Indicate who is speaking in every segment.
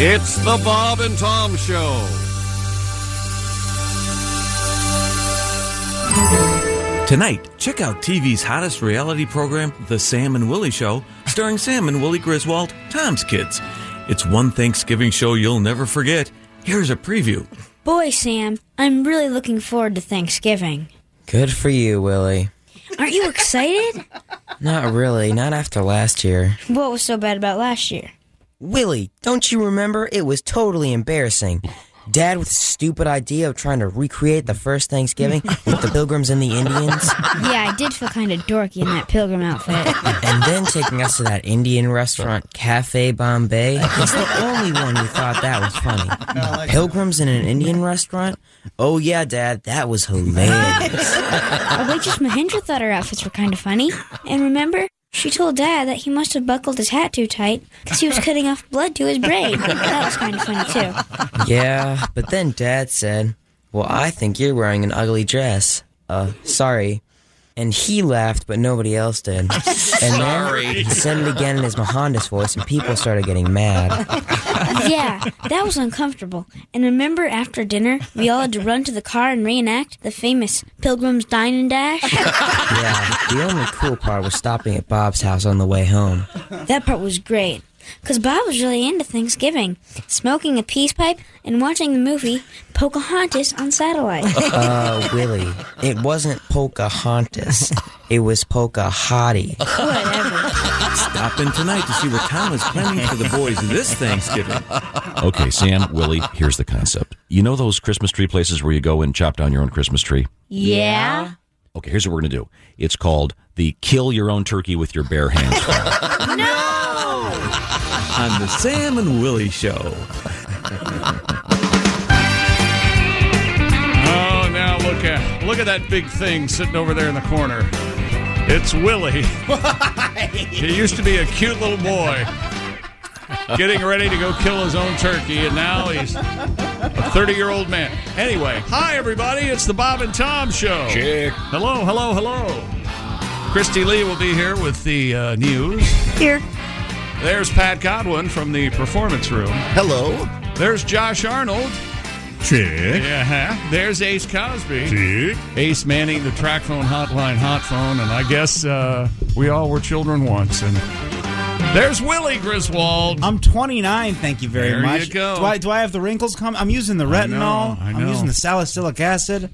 Speaker 1: It's the Bob and Tom Show.
Speaker 2: Tonight, check out TV's hottest reality program, The Sam and Willie Show, starring Sam and Willie Griswold, Tom's kids. It's one Thanksgiving show you'll never forget. Here's a preview.
Speaker 3: Boy, Sam, I'm really looking forward to Thanksgiving.
Speaker 4: Good for you, Willie.
Speaker 3: Aren't you excited?
Speaker 4: Not really, not after last year.
Speaker 3: what was so bad about last year?
Speaker 4: Willie, don't you remember? It was totally embarrassing. Dad with the stupid idea of trying to recreate the first Thanksgiving with the pilgrims and the Indians,
Speaker 3: Yeah, I did feel kind of dorky in that pilgrim outfit.
Speaker 4: and then taking us to that Indian restaurant, Cafe Bombay. He's the only one who thought that was funny. Pilgrims in an Indian restaurant? Oh, yeah, Dad, that was hilarious.
Speaker 3: Our waitress Mahindra thought her outfits were kind of funny. And remember, she told Dad that he must have buckled his hat too tight because he was cutting off blood to his braid. That was kind of funny, too.
Speaker 4: Yeah, but then Dad said, Well, I think you're wearing an ugly dress. Uh, sorry. And he laughed, but nobody else did. And then he said it again in his Mohandas voice, and people started getting mad.
Speaker 3: Yeah, that was uncomfortable. And remember, after dinner, we all had to run to the car and reenact the famous Pilgrim's Dine and Dash?
Speaker 4: Yeah, the only cool part was stopping at Bob's house on the way home.
Speaker 3: That part was great. Because Bob was really into Thanksgiving, smoking a peace pipe and watching the movie Pocahontas on satellite.
Speaker 4: Uh, Willie, it wasn't Pocahontas, it was Pocahottie.
Speaker 2: Stop in tonight to see what Tom is planning for the boys this Thanksgiving.
Speaker 5: Okay, Sam, Willie, here's the concept. You know those Christmas tree places where you go and chop down your own Christmas tree?
Speaker 3: yeah?
Speaker 5: Okay, here's what we're going to do. It's called the kill your own turkey with your bare hands.
Speaker 2: On The Sam and Willie Show.
Speaker 1: Oh, now look at look at that big thing sitting over there in the corner. It's Willie. he used to be a cute little boy, getting ready to go kill his own turkey, and now he's a 30-year-old man. Anyway, hi everybody. It's the Bob and Tom Show. Hello, hello, hello. Christy Lee will be here with the uh, news.
Speaker 6: Here.
Speaker 1: There's Pat Godwin from the performance room.
Speaker 7: Hello.
Speaker 1: There's Josh Arnold.
Speaker 7: Chick.
Speaker 1: Yeah. There's Ace Cosby. Ace Manning, the track phone hotline, hot phone, and I guess uh, we all were children once. And there's Willie Griswold.
Speaker 8: I'm 29. Thank you very
Speaker 1: There you
Speaker 8: much.
Speaker 1: go.
Speaker 8: Do I do I have the wrinkles come? I'm using the retinol.
Speaker 1: know, I
Speaker 8: am
Speaker 1: know.
Speaker 8: using the salicylic acid.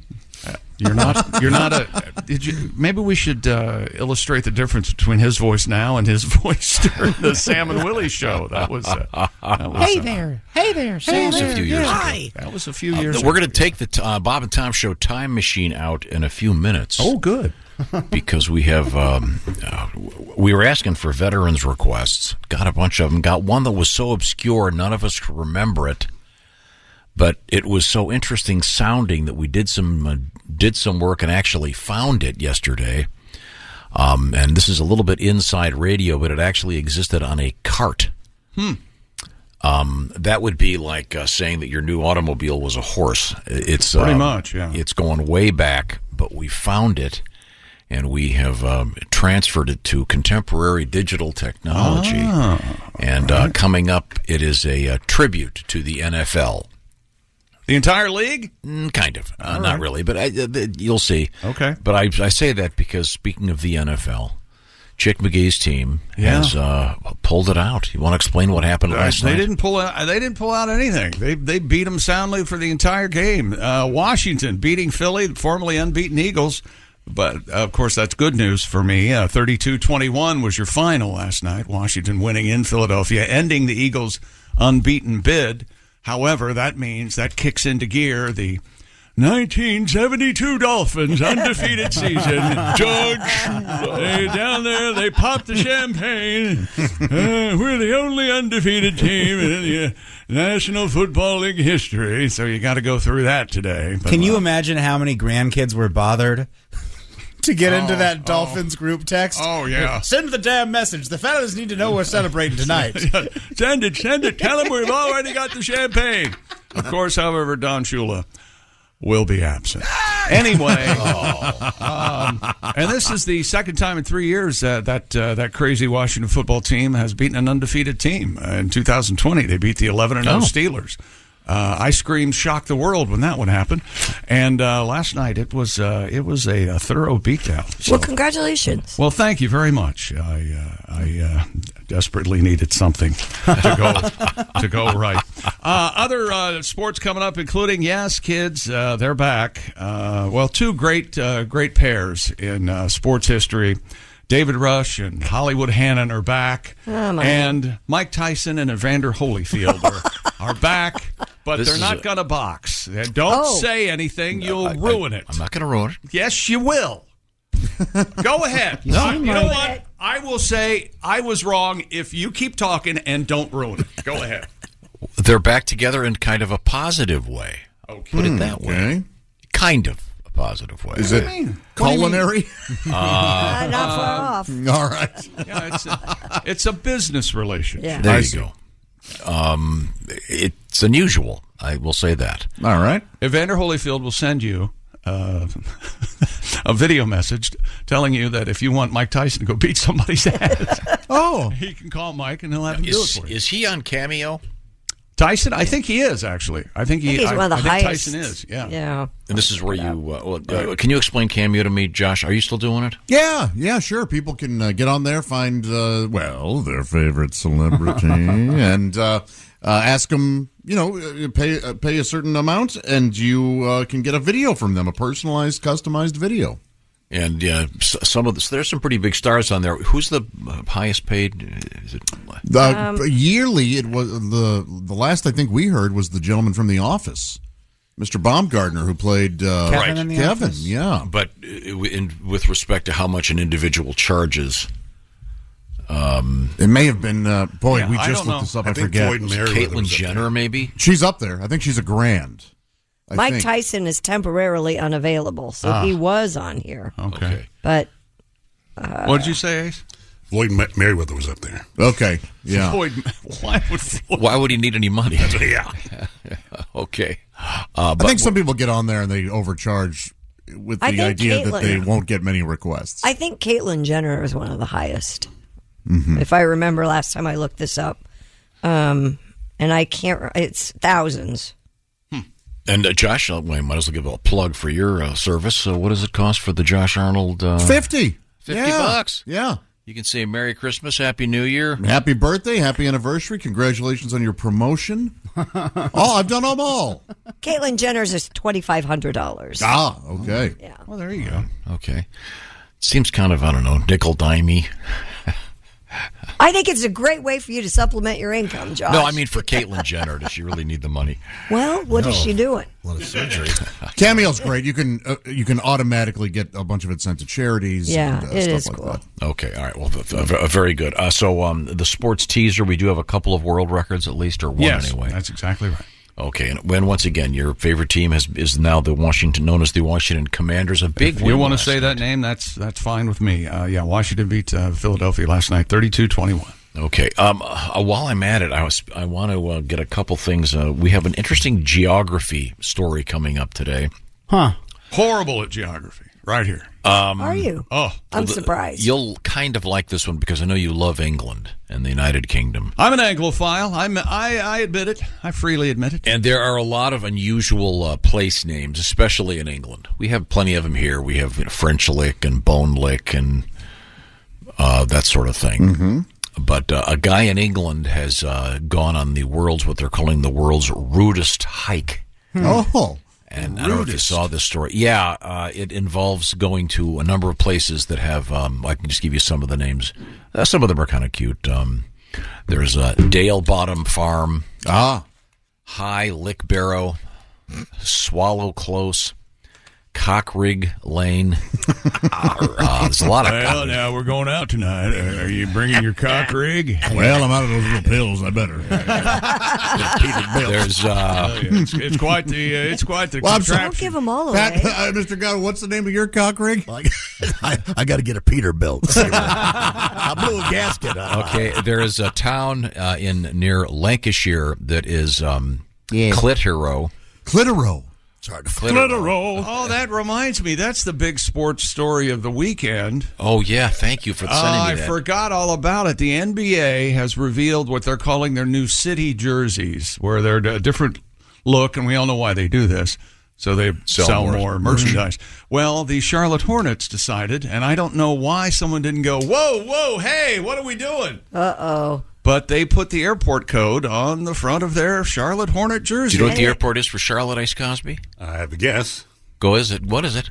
Speaker 1: uh, You're not. You're not a. Did you? Maybe we should uh, illustrate the difference between his voice now and his voice during the Sam and Willie show. That was. Uh, that was hey there.
Speaker 9: That was a few years ago.
Speaker 1: That was a few years.
Speaker 9: Uh, We're
Speaker 1: ago.
Speaker 9: going to take the t- uh, Bob and Tom Show time machine out in a few minutes.
Speaker 1: Oh, good.
Speaker 9: because we have um, uh, we were asking for veterans requests got a bunch of them got one that was so obscure none of us could remember it but it was so interesting sounding that we did some uh, did some work and actually found it yesterday um, and this is a little bit inside radio but it actually existed on a cart
Speaker 1: Hmm.
Speaker 9: um, that would be like uh, saying that your new automobile was a horse. It's
Speaker 1: Pretty
Speaker 9: um,
Speaker 1: much, yeah.
Speaker 9: It's going way back, but we found it, and we have um, transferred it to contemporary digital technology.
Speaker 1: Ah,
Speaker 9: and uh, coming up, it is a, uh tribute to the NFL.
Speaker 1: The entire league.
Speaker 9: Mm, kind of, uh, not really, but I, uh, th- you'll see.
Speaker 1: Okay.
Speaker 9: But I, I say that because speaking of the NFL. Chick McGee's team
Speaker 1: Yeah.
Speaker 9: has uh, pulled it out. You want to explain what happened last
Speaker 1: they
Speaker 9: night?
Speaker 1: didn't pull out. They didn't pull out anything. They they beat them soundly for the entire game. Uh, Washington beating Philly, the formerly unbeaten Eagles. But uh, of course, that's good news for me. Uh, 32-21 was your final last night. Washington winning in Philadelphia, ending the Eagles' unbeaten bid. However, that means that kicks into gear the 1972 Dolphins undefeated season. George, they down there, they pop the champagne. Uh, we're the only undefeated team in the uh, National Football League history. So you got to go through that today. But,
Speaker 8: Can you
Speaker 1: uh,
Speaker 8: imagine how many grandkids were bothered to get into
Speaker 1: Oh, oh.
Speaker 8: that Dolphins group text?
Speaker 1: Oh, yeah.
Speaker 8: Send the damn message. The fellas need to know we're celebrating tonight.
Speaker 1: send it, send it. Tell them we've already got the champagne. Of course, however, Don Shula will be absent. Anyway, um, and this is the second time in three years uh, that uh, that crazy Washington football team has beaten an undefeated team. Uh, in 2020, they beat the 11 and 0
Speaker 9: Oh.
Speaker 1: Steelers. Uh, I screamed "Shock the world" when that one happened, and uh, last night it was uh, it was a, a thorough beatdown.
Speaker 10: Well, congratulations.
Speaker 1: Well, thank you very much. I uh, I uh, desperately needed something to go to go right. Uh, other uh, sports coming up, including yes, kids, uh, they're back. Uh, well, two great uh, great pairs in uh, sports history. David Rush and Hollywood Hannon are back, and Mike Tyson and Evander Holyfield are, are back, but
Speaker 9: This
Speaker 1: they're
Speaker 9: is
Speaker 1: not
Speaker 9: a-
Speaker 1: going to box. Uh, Don't
Speaker 10: Oh.
Speaker 1: say anything; you'll
Speaker 9: I-
Speaker 1: ruin it.
Speaker 9: I'm not going to ruin it.
Speaker 1: Yes, you will. Go ahead. no, you know what? I will say I was wrong if you keep talking and don't ruin it. Go ahead.
Speaker 9: They're back together in kind of a positive way.
Speaker 1: Okay.
Speaker 9: Put it that way. Kind of a positive way.
Speaker 11: Is it culinary?
Speaker 10: Uh, not far off.
Speaker 11: All right.
Speaker 1: Yeah, it's a, it's a business relationship.
Speaker 10: Yeah.
Speaker 9: There
Speaker 11: I
Speaker 9: you
Speaker 11: see.
Speaker 9: go. Um, it's unusual. I will say that.
Speaker 11: All right.
Speaker 1: Evander Holyfield will send you uh, a video message telling you that if you want Mike Tyson to go beat somebody's ass,
Speaker 11: Oh,
Speaker 1: he can call Mike and he'll have him
Speaker 9: Is,
Speaker 1: do it for you.
Speaker 9: is he on Cameo?
Speaker 1: Tyson, I think he is actually. I think he.
Speaker 10: He's one of the
Speaker 1: I, I think
Speaker 10: highest.
Speaker 1: Tyson is. Yeah.
Speaker 10: Yeah.
Speaker 9: And this is where you. Uh, well, uh, can you explain Cameo to me, Josh? Are you still doing it?
Speaker 11: yeah, yeah, sure. People can uh, get on there, find uh, well their favorite celebrity, and uh, uh, ask them. You know, uh, pay uh, pay a certain amount, and you uh, can get a video from them, a personalized, customized video.
Speaker 9: And uh, s- some of the, so there's some pretty big stars on there. Who's the uh, highest paid? uh, Is it?
Speaker 11: The
Speaker 10: Um,
Speaker 11: yearly, it was the the last I think we heard was the gentleman from The Office, Mr. Baumgartner, who played uh,
Speaker 8: Kevin Right. in The
Speaker 11: Kevin,
Speaker 8: Office.
Speaker 11: yeah.
Speaker 9: But uh, in, with respect to how much an individual charges, um,
Speaker 11: It may have been uh, boy.
Speaker 1: Yeah,
Speaker 11: we
Speaker 1: I
Speaker 11: just
Speaker 1: don't
Speaker 11: looked
Speaker 1: know.
Speaker 11: this up.
Speaker 1: I
Speaker 11: I,
Speaker 1: think
Speaker 11: forget.
Speaker 1: Floyd and Mary-
Speaker 9: Caitlyn Jenner, maybe.
Speaker 11: She's up there. I think she's a grand. I
Speaker 10: Mike
Speaker 11: think.
Speaker 10: Tyson is temporarily unavailable, so he was on here.
Speaker 1: Okay.
Speaker 10: But uh,
Speaker 1: What did you say, Ace?
Speaker 12: Floyd Ma- Merriweather was up there.
Speaker 11: Okay, yeah.
Speaker 1: Floyd. Why would Floyd?
Speaker 9: Why would he need any money?
Speaker 12: Yeah.
Speaker 9: okay. Uh,
Speaker 11: I
Speaker 9: but
Speaker 11: think some people get on there and they overcharge with
Speaker 10: I
Speaker 11: the
Speaker 10: think
Speaker 11: idea
Speaker 10: Caitlyn-
Speaker 11: that they won't get many requests.
Speaker 10: I think Caitlyn Jenner is one of the highest. If I remember last time I looked this up, um, and I can't, re- it's thousands.
Speaker 9: and uh, Josh, uh, we might as well give a plug for your uh, service. So, what does it cost for the Josh Arnold? Uh,
Speaker 11: Fifty.
Speaker 9: 50
Speaker 11: yeah.
Speaker 9: bucks.
Speaker 11: Yeah.
Speaker 9: You can say Merry Christmas, Happy New Year.
Speaker 11: Happy birthday, happy anniversary, congratulations on your promotion. oh, I've done them all.
Speaker 10: Caitlyn Jenner's is twenty five hundred dollars.
Speaker 11: Ah, okay.
Speaker 1: Well, there you go.
Speaker 9: Okay. Seems kind of I don't know nickel dimey.
Speaker 10: I think it's a great way for you to supplement your income, Josh.
Speaker 9: No, I mean for Caitlyn Jenner, does she really need the money?
Speaker 10: well, what is she doing?
Speaker 12: A lot of surgery.
Speaker 11: Cameo's great. You can uh, you can automatically get a bunch of it sent to charities.
Speaker 10: Yeah,
Speaker 11: and, uh,
Speaker 10: it
Speaker 11: stuff
Speaker 10: is
Speaker 11: like
Speaker 10: cool.
Speaker 11: That.
Speaker 9: Okay, all right. Well, th- th- v- very good. Uh, so um, the sports teaser, we do have a couple of world records at least, or one
Speaker 1: Yes,
Speaker 9: anyway.
Speaker 1: that's exactly right.
Speaker 9: Okay, and when once again, your favorite team has, is now the Washington, known as the Washington Commanders. A big.
Speaker 1: If
Speaker 9: win
Speaker 1: you want to
Speaker 9: last
Speaker 1: say that name, that's that's fine with me. Uh, yeah, Washington beat uh, Philadelphia last night, 32-21.
Speaker 9: Okay. Um, uh, while I'm at it, I was I want to uh, get a couple things. Uh, we have an interesting geography story coming up today.
Speaker 8: Huh.
Speaker 1: Horrible at geography, right here.
Speaker 10: Are you?
Speaker 1: Oh,
Speaker 10: I'm
Speaker 9: Well, Um, the-
Speaker 10: surprised.
Speaker 9: You'll kind of like this one because I know you love England and the United Kingdom.
Speaker 1: I'm an Anglophile. I'm I, I admit it. I freely admit it.
Speaker 9: And there are a lot of unusual uh, place names, especially in England. We have plenty of them here. We have you know, French Lick and Bone Lick and uh, that sort of thing.
Speaker 1: Mm-hmm.
Speaker 9: But uh, a guy in England has uh, gone on the world's what they're calling the world's rudest hike.
Speaker 11: Oh,
Speaker 9: And I don't know if you saw this story. Yeah, uh, it involves going to a number of places that have. Um, I can just give you some of the names. Uh, some of them are kind of cute. Um, There's a Dale Bottom Farm.
Speaker 11: Ah.
Speaker 9: High Lick Barrow. Swallow Close. Cockrig Lane. Ah, there's a lot of
Speaker 1: Well, now we're going out tonight. Uh, Are you bringing your cock rig?
Speaker 11: Well, I'm out of those little pills. I better.
Speaker 9: There's uh,
Speaker 1: it's, it's quite the uh, it's quite the
Speaker 11: Well, I'm sorry.
Speaker 1: contraption.
Speaker 11: Don't give
Speaker 10: them all
Speaker 11: Pat, uh, Mr. God, what's the name of your cock rig?
Speaker 7: I, I got to get a Peterbilt. I blew a gasket. on it.
Speaker 9: Okay, there is a town uh, in near Lancashire that is um,
Speaker 7: Yeah.
Speaker 9: Clitero.
Speaker 11: Clitero.
Speaker 7: It's hard
Speaker 1: Oh, that reminds me. That's the big sports story of the weekend.
Speaker 9: Oh yeah, thank you for sending
Speaker 1: Oh,
Speaker 9: me
Speaker 1: I
Speaker 9: that.
Speaker 1: forgot all about it. The NBA has revealed what they're calling their new city jerseys, where they're a different look, and we all know why they do this. So they sell,
Speaker 9: Sell more.
Speaker 1: more, merchandise. Well, the Charlotte Hornets decided, and I don't know why someone didn't go, whoa, whoa, hey, what are we doing?
Speaker 10: Uh oh.
Speaker 1: But they put the airport code on the front of their Charlotte Hornet
Speaker 9: Do
Speaker 1: jersey.
Speaker 9: you know what the airport is for Charlotte Ice Cosby?
Speaker 13: I have a guess.
Speaker 9: Go is it? What is it?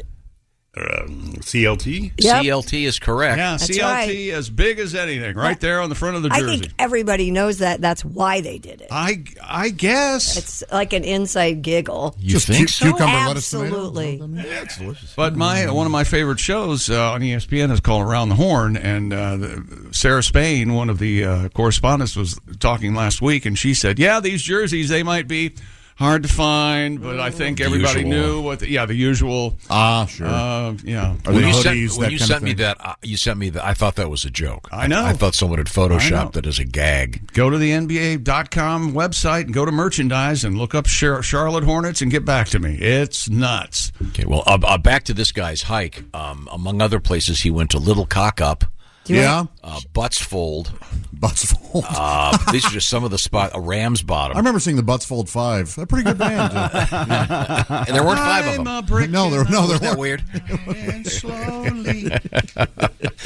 Speaker 13: Um, CLT.
Speaker 9: CLT is correct.
Speaker 1: Yeah,
Speaker 10: That's
Speaker 1: CLT
Speaker 10: right.
Speaker 1: as big as anything, right there on the front of the
Speaker 10: I
Speaker 1: jersey.
Speaker 10: think everybody knows that. That's why they did it.
Speaker 1: I I guess
Speaker 10: it's like an inside giggle.
Speaker 9: You Just think cu- so? cucumber, lettuce, tomato?
Speaker 10: Absolutely.
Speaker 7: That's delicious.
Speaker 1: But my
Speaker 10: Mm-hmm.
Speaker 1: one of my favorite shows uh, on ESPN is called Around the Horn, and uh, the, Sarah Spain, one of the uh, correspondents, was talking last week, and she said, "Yeah, these jerseys they might be hard to find, but I think
Speaker 9: The
Speaker 1: everybody
Speaker 9: usual.
Speaker 1: knew what. The, yeah, the usual.
Speaker 11: Ah, sure.
Speaker 1: Uh, yeah.
Speaker 11: Are
Speaker 9: when
Speaker 11: they
Speaker 9: you sent,
Speaker 11: hoodies,
Speaker 9: when
Speaker 11: that
Speaker 9: you
Speaker 11: kind of
Speaker 9: sent me
Speaker 11: thing?
Speaker 9: that, uh, you sent me that. I thought that was a joke.
Speaker 1: I know.
Speaker 9: I, thought someone had
Speaker 1: I know.
Speaker 9: photoshopped it as a gag.
Speaker 1: Go to the NBA.com website and go to merchandise and look up Char- Charlotte Hornets and get back to me. It's nuts.
Speaker 9: Okay, well, uh, uh, back to this guy's hike. Um, among other places, he went to Little Cock Up.
Speaker 11: Do you Yeah.
Speaker 9: Uh, Butts Fold.
Speaker 11: Butts Fold.
Speaker 9: Uh, these are just some of the spot. A Ram's
Speaker 11: I
Speaker 9: Bottom.
Speaker 11: remember seeing the Butts Fold Five. They're a pretty good band. too. Yeah.
Speaker 9: And there weren't five of them.
Speaker 1: I'm a brick
Speaker 11: no, there no, there
Speaker 9: Isn't that
Speaker 11: weren't.
Speaker 9: weird?
Speaker 1: slowly.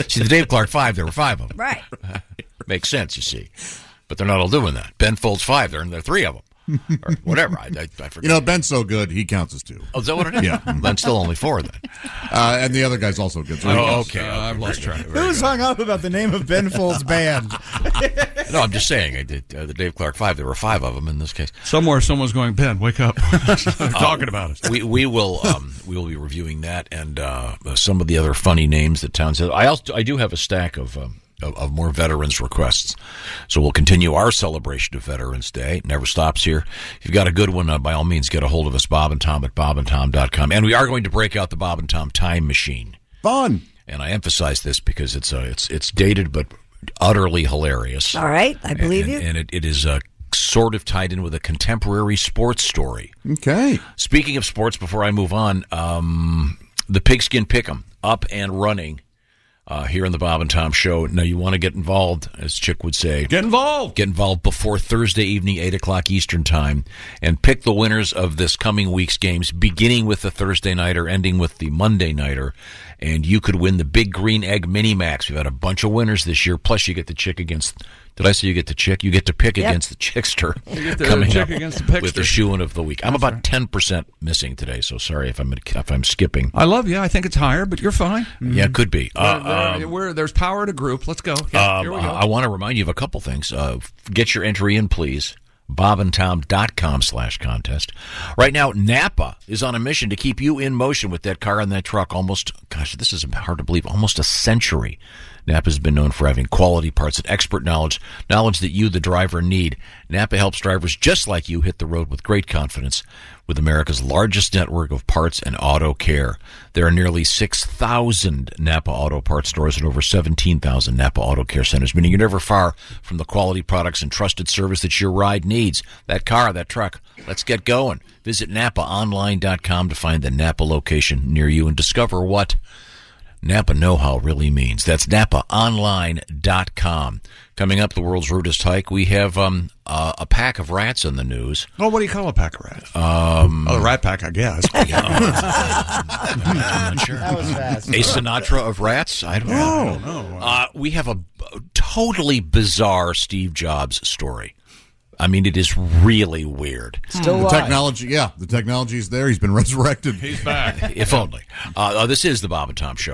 Speaker 9: see, the Dave Clark Five, there were five of them.
Speaker 10: Right.
Speaker 9: Makes sense, you see. But they're not all doing that. Ben Folds Five, there, and there are three of them. Or whatever. I, I, I forget.
Speaker 11: You know, Ben's so good, he counts as two.
Speaker 9: Oh, is that what it is?
Speaker 11: Yeah.
Speaker 9: Ben's still only four then.
Speaker 11: Uh, and the other guy's also good. so he
Speaker 9: Oh,
Speaker 11: counts.
Speaker 9: okay. I've lost track. Very
Speaker 8: Who's
Speaker 9: good.
Speaker 8: hung up about the name of Ben Folds Band?
Speaker 9: No, I'm just saying. I did uh, the Dave Clark Five. There were five of them in this case.
Speaker 1: Somewhere, someone's going. Ben, wake up! They're
Speaker 9: Uh,
Speaker 1: talking about us.
Speaker 9: We we will um, we will be reviewing that and uh, some of the other funny names that towns have. I also I do have a stack of. Um, of, of more veterans requests, so we'll continue our celebration of Veterans Day. It never stops here. If you've got a good one, uh, by all means, get a hold of us, Bob and Tom at bobandtom.com. And we are going to break out the Bob and Tom Time Machine.
Speaker 11: Fun.
Speaker 9: And I emphasize this because it's uh, it's it's dated but utterly hilarious.
Speaker 10: All right, I believe
Speaker 9: and,
Speaker 10: you.
Speaker 9: And it, it is uh, sort of tied in with a contemporary sports story.
Speaker 11: Okay.
Speaker 9: Speaking of sports, before I move on, um, the Pigskin Pick'em up and running uh, here on the Bob and Tom Show. Now you want to get involved, as Chick would say.
Speaker 1: Get involved.
Speaker 9: Get involved before Thursday evening, eight o'clock Eastern time, and pick the winners of this coming week's games, beginning with the Thursday nighter, ending with the Monday nighter, and you could win the Big Green Egg Mini Max. We've had a bunch of winners this year. Plus, you get the chick against. Did I say you get the chick? You get to pick
Speaker 1: Yep.
Speaker 9: against the chickster.
Speaker 1: You get the
Speaker 9: coming
Speaker 1: chick
Speaker 9: up
Speaker 1: against the
Speaker 9: with
Speaker 1: pickster.
Speaker 9: the shoe in of the week. I'm about ten percent missing today, so sorry if I'm if I'm skipping.
Speaker 1: I love you. I think it's higher, but you're fine.
Speaker 9: Yeah, it could be. Uh,
Speaker 1: We're-
Speaker 9: um,
Speaker 1: we're- we're- there's power to group. Let's go. Yeah,
Speaker 9: Um,
Speaker 1: here we go.
Speaker 9: I want to remind you of a couple things. Uh, get your entry in, please. BobandTom.com slash contest. Right now, Napa is on a mission to keep you in motion with that car and that truck. Almost, gosh, this is hard to believe, almost a century. Napa has been known for having quality parts and expert knowledge, knowledge that you, the driver, need. Napa helps drivers just like you hit the road with great confidence with America's largest network of parts and auto care. There are nearly 6,000 Napa Auto Parts stores and over 17,000 Napa Auto Care centers, meaning you're never far from the quality products and trusted service that your ride needs. That car, that truck, let's get going. Visit NapaOnline.com to find the Napa location near you and discover what Napa Know How really means. That's NapaOnline.com. Coming up, the world's rudest hike, we have um, uh, a pack of rats in the news.
Speaker 1: Oh, what do you call a pack of rats?
Speaker 9: Um,
Speaker 1: oh, the Rat Pack, I guess.
Speaker 9: I'm not sure.
Speaker 1: That was fast.
Speaker 9: A Sinatra of rats? I don't know. Uh, we have a b- totally bizarre Steve Jobs story. I mean, it is really weird.
Speaker 11: the technology, yeah, the technology's there. He's been resurrected. He's
Speaker 1: back.
Speaker 9: if only. Uh, uh, this is the Bob and Tom Show.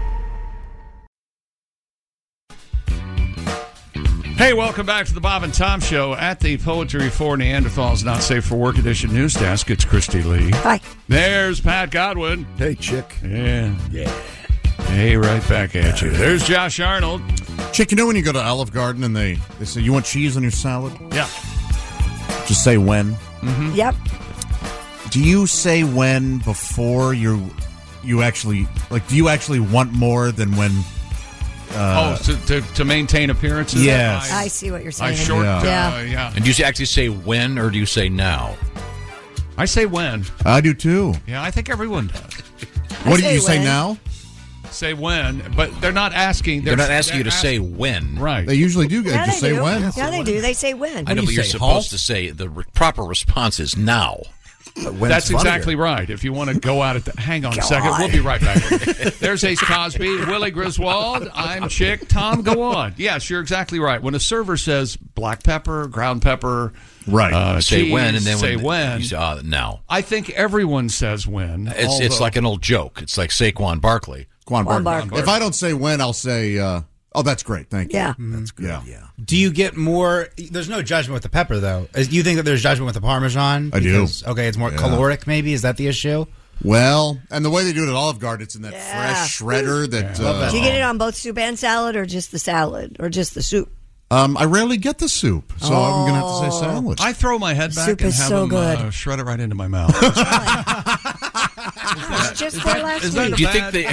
Speaker 1: Hey, welcome back to the Bob and Tom Show at the Poetry for Neanderthals Not Safe for Work Edition News Desk. It's Christy Lee. Hi. There's Pat Godwin.
Speaker 14: Hey, chick.
Speaker 1: Yeah. Yeah. Hey, right back at you. There's Josh Arnold.
Speaker 11: Chick, you know when you go to Olive Garden and they, they say, You want cheese on your salad?
Speaker 1: Yeah.
Speaker 11: Just say when.
Speaker 1: Mm-hmm.
Speaker 10: Yep.
Speaker 11: Do you say when before you you actually like do you actually want more than when uh,
Speaker 1: oh, to, to, to maintain appearances?
Speaker 11: Yes.
Speaker 10: I see what you're
Speaker 1: I
Speaker 10: saying.
Speaker 1: short, yeah.
Speaker 10: yeah.
Speaker 1: Uh, yeah.
Speaker 9: And do you actually say when or do you say now?
Speaker 1: I say when.
Speaker 11: I do too.
Speaker 1: Yeah, I think everyone does.
Speaker 11: What do you say now?
Speaker 1: Say when, but they're not asking.
Speaker 9: They're not asking you to say
Speaker 1: when. Right.
Speaker 11: They usually do
Speaker 10: Yeah,
Speaker 11: just
Speaker 10: they
Speaker 11: say
Speaker 10: do.
Speaker 11: when.
Speaker 10: Yeah, they do. They say when.
Speaker 9: I know, but you're supposed to say the re- proper response is now.
Speaker 11: Uh,
Speaker 1: That's exactly right. If you want to go out at the. Hang on a second. We'll be right back. There's Ace Cosby, Willie Griswold. I'm Chick. Tom, go on. Yes, you're exactly right. When a server says black pepper, ground pepper,
Speaker 9: Right.
Speaker 1: uh,
Speaker 9: say
Speaker 1: cheese,
Speaker 9: when, and then
Speaker 1: say
Speaker 9: when,
Speaker 1: when.
Speaker 9: you say, uh, now.
Speaker 1: I think everyone says when.
Speaker 9: It's it's
Speaker 1: although-
Speaker 9: like an old joke. It's like Saquon Barkley.
Speaker 11: Quan Barkley. If I don't say when, I'll say, uh, oh, that's great. Thank you.
Speaker 10: Yeah.
Speaker 11: That's good. Yeah.
Speaker 8: Do you get more? There's no judgment with the pepper, though. Is- Do you think that there's judgment with the parmesan?
Speaker 11: I do.
Speaker 8: Because, Okay, it's more
Speaker 11: Yeah.
Speaker 8: caloric. Maybe is that the issue?
Speaker 11: Well, and the way they do it at Olive Garden, it's in that fresh shredder that.
Speaker 8: Yeah. Love
Speaker 11: Uh,
Speaker 10: Do you get it on both soup and salad, or just the salad, or just the soup?
Speaker 11: Um, I rarely get the soup, so I'm going to have to say salad.
Speaker 1: Oh. I throw my head back
Speaker 10: Soup
Speaker 1: and
Speaker 10: is
Speaker 1: have
Speaker 10: so
Speaker 1: them
Speaker 10: good.
Speaker 1: Uh, shred it right into my mouth.
Speaker 10: It's just
Speaker 1: is
Speaker 10: there
Speaker 1: that-
Speaker 10: last
Speaker 1: is that
Speaker 10: week.
Speaker 1: a
Speaker 9: Do you think
Speaker 1: bad-
Speaker 9: they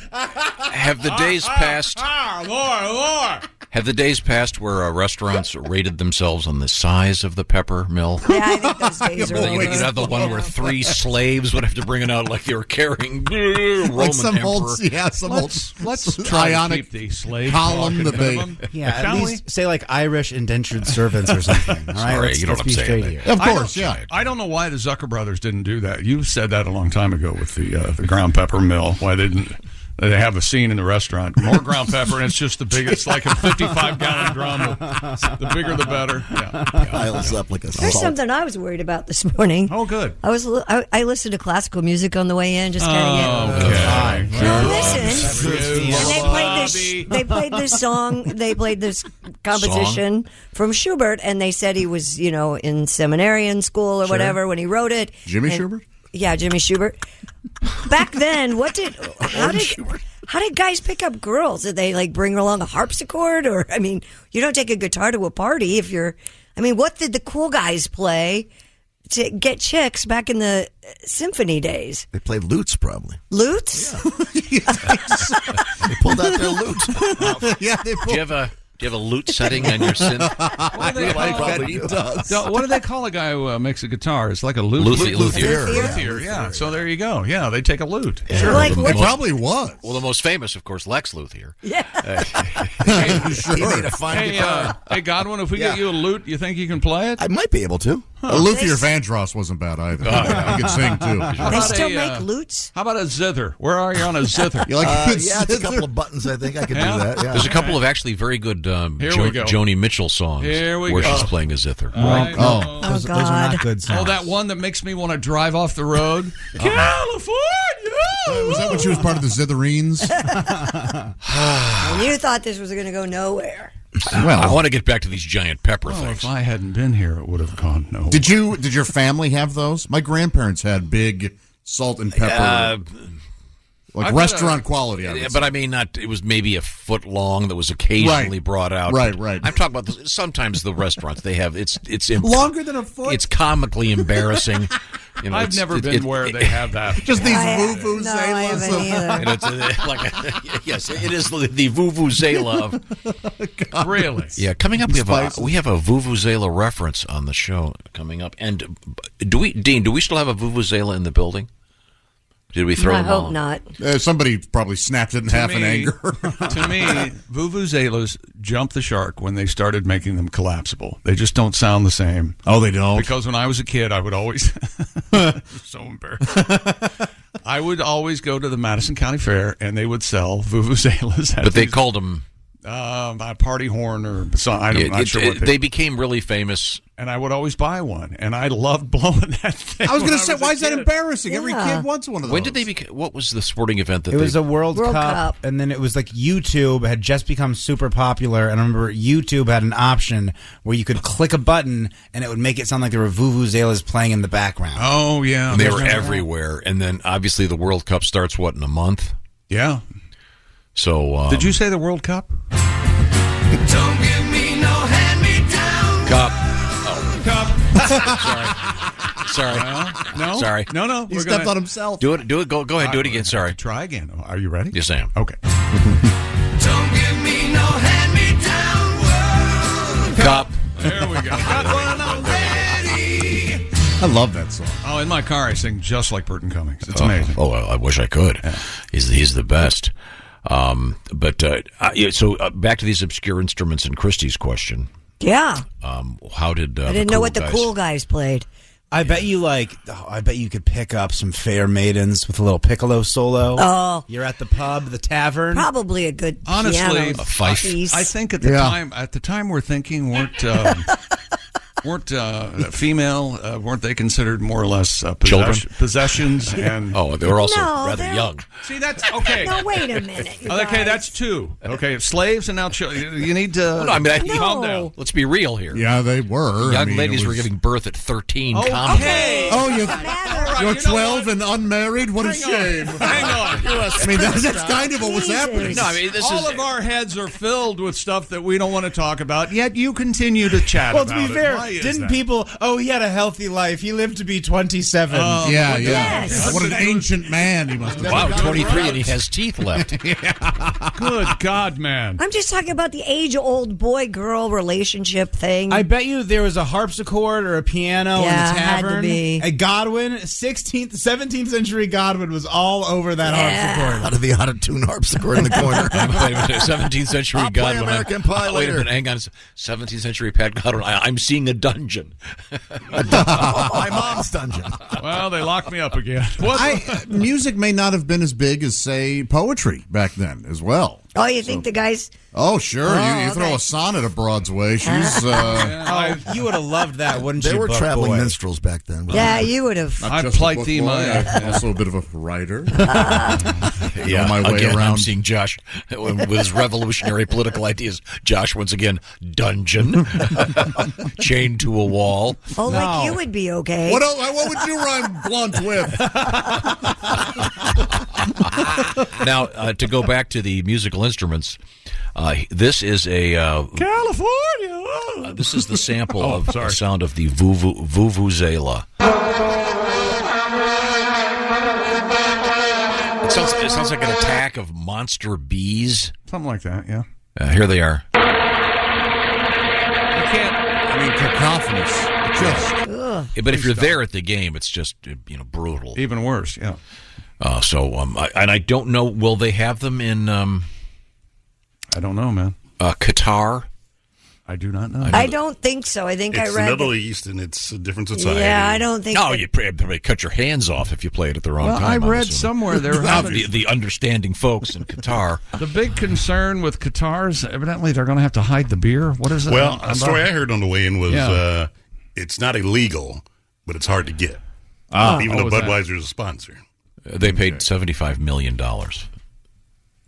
Speaker 9: ha- have the days passed?
Speaker 1: Ah, Lord, Lord.
Speaker 9: Have the days passed where uh, restaurants rated themselves on the size of the pepper mill?
Speaker 10: Yeah, I think those days are
Speaker 9: Really,
Speaker 10: over.
Speaker 9: you could have the one where three slaves would have to bring it out like they were carrying Roman
Speaker 11: like some
Speaker 9: emperor.
Speaker 11: old, yeah, some old.
Speaker 1: Let's
Speaker 11: try and
Speaker 1: keep the slave
Speaker 11: column
Speaker 1: talk at
Speaker 11: debate.
Speaker 1: minimum.
Speaker 8: Yeah, at
Speaker 1: Shall we?
Speaker 8: least say like Irish indentured servants or something. All right,
Speaker 9: Sorry,
Speaker 8: let's,
Speaker 9: you know
Speaker 8: let's
Speaker 9: what
Speaker 8: be
Speaker 9: I'm saying.
Speaker 8: straight here.
Speaker 11: Of
Speaker 1: I
Speaker 11: course,
Speaker 1: don't-
Speaker 11: yeah.
Speaker 1: I don't know why the Zucker brothers didn't do that. You said that a long time ago with the uh, the ground pepper mill. Why they didn't? They have a scene in the restaurant. More ground pepper, and it's just the biggest, it's like a 55 gallon drum. The bigger, the better. Yeah.
Speaker 14: Piles up like a
Speaker 10: There's
Speaker 14: salt.
Speaker 10: something I was worried about this morning.
Speaker 1: Oh, good.
Speaker 10: I was li- I, I listened to classical music on the way in, just
Speaker 7: Oh,
Speaker 9: Oh,
Speaker 10: kind of
Speaker 1: Okay.
Speaker 10: get. No, listen.
Speaker 1: You
Speaker 10: And they played this.
Speaker 1: sloppy.
Speaker 10: They played this song. They played this composition from Schubert, and they said he was, you know, in seminary in school or whatever when he wrote it.
Speaker 11: Jimmy
Speaker 10: And-
Speaker 11: Schubert?
Speaker 10: Yeah, Jimmy Schubert. Back then, what did how did how did guys pick up girls? Did they like bring along a harpsichord, or I mean, you don't take a guitar to a party if you're. I mean, what did the cool guys play to get chicks back in the uh, symphony days?
Speaker 14: They played lutes, probably.
Speaker 10: Lutes?
Speaker 14: They pulled out their lute.
Speaker 11: yeah, they
Speaker 9: Do you have a do you have a loot setting on your synth?
Speaker 1: What do they
Speaker 14: I
Speaker 1: call-
Speaker 14: bet he does.
Speaker 1: No, what do they call a guy who uh, makes a guitar? It's like a lute.
Speaker 9: Luthier.
Speaker 1: Luthier.
Speaker 9: Luthier.
Speaker 1: Luthier, Yeah. So there you go. Yeah, they take a lute.
Speaker 10: You're like,
Speaker 11: It
Speaker 10: what-
Speaker 11: probably was.
Speaker 9: Well, the most famous, of course, Lex Luthor.
Speaker 11: sure.
Speaker 14: He made a fine
Speaker 1: Hey,
Speaker 14: guitar.
Speaker 1: uh, hey, Godwin, if we get
Speaker 14: Yeah.
Speaker 1: you a lute, you think you can play it? Oh,
Speaker 14: I might be able to.
Speaker 11: A Luthier Vandross wasn't bad either. He could sing too.
Speaker 10: they
Speaker 1: about
Speaker 10: still
Speaker 1: a,
Speaker 10: make
Speaker 1: uh,
Speaker 10: lutes?
Speaker 1: How about a zither? Where are you on a zither?
Speaker 11: You like
Speaker 14: Uh,
Speaker 11: a good
Speaker 14: yeah, it's a
Speaker 11: scissor?
Speaker 14: couple of buttons. I think I could
Speaker 1: Yeah.
Speaker 14: do that. Yeah.
Speaker 9: There's a couple of actually very good um,
Speaker 1: Here
Speaker 9: Jo-
Speaker 1: we go.
Speaker 9: Joni Mitchell songs
Speaker 1: Here we
Speaker 9: where
Speaker 1: go.
Speaker 9: she's playing a zither.
Speaker 1: Oh, Right. no. Oh,
Speaker 9: those,
Speaker 1: those are not
Speaker 9: good
Speaker 1: Oh, that one that makes me want to drive off the road. Oh. California.
Speaker 11: Was that when she was part of the Zitherines?
Speaker 10: And you thought this was going to go nowhere.
Speaker 9: well, I want to get back to these giant pepper
Speaker 11: Oh,
Speaker 9: things.
Speaker 11: if
Speaker 1: I hadn't been here, it would have gone no.
Speaker 11: Did you? Did your family have those? My grandparents had big salt and pepper,
Speaker 9: Uh,
Speaker 11: like
Speaker 1: uh,
Speaker 9: I've got
Speaker 11: restaurant
Speaker 9: a-
Speaker 11: quality. I would
Speaker 9: yeah,
Speaker 11: say.
Speaker 9: but I mean, not. It was maybe a foot long that was occasionally
Speaker 11: Right.
Speaker 9: brought out.
Speaker 11: Right, right.
Speaker 9: I'm talking about the, sometimes the restaurants they have. It's it's imp-
Speaker 11: Longer than a foot?
Speaker 9: It's comically embarrassing. You know,
Speaker 1: I've
Speaker 9: it's-
Speaker 1: never
Speaker 9: it-
Speaker 1: been
Speaker 9: it-
Speaker 1: where they have that.
Speaker 11: Just these
Speaker 1: voo-voo
Speaker 10: no, I haven't
Speaker 9: You know,
Speaker 10: either.
Speaker 9: it's, uh, like a- yes, it is the, the vuvuzela of
Speaker 1: Really?
Speaker 9: Yeah, coming up we have
Speaker 1: Spices.
Speaker 9: a we have a vuvuzela reference on the show coming up. And uh, do we, Dean? Do we still have a vuvuzela in the building? Did we throw?
Speaker 10: I
Speaker 9: them
Speaker 10: hope
Speaker 9: all?
Speaker 10: not.
Speaker 11: Uh, somebody probably snapped it in half in anger.
Speaker 1: to me, vuvuzelas jumped the shark when they started making them collapsible. They just don't sound the same.
Speaker 11: Oh, they don't.
Speaker 1: Because when I was a kid, I would always so embarrassed. I would always go to the Madison County Fair, and they would sell vuvuzelas. at
Speaker 9: But they
Speaker 1: these-
Speaker 9: called them.
Speaker 1: um, a party horn or something. I'm
Speaker 9: Yeah,
Speaker 1: not
Speaker 9: it-
Speaker 1: sure
Speaker 9: it-
Speaker 1: what they.
Speaker 9: they became really famous.
Speaker 1: and I would always buy one, and I loved blowing that thing.
Speaker 11: I was
Speaker 1: when
Speaker 11: going to say,
Speaker 1: a
Speaker 11: why is that
Speaker 1: kid.
Speaker 11: embarrassing? Every
Speaker 1: Yeah.
Speaker 11: kid wants one of those.
Speaker 9: When did they become? What was the sporting event that
Speaker 8: It was
Speaker 9: they,
Speaker 8: a World,
Speaker 9: World
Speaker 8: Cup,
Speaker 9: Cup.
Speaker 8: and then it was like YouTube had just become super popular. And I remember YouTube had an option where you could click a button, and it would make it sound like there were vuvuzelas playing in the background.
Speaker 1: Oh yeah,
Speaker 9: they were everywhere, and then obviously the World Cup starts what in a month.
Speaker 1: Yeah.
Speaker 9: So um,
Speaker 1: Did you say the World Cup?
Speaker 7: Don't give me no hand me down.
Speaker 9: Cup. Oh.
Speaker 1: Sorry.
Speaker 9: Sorry.
Speaker 1: no.
Speaker 9: Sorry.
Speaker 1: No, no.
Speaker 11: He
Speaker 1: we're
Speaker 11: stepped
Speaker 1: gonna-
Speaker 11: on himself.
Speaker 9: Do it. Do it. Go. Go ahead.
Speaker 1: I-
Speaker 9: Do it again. Sorry.
Speaker 1: Try again. Are you ready?
Speaker 9: Yes, I am.
Speaker 1: Okay.
Speaker 7: Don't give me no hand me down.
Speaker 9: Cup.
Speaker 1: There we go.
Speaker 11: I love that song.
Speaker 1: Oh, in my car, I sing just like Burton Cummings. It's
Speaker 9: Oh,
Speaker 1: amazing.
Speaker 9: Oh, I I wish I could. He's he's the best. Um, but uh, I, yeah, so uh, back to these obscure instruments and Christie's question.
Speaker 10: Yeah.
Speaker 9: Um, how did uh,
Speaker 10: I
Speaker 9: the
Speaker 10: didn't know
Speaker 9: cool
Speaker 10: what the
Speaker 9: guys-
Speaker 10: cool guys played.
Speaker 8: I bet you like. oh, I bet you could pick up some fair maidens with a little piccolo solo.
Speaker 10: Oh.
Speaker 8: you're at the pub, the tavern.
Speaker 10: Probably a good
Speaker 1: Honestly,
Speaker 10: piano piece.
Speaker 1: I think at the
Speaker 8: Yeah.
Speaker 1: time, at the time we're thinking weren't um, weren't uh, female uh, weren't they considered more or less uh,
Speaker 9: Children?
Speaker 1: possess- possessions and
Speaker 9: Oh, they were also
Speaker 1: No,
Speaker 9: rather
Speaker 1: they're-
Speaker 9: young.
Speaker 1: See, that's okay.
Speaker 10: No, wait a minute. you
Speaker 1: okay,
Speaker 10: guys.
Speaker 1: that's two. Okay, slaves and now children. You need to.
Speaker 9: No, I mean, I,
Speaker 1: calm down.
Speaker 9: Let's be real here.
Speaker 11: Yeah, they were.
Speaker 9: Young
Speaker 11: I mean, it
Speaker 9: ladies were
Speaker 11: was-
Speaker 9: giving birth at thirteen.
Speaker 11: Oh,
Speaker 9: common.
Speaker 11: okay. Oh, you- Doesn't You're 12 and unmarried? What a shame.
Speaker 1: Hang on.
Speaker 11: I mean, that's, that's kind of what was happening.
Speaker 1: No, I mean, this All of our heads are filled with stuff that we don't want to talk about, yet you continue to chat
Speaker 8: Well, to
Speaker 1: about
Speaker 8: be
Speaker 1: it.
Speaker 8: fair,
Speaker 1: Why is
Speaker 8: didn't
Speaker 1: that?
Speaker 8: people? Oh, he had a healthy life. He lived to be 27.
Speaker 11: Oh, yeah, yeah. What an ancient man he must have
Speaker 9: Wow,
Speaker 11: been.
Speaker 9: 23 and he has teeth left.
Speaker 1: Good God, man.
Speaker 10: I'm just talking about the age-old boy-girl relationship thing.
Speaker 8: I bet you there was a harpsichord or a piano
Speaker 10: Yeah,
Speaker 8: in the
Speaker 10: had to
Speaker 8: tavern.
Speaker 10: be.
Speaker 8: A Godwin, 16th, 17th century Godwin was all over that harpsichord.
Speaker 14: Out of the out of tune harpsichord in the corner.
Speaker 9: Wait a minute, 17th century
Speaker 14: I'll play
Speaker 9: Godwin. I'm-
Speaker 14: American Pie
Speaker 9: oh, Wait a
Speaker 14: later.
Speaker 9: minute, hang on. 17th century Pat Godwin. I, I'm seeing a dungeon.
Speaker 14: My mom's dungeon.
Speaker 1: Well, they locked me up again. What?
Speaker 11: I, music may not have been as big as, say, poetry back then as well.
Speaker 10: oh, you think the guys?
Speaker 11: Oh, sure.
Speaker 10: Oh,
Speaker 11: you you throw
Speaker 10: okay.
Speaker 11: a sonnet at Broad's way. She's. Uh,
Speaker 8: Oh, you would have loved that, wouldn't
Speaker 14: They
Speaker 8: you?
Speaker 14: were
Speaker 8: Buck
Speaker 14: traveling
Speaker 8: boy?
Speaker 14: minstrels back then.
Speaker 10: Yeah, you would have.
Speaker 11: not
Speaker 1: I
Speaker 11: just a
Speaker 1: plight
Speaker 11: book
Speaker 1: thee
Speaker 11: boy,
Speaker 1: my-
Speaker 11: I'm also a bit of a writer. I know Uh-huh. my way
Speaker 9: again, I'm
Speaker 11: around.
Speaker 9: seeing Josh with his revolutionary political ideas. Josh, once again, dungeon, chained to a wall.
Speaker 10: Oh,
Speaker 8: No.
Speaker 10: like you would be okay.
Speaker 11: What, el- what would you rhyme blunt with?
Speaker 9: Now, uh, to go back to the musical instruments, uh, this is a uh,
Speaker 1: California.
Speaker 9: this is the sample
Speaker 1: Oh,
Speaker 9: of the
Speaker 1: sorry.
Speaker 9: sound of the vuvu, vuvuzela. It sounds, it sounds like an attack of monster bees.
Speaker 1: Something like that, yeah.
Speaker 9: Uh, here they are.
Speaker 1: I can't.
Speaker 11: I mean, cacophonous. Just.
Speaker 9: But if you're there at the game, it's just uh, you know brutal.
Speaker 1: Even worse, yeah.
Speaker 9: Uh, so, um, I, and I don't know. Will they have them in um,
Speaker 1: I don't know, man.
Speaker 9: uh, Qatar?
Speaker 1: I do not know.
Speaker 10: I don't think so. I think
Speaker 7: it's
Speaker 10: I
Speaker 7: the
Speaker 10: read.
Speaker 7: Middle
Speaker 10: that-
Speaker 7: East and it's a different society.
Speaker 10: Yeah, I don't think
Speaker 9: Oh,
Speaker 10: that-
Speaker 9: you pr- probably cut your hands off if you play it at the wrong
Speaker 1: Well, I
Speaker 9: time. I'm
Speaker 1: read
Speaker 9: assuming.
Speaker 1: somewhere they're
Speaker 9: the,
Speaker 1: having-
Speaker 9: the understanding folks in Qatar.
Speaker 1: The big concern with Qatar's evidently they're going to have to hide the beer. What is it?
Speaker 7: Well,
Speaker 1: I'm
Speaker 7: a story
Speaker 1: not-
Speaker 7: I heard on the way in was
Speaker 1: Yeah.
Speaker 7: uh, it's not illegal, but it's hard to get.
Speaker 9: Ah,
Speaker 7: even
Speaker 9: what
Speaker 7: though
Speaker 9: was that?
Speaker 7: Budweiser is a sponsor.
Speaker 9: They paid seventy-five million dollars,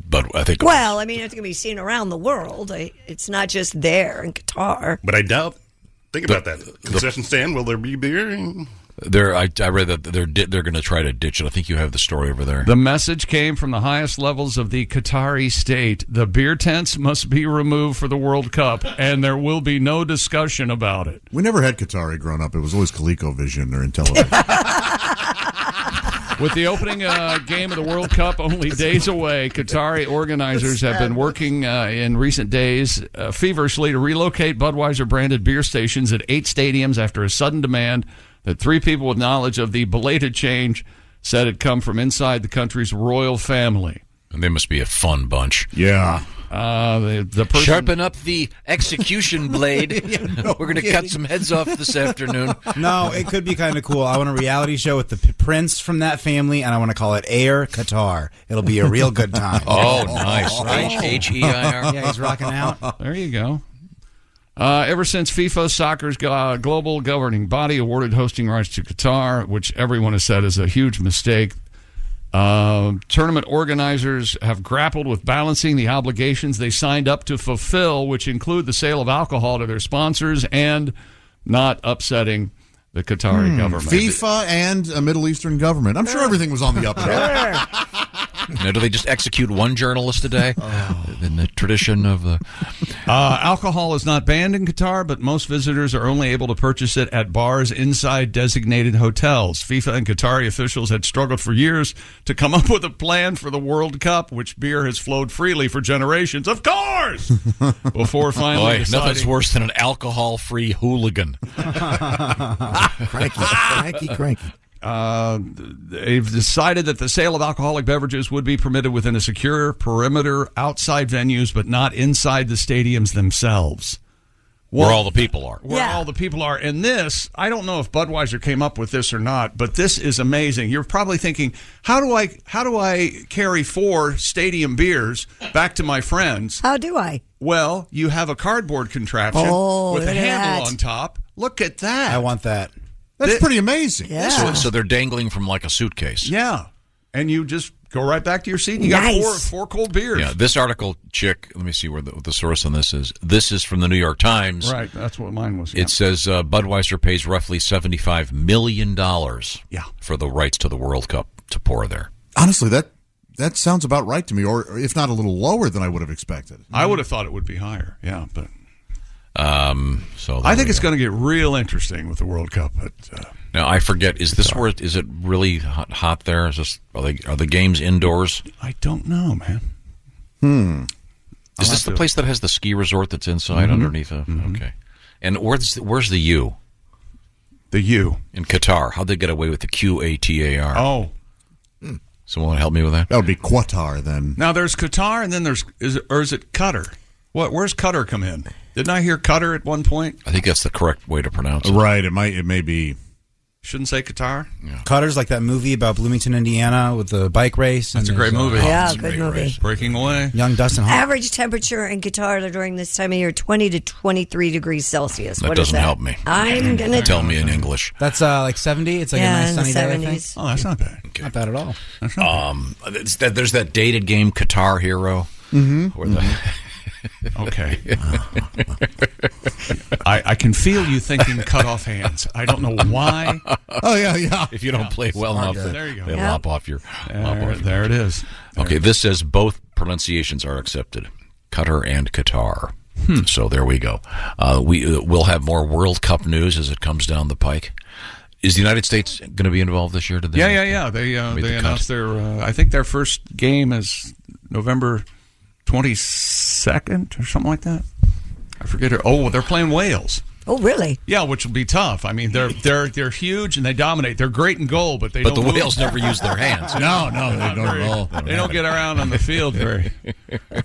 Speaker 9: but I think
Speaker 10: Well, I mean, it's going to be seen around the world. I, it's not just there in Qatar.
Speaker 7: But I doubt. Think about that. Concession stand. Will there be beer?
Speaker 9: they're. I, I read that they're di- they're going to try to ditch it. I think you have the story over there.
Speaker 1: The message came from the highest levels of the Qatari state. The beer tents must be removed for the World Cup, and there will be no discussion about it.
Speaker 11: We never had Qatari growing up. It was always ColecoVision or Intellivision.
Speaker 1: With the opening uh, game of the World Cup only days away, Qatari organizers have been working uh, in recent days uh, feverishly to relocate Budweiser branded beer stations at eight stadiums after a sudden demand that three people with knowledge of the belated change said had come from inside the country's royal family.
Speaker 9: And they must be a fun bunch.
Speaker 11: Yeah.
Speaker 1: Uh, the, the person,
Speaker 9: Sharpen up the execution blade. We're going to cut some heads off this afternoon.
Speaker 8: no, it could be kind of cool. I want a reality show with the p- prince from that family, and I want to call it Air Qatar. It'll be a real good time.
Speaker 9: Oh, nice. H E I R.
Speaker 8: Yeah, he's rocking out.
Speaker 1: There you go. Uh, ever since FIFA, soccer's go- uh, global governing body, awarded hosting rights to Qatar, which everyone has said is a huge mistake, um, tournament organizers have grappled with balancing the obligations they signed up to fulfill, which include the sale of alcohol to their sponsors and not upsetting the Qatari
Speaker 11: Hmm.
Speaker 1: government.
Speaker 11: FIFA and a Middle Eastern government. I'm sure everything was on the up and up.
Speaker 9: Now, do they just execute one journalist a day? In the tradition of the.
Speaker 1: Oh. Uh, alcohol is not banned in Qatar, but most visitors are only able to purchase it at bars inside designated hotels. FIFA and Qatari officials had struggled for years to come up with a plan for the World Cup, which beer has flowed freely for generations. Of course! Before finally.
Speaker 9: Boy, nothing's
Speaker 1: deciding-
Speaker 9: worse than an alcohol-free hooligan.
Speaker 1: cranky,
Speaker 14: cranky, cranky.
Speaker 1: Uh, they've decided that the sale of alcoholic beverages would be permitted within a secure perimeter outside venues, but not inside the stadiums themselves.
Speaker 9: Where
Speaker 1: Well-
Speaker 9: all the people are.
Speaker 1: where all the people are. And this, I don't know if Budweiser came up with this or not, but this is amazing. You're probably thinking, how do I how do I carry four stadium beers back to my friends?
Speaker 10: How do I?
Speaker 1: Well, you have a cardboard contraption
Speaker 10: Oh,
Speaker 1: with a
Speaker 10: look at
Speaker 1: handle
Speaker 10: that.
Speaker 1: on top. Look at that. I
Speaker 8: want that.
Speaker 11: That's pretty amazing.
Speaker 9: So, so they're dangling from like a suitcase.
Speaker 1: Yeah. And you just go right back to your seat. You got four
Speaker 9: Nice.
Speaker 1: four cold beers.
Speaker 9: Yeah, this article, chick. Let me see where the, the source on this is. This is from the New York Times.
Speaker 1: Right, that's what mine was.
Speaker 9: It says uh, Budweiser pays roughly seventy-five million dollars.
Speaker 1: Yeah.
Speaker 9: for the rights to the World Cup to pour there.
Speaker 11: Honestly, that that sounds about right to me, or if not a little lower than I would have expected.
Speaker 1: I would have thought it would be higher. Yeah, but
Speaker 9: Um, so
Speaker 1: I think it's going to get real interesting with the World Cup. But uh,
Speaker 9: now I forget. Is this where? it- Is it really hot, hot there? Is this are they are the games indoors?
Speaker 1: I don't know, man.
Speaker 9: Hmm. Is
Speaker 1: I'll
Speaker 9: this
Speaker 1: have
Speaker 9: the
Speaker 1: to-
Speaker 9: place that has the ski resort that's inside
Speaker 1: Mhm.
Speaker 9: underneath? A, Okay. And where's where's the U?
Speaker 1: The U
Speaker 9: in Qatar. How'd they get away with the Q A T A R?
Speaker 1: Oh.
Speaker 10: Hmm.
Speaker 9: Someone help me with that?
Speaker 11: That would be Qatar then.
Speaker 1: Now there's Qatar, and then there's is it, or is it Qatar? What? Where's Qatar come in? Didn't I hear Qatar at one point?
Speaker 9: I think that's the correct way to pronounce it.
Speaker 11: Right. It might. It may be.
Speaker 1: Shouldn't say Qatar.
Speaker 8: Cutter's like that movie about Bloomington, Indiana, with the bike race.
Speaker 1: That's a
Speaker 8: and
Speaker 1: great
Speaker 8: there's, uh,
Speaker 1: movie.
Speaker 10: Yeah, It's a good great movie. race.
Speaker 1: Breaking away.
Speaker 8: Young Dustin Hoffman.
Speaker 10: Average temperature in Qatar during this time of year, 20 to 23 degrees Celsius.
Speaker 8: That
Speaker 10: What is
Speaker 8: doesn't help me.
Speaker 9: Mm-hmm.
Speaker 10: I'm going to
Speaker 9: me in
Speaker 1: Mm-hmm.
Speaker 9: English.
Speaker 8: That's uh, like seventy. It's like
Speaker 10: Yeah,
Speaker 8: a nice
Speaker 10: in the
Speaker 8: sunny day. I think.
Speaker 10: 70s.
Speaker 1: Oh, that's not bad.
Speaker 8: Not bad at all.
Speaker 9: Um, it's that, there's that dated game Qatar Hero.
Speaker 8: Mhm.
Speaker 9: Where the-
Speaker 1: Mm-hmm. Okay. Uh-huh. I, I can feel you thinking cut off hands. I don't know why.
Speaker 11: Oh yeah, yeah.
Speaker 9: If you don't play well
Speaker 1: Smart
Speaker 9: enough,
Speaker 1: guy.
Speaker 9: they,
Speaker 1: There you go.
Speaker 9: they
Speaker 1: Yeah.
Speaker 9: lop off your.
Speaker 1: There-
Speaker 9: lop off your-
Speaker 1: there it is.
Speaker 9: okay, this says both pronunciations are accepted, Qatar and Qatar.
Speaker 1: Hmm.
Speaker 9: So there we go. Uh, we uh, will have more World Cup news as it comes down the pike. Is the United States going to be involved this year? Did they
Speaker 1: Yeah,
Speaker 9: make
Speaker 1: yeah,
Speaker 9: the-
Speaker 1: yeah. They uh,
Speaker 9: made
Speaker 1: they
Speaker 9: the cut?
Speaker 1: announced their. Uh, I think their first game is November twenty second or something like that. I forget. It. Oh, they're playing Wales.
Speaker 10: Oh, really?
Speaker 1: Yeah, which will be tough. I mean, they're they're they're huge and they dominate. They're great in goal, but they
Speaker 9: But the
Speaker 1: don't move.
Speaker 9: Wales never use their hands.
Speaker 1: no,
Speaker 9: no,
Speaker 1: they don't. Very, they don't get around on the field very.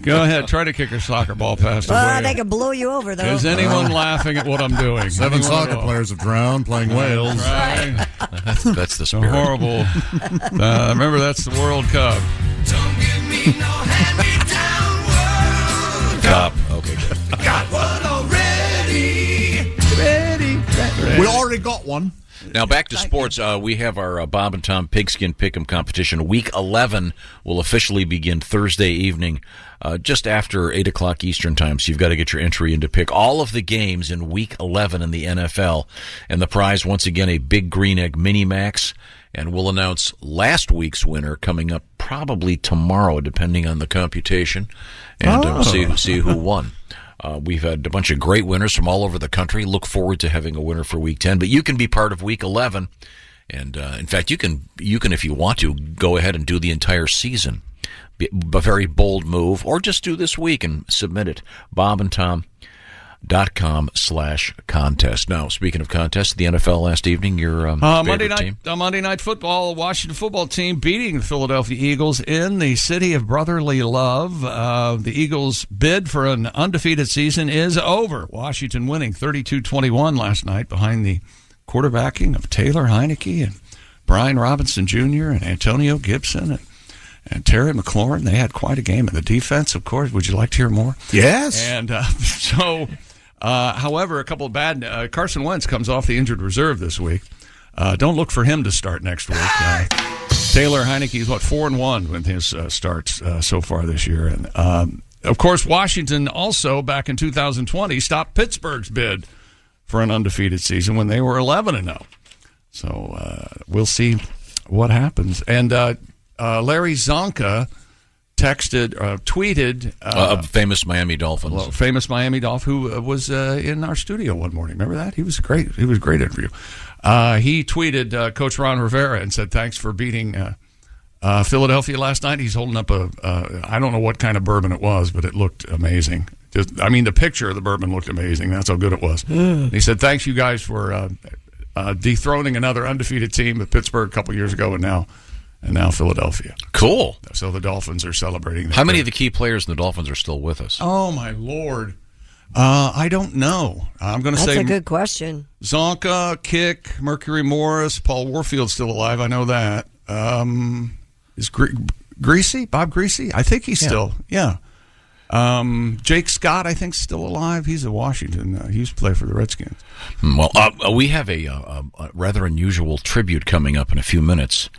Speaker 1: Go ahead, try to kick a soccer ball past.
Speaker 10: Well,
Speaker 1: the
Speaker 10: they could blow you over though.
Speaker 1: Is anyone laughing at what I'm doing?
Speaker 11: Seven
Speaker 1: Anyone at
Speaker 11: soccer
Speaker 1: all?
Speaker 11: players have drowned playing Wales.
Speaker 1: Right.
Speaker 9: That's, that's the
Speaker 1: It's a
Speaker 9: spirit.
Speaker 1: horrible. uh, remember, that's the World Cup.
Speaker 9: Cup. Okay. good.
Speaker 15: Got one already. Ready.
Speaker 11: We already got one.
Speaker 9: Now back to sports. Uh, we have our uh, Bob and Tom Pigskin Pick'em competition. Week eleven will officially begin Thursday evening, uh, just after eight o'clock Eastern time. So you've got to get your entry in to pick all of the games in Week eleven in the NFL, and the prize once again a big green egg mini max. And we'll announce last week's winner coming up probably tomorrow, depending on the computation, and uh,
Speaker 16: Oh.
Speaker 9: we'll see see who won. Uh, we've had a bunch of great winners from all over the country. Look forward to having a winner for Week 10, but you can be part of Week 11. And uh, in fact, you can you can if you want to go ahead and do the entire season. Be, a very bold move, or just do this week and submit it. Bob and Tom dot com slash contest. Now, speaking of contests, the NFL last evening, your um,
Speaker 1: Uh,
Speaker 9: favorite
Speaker 1: Monday night,
Speaker 9: team.
Speaker 1: Uh, Monday night football. Washington football team beating the Philadelphia Eagles in the city of brotherly love. Uh, the Eagles' bid for an undefeated season is over. Washington winning 32-21 last night behind the quarterbacking of Taylor Heineke and Brian Robinson Jr. and Antonio Gibson and, and Terry McLaurin. They had quite a game. And the defense, of course. Would you like to hear more?
Speaker 14: Yes.
Speaker 1: And uh, so, uh, however, a couple of bad. Uh, Carson Wentz comes off the injured reserve this week. Uh, don't look for him to start next week. Uh, Taylor Heineke is what four and one with his uh, starts uh, so far this year, and um, of course Washington also back in 2020 stopped Pittsburgh's bid for an undefeated season when they were 11 and oh. 0. So uh, we'll see what happens. And uh, uh, Larry Zonka texted, uh, tweeted
Speaker 9: Uh, of famous Miami Dolphins.
Speaker 1: well, famous Miami Dolph, who uh, was uh, in our studio one morning. Remember that? He was great. He was a great interview. Uh, he tweeted uh, Coach Ron Rivera and said, "Thanks for beating uh, uh, Philadelphia last night." He's holding up a uh, I don't know what kind of bourbon it was, but it looked amazing. Just, I mean, the picture of the bourbon looked amazing. That's how good it was.
Speaker 15: Mm.
Speaker 1: He said, "Thanks you guys for uh, uh, dethroning another undefeated team at Pittsburgh a couple years ago, and now." And now Philadelphia.
Speaker 9: Cool.
Speaker 1: So the Dolphins are celebrating.
Speaker 9: How many of the key players in the Dolphins are still with us?
Speaker 1: Oh my lord! Uh, I don't know. I'm going to
Speaker 10: That's
Speaker 1: say
Speaker 10: a good question.
Speaker 1: Zonka, Kick, Mercury Morris, Paul Warfield's still alive. I know that. Um, is Gre- Greasy Bob Greasy? I think he's
Speaker 16: Yeah.
Speaker 1: still yeah. Um, Jake Scott, I think, is still alive. He's in Washington. Uh, he used to play for the Redskins.
Speaker 9: Hmm, Well, uh, we have a, uh, a rather unusual tribute coming up in a few minutes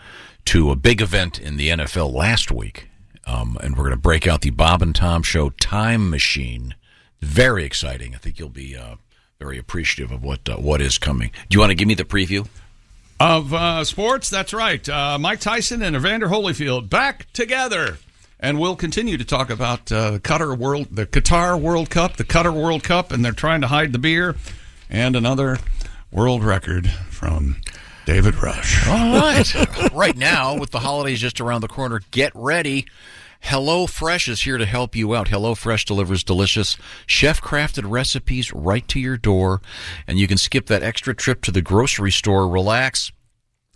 Speaker 9: to a big event in the NFL last week. Um, and we're going to break out the Bob and Tom Show Time Machine. Very exciting. I think you'll be uh, very appreciative of what uh, what is coming. Do you want to give me the preview?
Speaker 1: Of uh, sports, that's right. Uh, Mike Tyson and Evander Holyfield back together. And we'll continue to talk about uh, Qatar World, the Qatar World Cup, the Qatar World Cup, and they're trying to hide the beer, and another world record from David Rush.
Speaker 9: All right. right now, with the holidays just around the corner, get ready. Hello Fresh is here to help you out. Hello Fresh delivers delicious chef crafted recipes right to your door, and you can skip that extra trip to the grocery store, relax,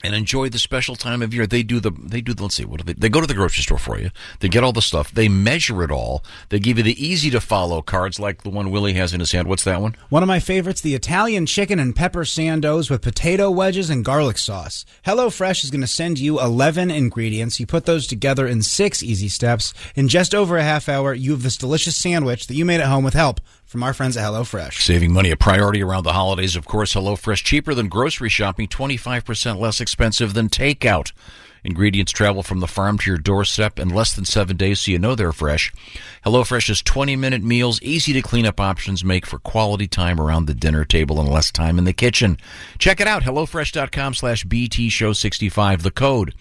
Speaker 9: and enjoy the special time of year. They do the they do the let's see what do they they go to the grocery store for you. They get all the stuff. They measure it all. They give you the easy to follow cards like the one Willie has in his hand. What's that one?
Speaker 8: One of my favorites, the Italian chicken and pepper sandos with potato wedges and garlic sauce. HelloFresh is going to send you 11 ingredients. You put those together in six easy steps. In just over a half hour, you have this delicious sandwich that you made at home with help from our friends at HelloFresh.
Speaker 9: Saving money a priority around the holidays. Of course, HelloFresh cheaper than grocery shopping, 25% less expensive than takeout. Ingredients travel from the farm to your doorstep in less than seven days, so you know they're fresh. HelloFresh's 20 minute meals, easy to clean up options, make for quality time around the dinner table and less time in the kitchen. Check it out HelloFresh.com slash BT Show 65. The code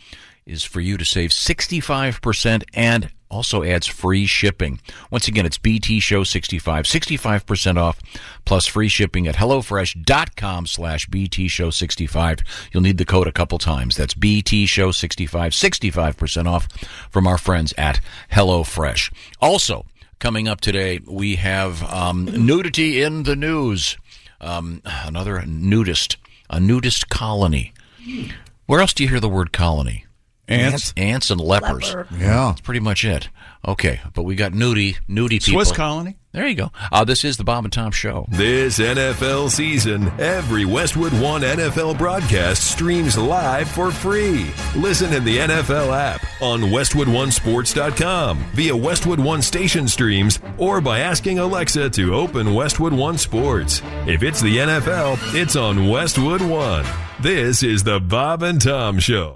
Speaker 9: is for you to save 65% and also adds free shipping. Once again, it's BT Show 65, 65% off plus free shipping at HelloFresh.com slash BT Show 65. You'll need the code a couple times. That's BT Show 65, 65% off from our friends at HelloFresh. Also, coming up today, we have um, nudity in the news. Um, another nudist, a nudist colony. Where else do you hear the word colony?
Speaker 1: Ants?
Speaker 9: ants, and lepers.
Speaker 1: Leper.
Speaker 9: Yeah, that's pretty much it. Okay, but we got nudie, nudie people.
Speaker 1: Swiss colony.
Speaker 9: There you go. Uh, this is the Bob and Tom Show.
Speaker 17: This NFL season, every Westwood One NFL broadcast streams live for free. Listen in the NFL app, on WestwoodOneSports.com, via Westwood One station streams, or by asking Alexa to open Westwood One Sports. If it's the NFL, it's on Westwood One. This is the Bob and Tom Show.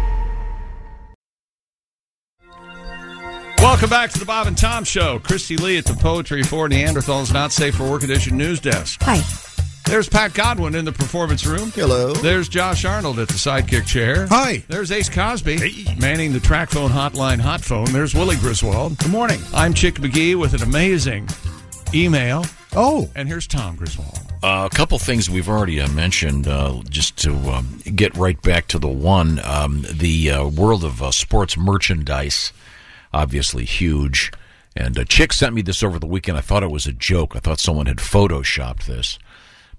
Speaker 1: Welcome back to the Bob and Tom Show. Christy Lee at the Poetry for Neanderthals Not Safe for Work Edition News Desk.
Speaker 10: Hi.
Speaker 1: There's Pat Godwin in the performance room. Hello. There's Josh Arnold at the sidekick chair. Hi. There's Ace Cosby manning the track phone hotline hot phone. There's Willie Griswold. Good morning. I'm Chick McGee with an amazing email. Oh. And here's Tom Griswold.
Speaker 9: Uh, a couple things we've already uh, mentioned, uh, just to um, get right back to the one, um, the uh, world of uh, sports merchandise, obviously huge. And uh, Chick sent me this over the weekend. I thought it was a joke. I thought someone had photoshopped this,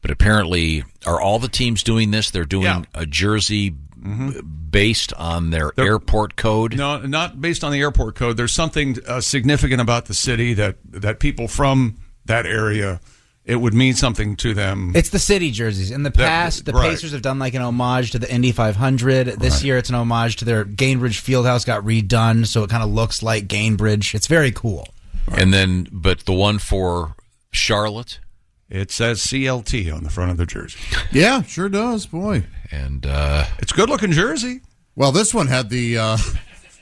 Speaker 9: but apparently, are all the teams doing this? They're doing
Speaker 1: Yeah. Mm-hmm.
Speaker 9: a jersey b- based on their airport code.
Speaker 1: No, not based on the airport code. There's something uh, significant about the city that that people from that area it would mean something to them.
Speaker 8: It's the city jerseys. In the
Speaker 1: That-
Speaker 8: past, the
Speaker 1: right.
Speaker 8: Pacers have done like an homage to the Indy 500. This year, it's an homage to their Gainbridge Fieldhouse got redone, so it kind of looks like Gainbridge. It's very cool.
Speaker 9: And then, but the one for Charlotte,
Speaker 1: it says CLT on the front of the jersey.
Speaker 11: Yeah, sure does, boy.
Speaker 9: And uh
Speaker 1: it's good looking jersey.
Speaker 11: Well, this one had the uh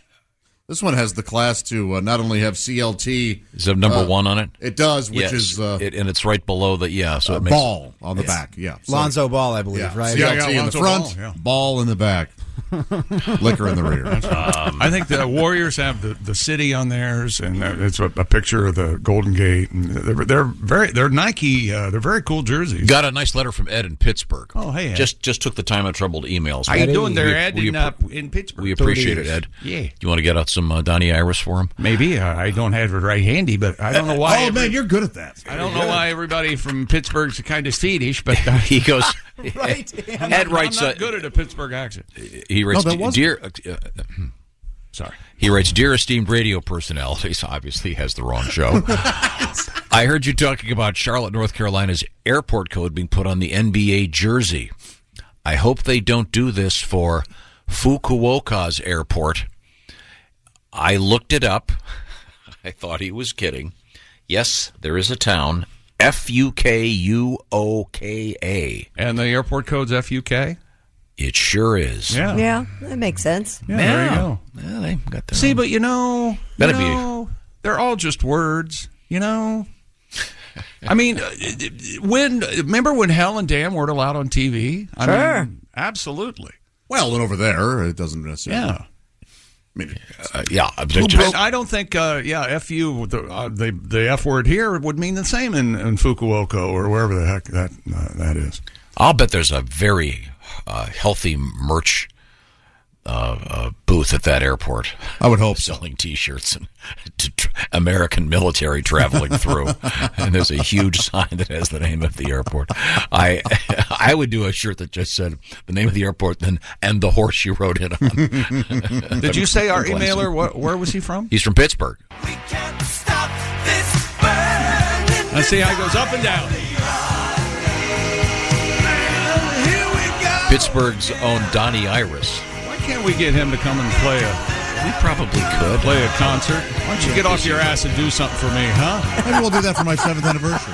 Speaker 11: this one has the class to uh, not only have CLT.
Speaker 9: Does it have number
Speaker 11: uh,
Speaker 9: one on it?
Speaker 11: It does, which
Speaker 9: Yes.
Speaker 11: is uh,
Speaker 9: it, and it's right below the yeah. So
Speaker 11: uh,
Speaker 9: it makes,
Speaker 11: ball on the
Speaker 9: Yes.
Speaker 11: back. Yeah,
Speaker 8: Lonzo Ball, I believe,
Speaker 11: yeah,
Speaker 8: right?
Speaker 11: CLT in the front, ball, in the back, liquor in the rear.
Speaker 1: Um, I think the Warriors have the, the city on theirs, and uh, it's a, a picture of the Golden Gate. And they're, they're very they're Nike. Uh, they're very cool jerseys.
Speaker 9: Got a nice letter from Ed in Pittsburgh.
Speaker 1: Oh, hey, Ed.
Speaker 9: just just took the time and trouble to email us.
Speaker 1: How you doing there,
Speaker 9: We-
Speaker 1: Ed?
Speaker 9: We,
Speaker 1: in,
Speaker 9: appre-
Speaker 1: uh, in Pittsburgh,
Speaker 9: we appreciate it, Ed.
Speaker 1: Yeah,
Speaker 9: You want to get out some uh, Donnie Iris for him?
Speaker 1: Maybe uh, I don't have it right handy, but I don't know why.
Speaker 11: Oh
Speaker 1: every-
Speaker 11: man, you're good at that.
Speaker 1: I don't know why everybody from Pittsburgh's kind of Swedish, but uh,
Speaker 9: he goes.
Speaker 1: right.
Speaker 9: Ed
Speaker 1: I'm not,
Speaker 9: writes,
Speaker 1: I'm not
Speaker 9: uh,
Speaker 1: good at a Pittsburgh accent.
Speaker 9: He writes,
Speaker 1: No, that wasn't-
Speaker 9: dear. Uh, uh, sorry. He writes, dear esteemed radio personalities. Obviously, has the wrong show. I heard you talking about Charlotte, North Carolina's airport code being put on the NBA jersey. I hope they don't do this for Fukuoka's airport. I looked it up. I thought he was kidding. Yes, there is a town. F U K U O K A.
Speaker 1: And the airport code's F U K?
Speaker 9: It sure is.
Speaker 10: Yeah, that makes sense.
Speaker 1: Yeah, there you go.
Speaker 9: Yeah, they got that.
Speaker 1: See, but you know, you
Speaker 9: That'd be-
Speaker 1: know, they're all just words, you know. I mean, uh, when remember when Hell and Damn weren't allowed on TV? I
Speaker 11: Sure.
Speaker 1: mean, absolutely.
Speaker 11: Well, and over there, it doesn't necessarily.
Speaker 1: Yeah.
Speaker 9: Uh, yeah, I-
Speaker 1: Who
Speaker 9: just-
Speaker 1: broke- I don't think, uh, yeah, fu the, uh, the the f word here would mean the same in, in Fukuoka or wherever the heck that uh, that is.
Speaker 9: I'll bet there's a very uh, healthy merch uh, uh, booth at that airport.
Speaker 11: I would hope
Speaker 9: selling T-shirts and to tr- American military traveling through, and there's a huge sign that has the name of the airport. I I would do a shirt that just said the name of the airport, then and the horse you rode in on.
Speaker 1: Did you say our
Speaker 9: Glass.
Speaker 1: emailer? What, where was he from?
Speaker 9: He's from Pittsburgh.
Speaker 1: I see how it goes up and down.
Speaker 9: Pittsburgh's own Donnie Iris.
Speaker 1: Why can't we get him to come and play a?
Speaker 9: We probably could
Speaker 1: play a concert. Why don't you get off your ass and do something for me, huh?
Speaker 11: Maybe we'll do that for my seventh anniversary.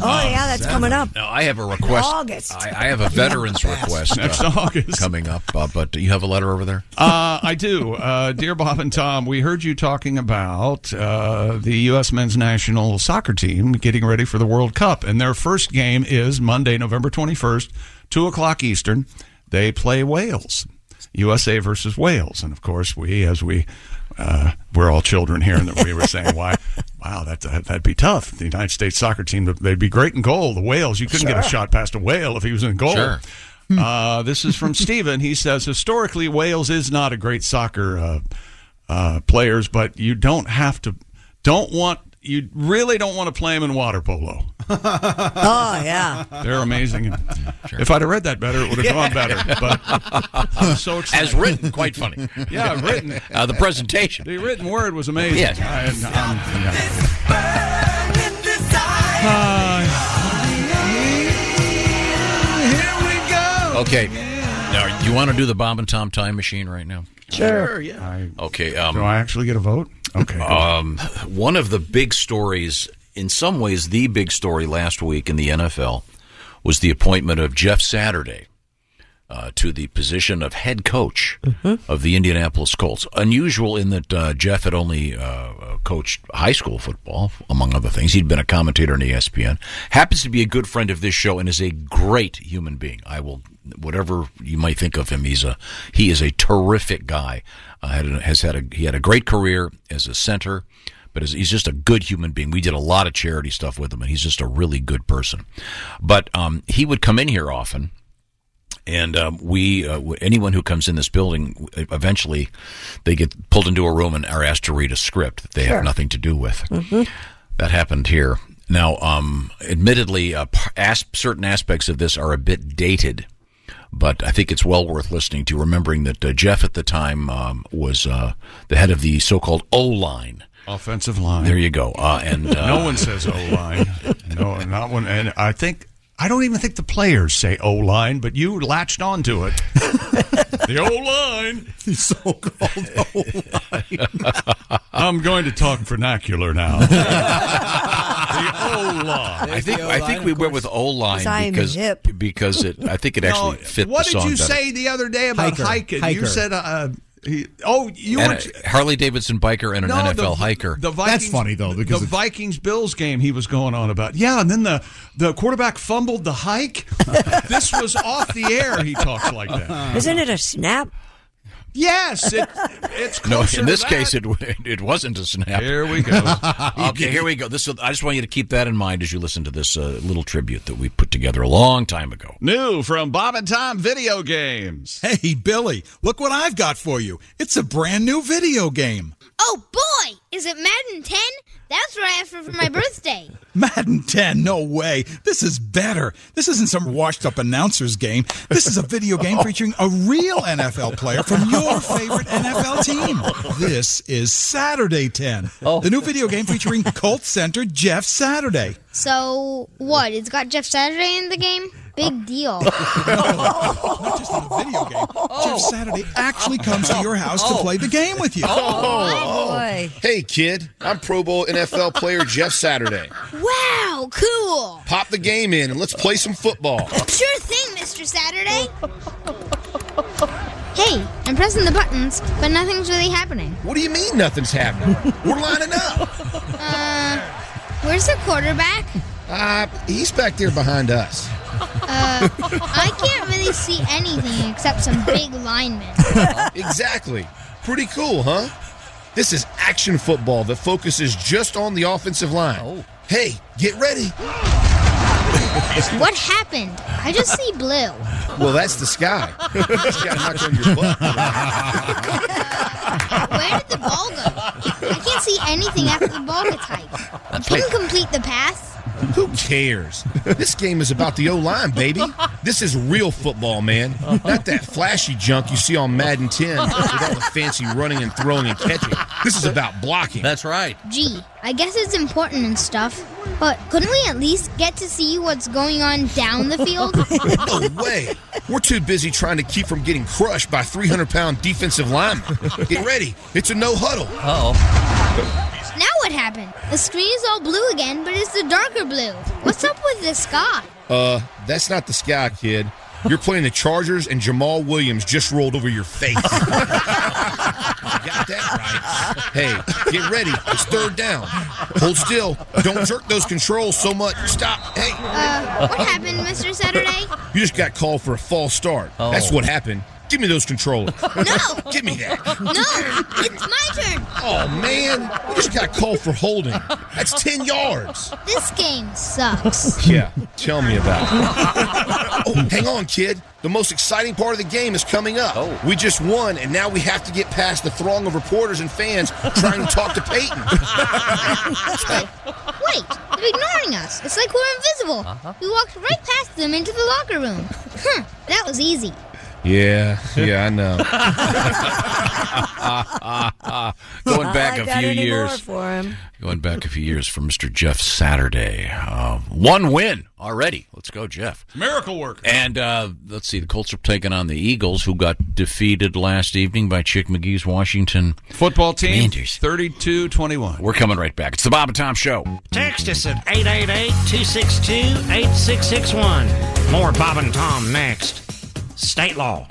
Speaker 10: Oh, yeah, that's coming up.
Speaker 9: Now I have a request.
Speaker 10: August.
Speaker 9: I, I have a veterans request
Speaker 1: Next August
Speaker 9: coming up. Uh, but you have a letter over there.
Speaker 1: Uh, I do. Uh, dear Bob and Tom, we heard you talking about uh, the U.S. men's national soccer team getting ready for the World Cup. And their first game is Monday, November 21st, 2 o'clock Eastern. They play Wales. USA versus Wales, and of course we, as we, uh, we're all children here, and we were saying, "Why, wow, that that'd be tough." The United States soccer team, they'd be great in goal. The Wales, you couldn't get a
Speaker 16: Sure.
Speaker 1: shot past a whale if he was in goal.
Speaker 16: Sure.
Speaker 1: Uh, this is from Steven. He says, historically, Wales is not a great soccer uh, uh, players, but you don't have to, don't want, you really don't want to play them in water polo.
Speaker 10: oh yeah.
Speaker 1: They're amazing. If I'd have read that better, it would have gone better. But I'm so excited.
Speaker 16: As written, quite funny.
Speaker 1: yeah, written.
Speaker 16: Uh, the presentation.
Speaker 1: The written word was amazing.
Speaker 16: Yes.
Speaker 1: I- and, um, yeah.
Speaker 9: Okay. Now, you want to do the Bob and Tom time machine right now?
Speaker 1: Sure, yeah.
Speaker 9: Okay. Um,
Speaker 1: Do I actually get a vote? Okay.
Speaker 9: Um, one of the big stories, in some ways, the big story last week in the NFL was the appointment of Jeff Saturday uh, to the position of head coach of the Indianapolis Colts. Unusual in that uh, Jeff had only uh, coached high school football, among other things. He'd been a commentator on E ESPN. Happens to be a good friend of this show and is a great human being. I will, whatever you might think of him, he's a he is a terrific guy. Uh, had a, has had a he had a great career as a center. But he's- he's just a good human being. We did a lot of charity stuff with him, and he's just a really good person. But um, he would come in here often, and um, we uh, w- anyone who comes in this building w- eventually they get pulled into a room and are asked to read a script that they
Speaker 16: Sure.
Speaker 9: have nothing to do with
Speaker 8: Mm-hmm.
Speaker 9: that happened here now um, admittedly uh, p- as- certain aspects of this are a bit dated but I think it's well worth listening to, remembering that uh, Jeff at the time um, was uh, the head of the so-called O line,
Speaker 1: offensive line.
Speaker 9: There you go. Uh, and uh,
Speaker 1: no one says O line. No, not one. And I think I don't even think the players say O line, but you latched onto it. the O line, the so-called O line. I'm going to talk vernacular now. the O line.
Speaker 9: I think I think we went with O line
Speaker 1: Simon
Speaker 9: because
Speaker 1: Hip.
Speaker 9: because it I think it
Speaker 1: No,
Speaker 9: actually fit
Speaker 1: what
Speaker 9: the
Speaker 1: did
Speaker 9: song
Speaker 1: you
Speaker 9: better.
Speaker 1: say the other day about
Speaker 9: Hiker.
Speaker 1: hiking?
Speaker 9: Hiker.
Speaker 1: You said, uh, he, "Oh, you
Speaker 9: And
Speaker 1: were."
Speaker 9: a Harley Davidson biker and an
Speaker 1: No,
Speaker 9: NFL
Speaker 1: the-
Speaker 9: hiker.
Speaker 1: The Vikings, the Vikings Bills game he was going on about. Yeah, and then the the quarterback fumbled the hike. this was off the air. He talks like
Speaker 9: Uh-huh.
Speaker 1: that.
Speaker 10: Isn't it a snap?
Speaker 1: Yes, it, it's
Speaker 9: no,
Speaker 1: closer
Speaker 9: in this
Speaker 1: to that.
Speaker 9: case, it it wasn't a snap. Here
Speaker 1: we go.
Speaker 9: okay, here we go. This I just want you to keep that in mind as you listen to this uh, little tribute that we put together a long time ago.
Speaker 1: New from Bob and Tom Video Games.
Speaker 18: Hey, Billy, look what I've got for you. It's a brand new video game.
Speaker 19: Oh boy, is it Madden 10? That's what I asked for for my birthday.
Speaker 18: Madden 10, no way. This is better. This isn't some washed up announcer's game. This is a video
Speaker 1: Oh.
Speaker 18: game featuring a real NFL player from your favorite NFL team. This is Saturday 10, the new video game featuring Colt center Jeff Saturday.
Speaker 19: So what? It's got Jeff Saturday in the game.
Speaker 20: Oh.
Speaker 19: Big deal.
Speaker 18: Jeff Saturday actually comes to your house to play the game with you.
Speaker 20: oh. Hey, kid, I'm Pro Bowl NFL player Jeff Saturday.
Speaker 19: wow, cool.
Speaker 20: Pop the game in and let's play some football.
Speaker 19: Sure thing, Mr. Saturday. Hey, I'm pressing the buttons, but nothing's really happening.
Speaker 20: What do you mean nothing's happening? We're lining up.
Speaker 19: Uh, where's the quarterback?
Speaker 20: Uh, he's back there behind us.
Speaker 19: Uh, I can't really see anything except some big linemen.
Speaker 20: Exactly. Pretty cool, huh? This is action football that focuses just on the offensive line. Hey, get ready.
Speaker 19: What happened? I just see blue.
Speaker 20: Well, that's the sky. you got knocked on your butt.
Speaker 19: Where did the ball go? I can't see anything after the ball gets hiked.
Speaker 20: That's
Speaker 19: Couldn't
Speaker 20: right.
Speaker 19: complete the pass.
Speaker 20: Who cares? This game is about the O line, baby. This is real football, man. Not that flashy junk you see on Madden 10 with all the fancy running and throwing and catching. This is about blocking.
Speaker 9: That's right.
Speaker 19: Gee, I guess it's important and stuff, but couldn't we at least get to see what's going on down the field?
Speaker 20: No way. We're too busy trying to keep from getting crushed by 300 pound defensive linemen. Get ready. It's a no huddle. oh.
Speaker 19: now what happened? The screen is all blue again, but it's the darker blue. What's up with this sky?
Speaker 20: Uh, that's not the sky, kid. You're playing the Chargers, and Jamal Williams just rolled over your face. You got that right. Hey, get ready. It's third down. Hold still. Don't jerk those controls so much. Stop. Hey.
Speaker 19: Uh, what happened, Mr. Saturday?
Speaker 20: You just got called for a false start. Oh. That's what happened. Give me those controllers.
Speaker 19: No.
Speaker 20: Give me that.
Speaker 19: No, it's my turn.
Speaker 20: Oh man, we just got called for holding. That's ten yards.
Speaker 19: This game sucks.
Speaker 20: Yeah, tell me about it. Oh, hang on, kid. The most exciting part of the game is coming up. We just won, and now we have to get past the throng of reporters and fans trying to talk to Peyton.
Speaker 19: Wait, they're ignoring us. It's like we're invisible. We walked right past them into the locker room. Huh, that was easy.
Speaker 20: Yeah, yeah, I know.
Speaker 9: Going back
Speaker 19: I
Speaker 9: a
Speaker 19: got
Speaker 9: few
Speaker 19: any more
Speaker 9: years.
Speaker 19: for him.
Speaker 9: Going back a few years for Mr. Jeff Saturday. Uh, one win already. Let's go, Jeff.
Speaker 1: Miracle worker.
Speaker 9: And uh, let's see, the Colts are taking on the Eagles, who got defeated last evening by Chick McGee's Washington
Speaker 1: football team.
Speaker 9: Commanders.
Speaker 1: 32 21.
Speaker 9: We're coming right back. It's the Bob and Tom Show.
Speaker 3: Text us at 888-262-8661. More Bob and Tom next. State law.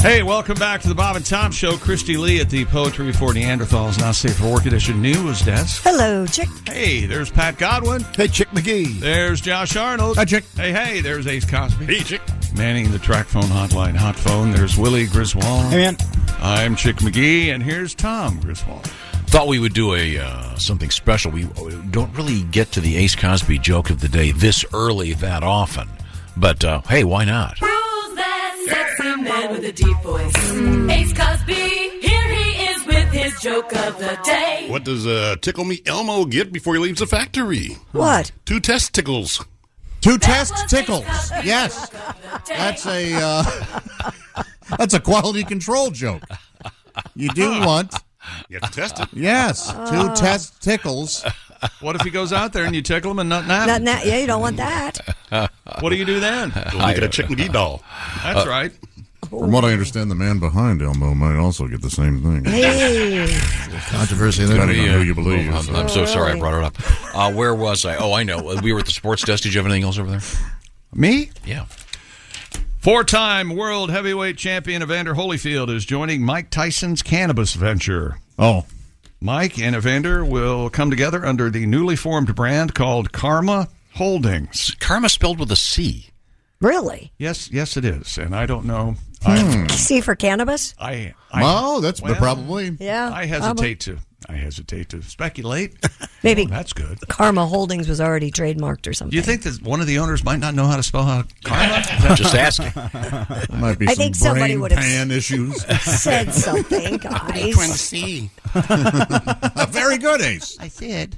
Speaker 1: Hey, welcome back to the Bob and Tom Show. Christy Lee at the Poetry for Neanderthals, Not Safe for Work Edition News Desk.
Speaker 10: Hello, Chick.
Speaker 1: Hey, there's Pat Godwin.
Speaker 14: Hey, Chick McGee.
Speaker 1: There's Josh Arnold. Hi, Chick. Hey, hey, there's Ace Cosby. Hey, Chick. Manning the track phone hotline, hot phone. There's Willie Griswold. Hey, man. I'm Chick McGee, and here's Tom Griswold.
Speaker 9: Thought we would do a uh, something special. We don't really get to the Ace Cosby joke of the day this early that often, but uh, hey, why not?
Speaker 4: Who's that sexy man with a deep voice? Ace Cosby, here he is with his joke of the day.
Speaker 7: What does uh, Tickle Me Elmo get before he leaves the factory?
Speaker 10: What?
Speaker 7: Two testicles.
Speaker 11: Two test tickles. Yes, that's a uh, that's a quality control joke. You do want
Speaker 7: You have to test it.
Speaker 11: yes
Speaker 10: Oh.
Speaker 11: two test tickles.
Speaker 1: What if he goes out there and you tickle him and nothing happens?
Speaker 10: Not that. Yeah, you don't want that.
Speaker 1: What do you do then?
Speaker 7: Look at a Chick McGee doll.
Speaker 1: That's
Speaker 9: Uh,
Speaker 1: right.
Speaker 11: From what I understand, the man behind Elmo might also get the same thing.
Speaker 10: Hey.
Speaker 11: Controversy there. Depending on who you believe.
Speaker 9: uh, I'm, I'm
Speaker 10: Oh,
Speaker 9: so sorry I brought it up. Uh, where was I? Oh, I know. We were at the sports desk. Did you have anything else over there?
Speaker 1: Me?
Speaker 9: Yeah.
Speaker 1: Four time world heavyweight champion Evander Holyfield is joining Mike Tyson's cannabis venture.
Speaker 11: Oh.
Speaker 1: Mike and Evander will come together under the newly formed brand called Karma Holdings.
Speaker 9: Karma spelled with a C.
Speaker 10: Really? Hmm.
Speaker 1: Yes, yes, it is. And I don't know.
Speaker 10: See for cannabis?
Speaker 1: I, I.
Speaker 11: Well, that's
Speaker 1: well,
Speaker 11: probably.
Speaker 10: Yeah,
Speaker 1: I hesitate to. I hesitate to speculate. Oh,
Speaker 10: Maybe
Speaker 1: that's good.
Speaker 10: Karma Holdings was already trademarked or something.
Speaker 1: Do you think that one of the owners might not know how to spell out karma?
Speaker 9: Just asking.
Speaker 11: Might be
Speaker 10: I
Speaker 11: some
Speaker 10: think somebody
Speaker 11: brain
Speaker 10: would have
Speaker 11: pan issues.
Speaker 10: said something, guys.
Speaker 11: C. Very good, Ace.
Speaker 21: I said,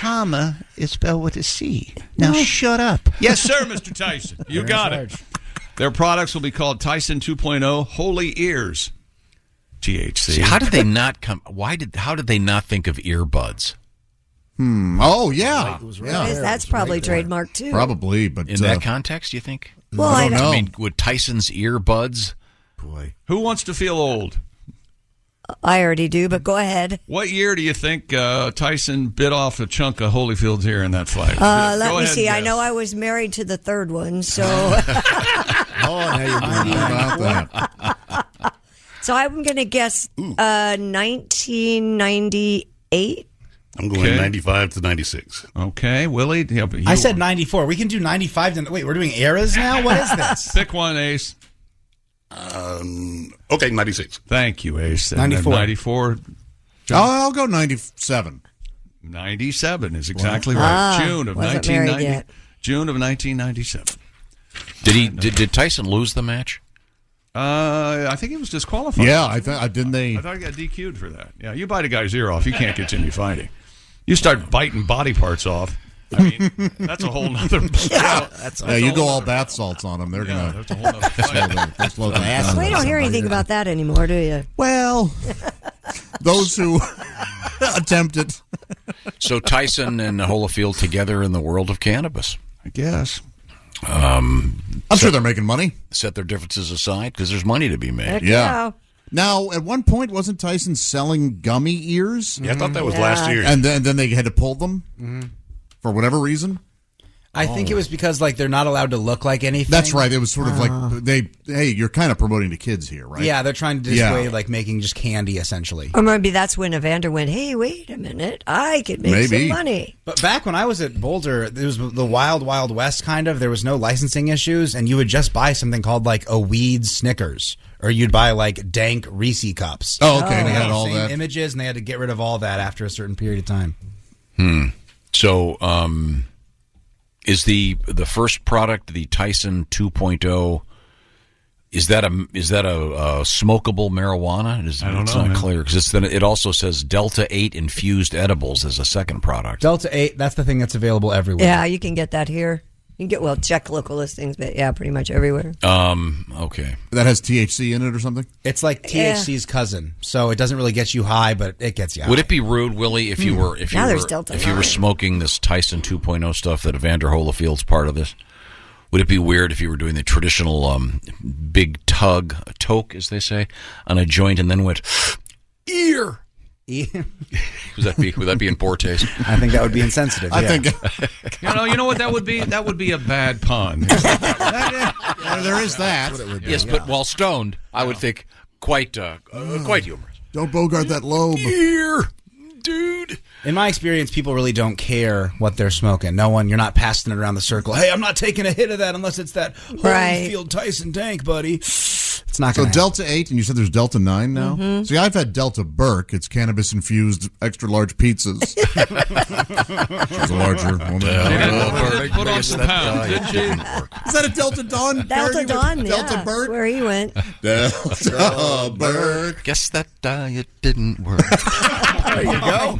Speaker 21: comma is spelled with a C. Now shut up.
Speaker 1: Yes, sir, Mr. Tyson. You got it. Their products will be called Tyson 2.0 Holy Ears. THC.
Speaker 9: See, how did they not come? Why did? How did they not think of earbuds?
Speaker 11: Hmm. Oh yeah.
Speaker 10: Guys, That's probably trademarked too.
Speaker 11: Probably, but
Speaker 9: in
Speaker 11: uh,
Speaker 9: that context, do you think?
Speaker 10: Well, I don't I don't know.
Speaker 9: mean, would Tyson's earbuds?
Speaker 14: Boy,
Speaker 1: Who wants to feel old?
Speaker 10: I already do, but go ahead.
Speaker 1: What year do you think uh, Tyson bit off a chunk of Holyfield's ear in that fight?
Speaker 10: Uh,
Speaker 1: Go
Speaker 10: let me
Speaker 1: ahead
Speaker 10: see.
Speaker 1: and
Speaker 10: I
Speaker 1: guess.
Speaker 10: know I was married to the third one, so so I'm going to guess uh, 1998.
Speaker 7: I'm going 95 to 96.
Speaker 1: Okay, Willie. yeah, but you-
Speaker 8: I said 94. We can do 95. Then wait, we're doing eras now. What is this?
Speaker 1: Pick one, Ace.
Speaker 7: Um, okay, 96.
Speaker 1: Thank you, Ace. And then
Speaker 7: 94.
Speaker 1: 94.
Speaker 11: I'll, I'll go 97.
Speaker 1: 97 is exactly
Speaker 11: Wow.
Speaker 1: right.
Speaker 11: Ah,
Speaker 1: June of
Speaker 11: wasn't married
Speaker 1: 1990.
Speaker 11: yet.
Speaker 1: June of 1997.
Speaker 9: Did he? Did, did Tyson lose the match?
Speaker 1: Uh, I think he was disqualified.
Speaker 11: Yeah, I th- I didn't they.
Speaker 1: I thought he got DQ'd for that. Yeah, you bite a guy's ear off, you can't continue fighting. You start biting body parts off. I mean, that's a whole nother.
Speaker 11: Yeah,
Speaker 1: that's
Speaker 11: yeah you go all bath salts on them. They're gonna. That's a whole
Speaker 10: Well, you don't hear anything about that anymore, do you?
Speaker 11: Well, those who attempt it.
Speaker 9: So Tyson and Holyfield together in the world of cannabis.
Speaker 1: I guess.
Speaker 9: Um,
Speaker 11: I'm sure they're making money.
Speaker 9: Set their differences aside because there's money to be made.
Speaker 11: Now, at one point, wasn't Tyson selling gummy ears?
Speaker 7: Yeah, I thought that was last year. Mm-hmm.
Speaker 11: And then, then they had to pull them for whatever reason.
Speaker 8: I think
Speaker 7: Oh.
Speaker 8: it was because like they're not allowed to look like anything.
Speaker 11: That's right. It was sort of
Speaker 8: Oh.
Speaker 11: like they. Hey, you're kind of promoting to kids here, right?
Speaker 8: Yeah, they're trying to dissuade
Speaker 11: Yeah.
Speaker 8: like making just candy essentially.
Speaker 10: Or maybe that's when Evander went, hey, wait a minute. I could make some money.
Speaker 8: But back when I was at Boulder, there was the wild, wild west kind of. There was no licensing issues, and you would just buy something called like a weed Snickers, or you'd buy like dank Reese cups.
Speaker 11: Oh, okay,
Speaker 8: And
Speaker 11: they had
Speaker 8: the
Speaker 11: all
Speaker 8: same
Speaker 11: that.
Speaker 8: images, and they had to get rid of all that after a certain period of time.
Speaker 9: Hmm. So, um, is the the first product the Tyson 2.0? Is that a is that a, a smokable marijuana? Is,
Speaker 1: I don't
Speaker 9: it's
Speaker 1: know,
Speaker 9: not
Speaker 1: man.
Speaker 9: clear because then it also says Delta 8 infused edibles as a second product.
Speaker 8: Delta Eight, that's the thing that's available everywhere.
Speaker 10: Yeah, you can get that here. You can get, well, check local listings, but yeah, pretty much everywhere.
Speaker 9: Um. Okay.
Speaker 11: That has THC in it or something.
Speaker 8: It's like
Speaker 10: Yeah.
Speaker 8: THC's cousin, so it doesn't really get you high, but it gets you.
Speaker 9: Would it be rude, Willie, if you
Speaker 8: Hmm.
Speaker 9: were if
Speaker 8: Now
Speaker 9: you
Speaker 8: there's
Speaker 9: were
Speaker 8: Delta
Speaker 9: if you were
Speaker 8: nine.
Speaker 9: smoking this Tyson 2.0 stuff that Evander Holofield's part of this? Would it be weird if you were doing the traditional um, big tug, a toke, as they say, on a joint, and then went? Ear. Would that be would that be in poor taste?
Speaker 8: I think that would be insensitive.
Speaker 9: I
Speaker 8: yeah.
Speaker 9: think.
Speaker 1: You know, you know what that would be? That would be a bad pun.
Speaker 11: there is that.
Speaker 9: yes, but while stoned, I would think quite uh, uh, quite humorous.
Speaker 11: Don't bogart that lobe.
Speaker 9: Here, dude.
Speaker 8: In my experience, people really don't care what they're smoking. No one, you're not passing it around the circle. Hey, I'm not taking a hit of that unless it's that
Speaker 10: Right.
Speaker 8: Holyfield Tyson tank, buddy. It's not
Speaker 11: So
Speaker 8: going to
Speaker 11: Delta eight, and you said there's Delta nine now.
Speaker 8: Mhm.
Speaker 11: See, I've had Delta Burke. It's cannabis infused extra large pizzas. She's a larger woman.
Speaker 1: put on some pounds, didn't she?
Speaker 11: Is that a Delta Dawn?
Speaker 10: Delta Dawn, yeah.
Speaker 11: Delta
Speaker 10: That's where he went.
Speaker 11: Delta Burke.
Speaker 9: Guess that diet didn't work.
Speaker 11: there you go.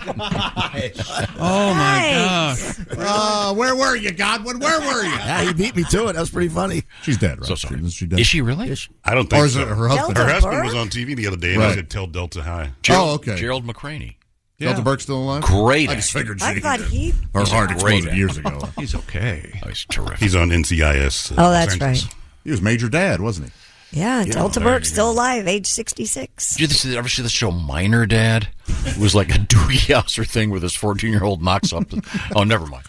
Speaker 20: Oh,
Speaker 11: my gosh. Uh, where were you, Godwin? Where were you?
Speaker 14: Yeah, he beat me to it. That was pretty funny.
Speaker 11: She's dead, right? So sorry. Is she dead? Is
Speaker 9: she really?
Speaker 7: I don't think
Speaker 11: Or is
Speaker 7: so.
Speaker 11: it her husband?
Speaker 7: Her
Speaker 11: Delta
Speaker 7: husband
Speaker 11: Burke?
Speaker 7: was on TV the other day, and
Speaker 11: Right.
Speaker 7: I said, "Tell Delta hi."
Speaker 9: Gerald, Gerald McCraney.
Speaker 11: Delta Burke's still alive?
Speaker 9: Great.
Speaker 11: I just figured she.
Speaker 10: I thought he.
Speaker 11: Her
Speaker 7: He's
Speaker 11: heart
Speaker 7: a
Speaker 11: exploded
Speaker 7: great
Speaker 11: years
Speaker 7: actor.
Speaker 11: ago.
Speaker 1: He's okay.
Speaker 9: he's terrific.
Speaker 7: He's on NCIS.
Speaker 8: uh,
Speaker 10: Oh, that's right.
Speaker 11: He was Major Dad, wasn't
Speaker 10: Yeah,
Speaker 9: Yeah,
Speaker 10: Delta
Speaker 9: there
Speaker 10: Burke
Speaker 9: you
Speaker 10: still alive, age 66.
Speaker 9: Did you see- ever see the show Minor Dad? It was like a Doogie Howser thing where this 14 year old knocks up. oh, never mind.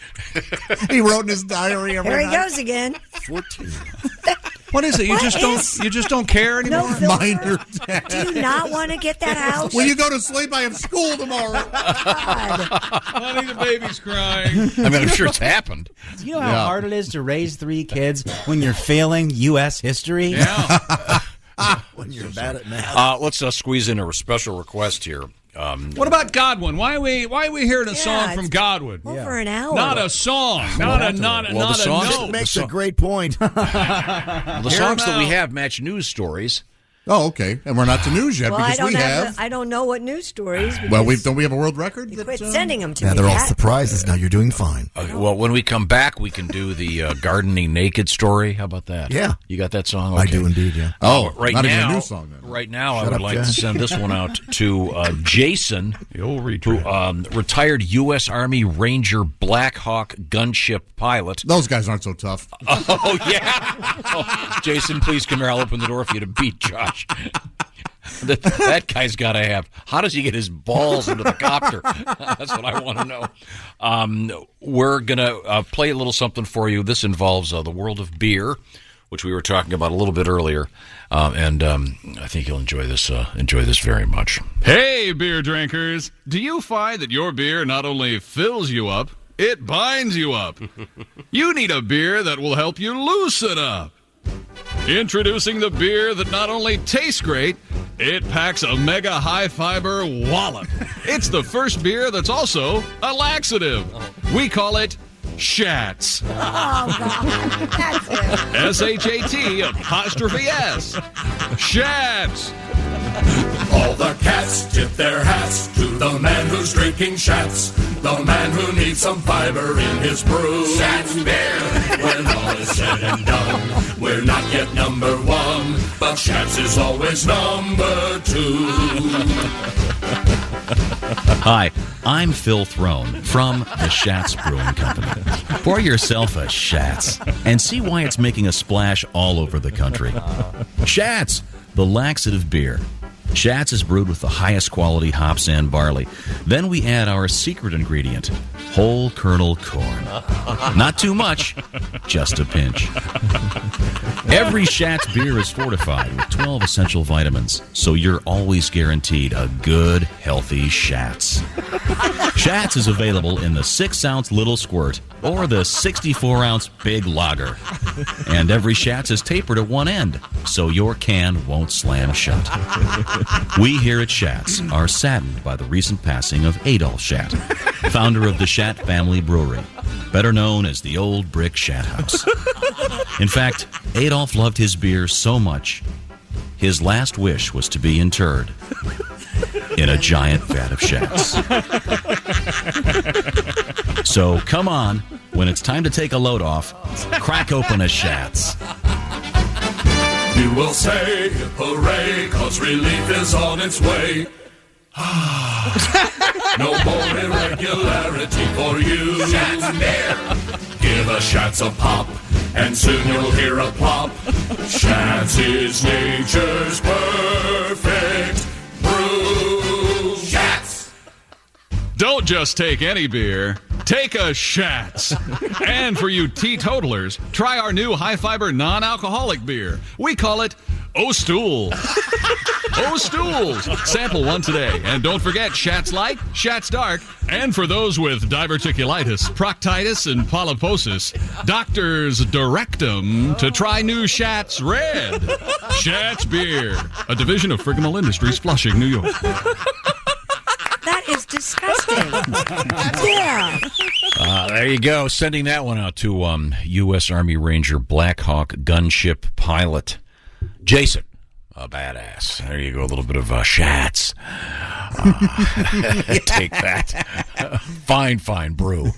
Speaker 11: he? He wrote in his diary every
Speaker 10: There he
Speaker 11: night.
Speaker 10: goes again.
Speaker 9: 14.
Speaker 1: What is it? You
Speaker 10: What
Speaker 1: just
Speaker 10: is-
Speaker 1: don't you just don't care
Speaker 10: No
Speaker 1: anymore?
Speaker 10: filter? Do you not want to get that house? Oh,
Speaker 11: When you go to sleep, I have school tomorrow.
Speaker 1: Honey, the baby's crying.
Speaker 9: I mean, I'm sure it's happened.
Speaker 8: You know how
Speaker 9: Yeah.
Speaker 8: hard it is to raise three kids when you're failing U.S. history?
Speaker 9: when you're bad at math. Uh, let's uh, squeeze in a special request here. Um,
Speaker 1: What about Godwin? Why are we why are we hearing a song from Godwin?
Speaker 10: Over an hour.
Speaker 1: Not a song. Not a not a
Speaker 9: Well, the
Speaker 1: not a
Speaker 9: song-
Speaker 1: note.
Speaker 9: Makes a
Speaker 14: great point.
Speaker 9: the
Speaker 1: Hear
Speaker 9: songs
Speaker 1: him
Speaker 9: that we
Speaker 1: out.
Speaker 9: have match news stories.
Speaker 11: Oh, okay. And we're not to news yet
Speaker 10: well, I
Speaker 11: because
Speaker 10: don't
Speaker 11: we have.
Speaker 10: the- I don't know what news stories.
Speaker 11: well,
Speaker 10: because
Speaker 11: we don't we have a world record? uh,
Speaker 10: you quit sending them to
Speaker 14: Yeah,
Speaker 10: me.
Speaker 14: they're all
Speaker 10: That-
Speaker 14: surprises now. You're doing fine.
Speaker 9: Okay, uh, well, when we come back, we can do the uh, gardening naked story. How about that?
Speaker 14: Yeah.
Speaker 9: you got that song?
Speaker 14: I
Speaker 9: Okay.
Speaker 14: do indeed, yeah.
Speaker 9: Oh,
Speaker 14: Oh,
Speaker 9: right
Speaker 14: not
Speaker 9: now,
Speaker 14: even a new song, then.
Speaker 9: right now, I
Speaker 14: Shut
Speaker 9: would
Speaker 14: up,
Speaker 9: like to
Speaker 14: Jack.
Speaker 9: send this one out to uh, Jason, who um, retired U.S. Army Ranger Black Hawk gunship pilot.
Speaker 11: Those guys aren't so tough.
Speaker 9: Oh yeah, Oh, Jason, please come here. I'll open the door for you to beat Josh. that, that guy's got to have. How does he get his balls into the copter? That's what I want to know. Um, we're gonna uh, play a little something for you. This involves uh, the world of beer, which we were talking about a little bit earlier, uh, and um, I think you'll enjoy this. Uh, enjoy this very much.
Speaker 1: Hey, beer drinkers! Do you find that your beer not only fills you up, it binds you up? you need a beer that will help you loosen up. Introducing the beer that not only tastes great, it packs a mega high fiber wallop. it's the first beer that's also a laxative. We call it Shats. S H A T apostrophe S. Shats.
Speaker 6: All the cats tip their hats to the man who's drinking shats. The man who needs some fiber in his brew. Shats beer. When all is said and done, we're not yet number one, but shats is always number two.
Speaker 2: Hi, I'm Phil Throne from the Schatz Brewing Company. Pour yourself a Schatz and see why it's making a splash all over the country. Schatz, the laxative beer. Shatz is brewed with the highest quality hops and barley. Then we add our secret ingredient, whole kernel corn. Not too much, just a pinch. Every Schatz beer is fortified with 12 essential vitamins, so you're always guaranteed a good, healthy Schatz. Schatz is available in the 6 ounce little squirt or the 64 ounce big lager. And every Schatz is tapered at one end, so your can won't slam shut. We here at Schatz are saddened by the recent passing of Adolf Schatz, founder of the Schatz family brewery, better known as the Old Brick Schatz House. In fact, Adolf loved his beer so much, his last wish was to be interred in a giant vat of shats. So come on, when it's time to take a load off, crack open a shats.
Speaker 6: You will say hooray, cause relief is on its way. no more irregularity for you. Shots beer. Give a shots a pop, and soon you'll hear a plop. Shots is nature's perfect brew. Shots.
Speaker 1: Don't just take any beer. Take a Schatz. and for you teetotalers, try our new high fiber non alcoholic beer. We call it O Stool. O Stools. Sample one today. And don't forget Schatz Light, Schatz Dark, and for those with diverticulitis, proctitis, and polyposis, doctors direct them to try new Schatz Red. Schatz Beer, a division of Frigamel Industries, Flushing, New York.
Speaker 10: That is disgusting. yeah.
Speaker 9: Uh, there you go. Sending that one out to um, U.S. Army Ranger Black Hawk gunship pilot Jason, a badass. There you go. A little bit of uh, shats. Uh, take that. fine, fine brew.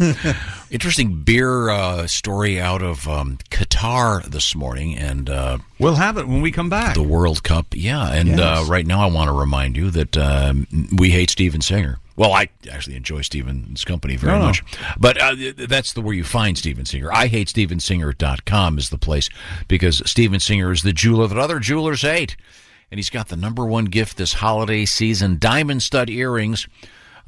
Speaker 9: Interesting beer uh, story out of um, Qatar this morning, and uh,
Speaker 1: We'll have it when we come back.
Speaker 9: the World Cup. Yeah, and uh,
Speaker 1: Yes.
Speaker 9: right now I want to remind you that um, we hate Steven Singer. Well, I actually enjoy Steven's company very
Speaker 1: No, no.
Speaker 9: much, but uh, th- that's the where you find Steven Singer. I hate stevensinger.com is the place because Steven Singer is the jeweler that other jewelers hate. And he's got the number one gift this holiday season diamond stud earrings,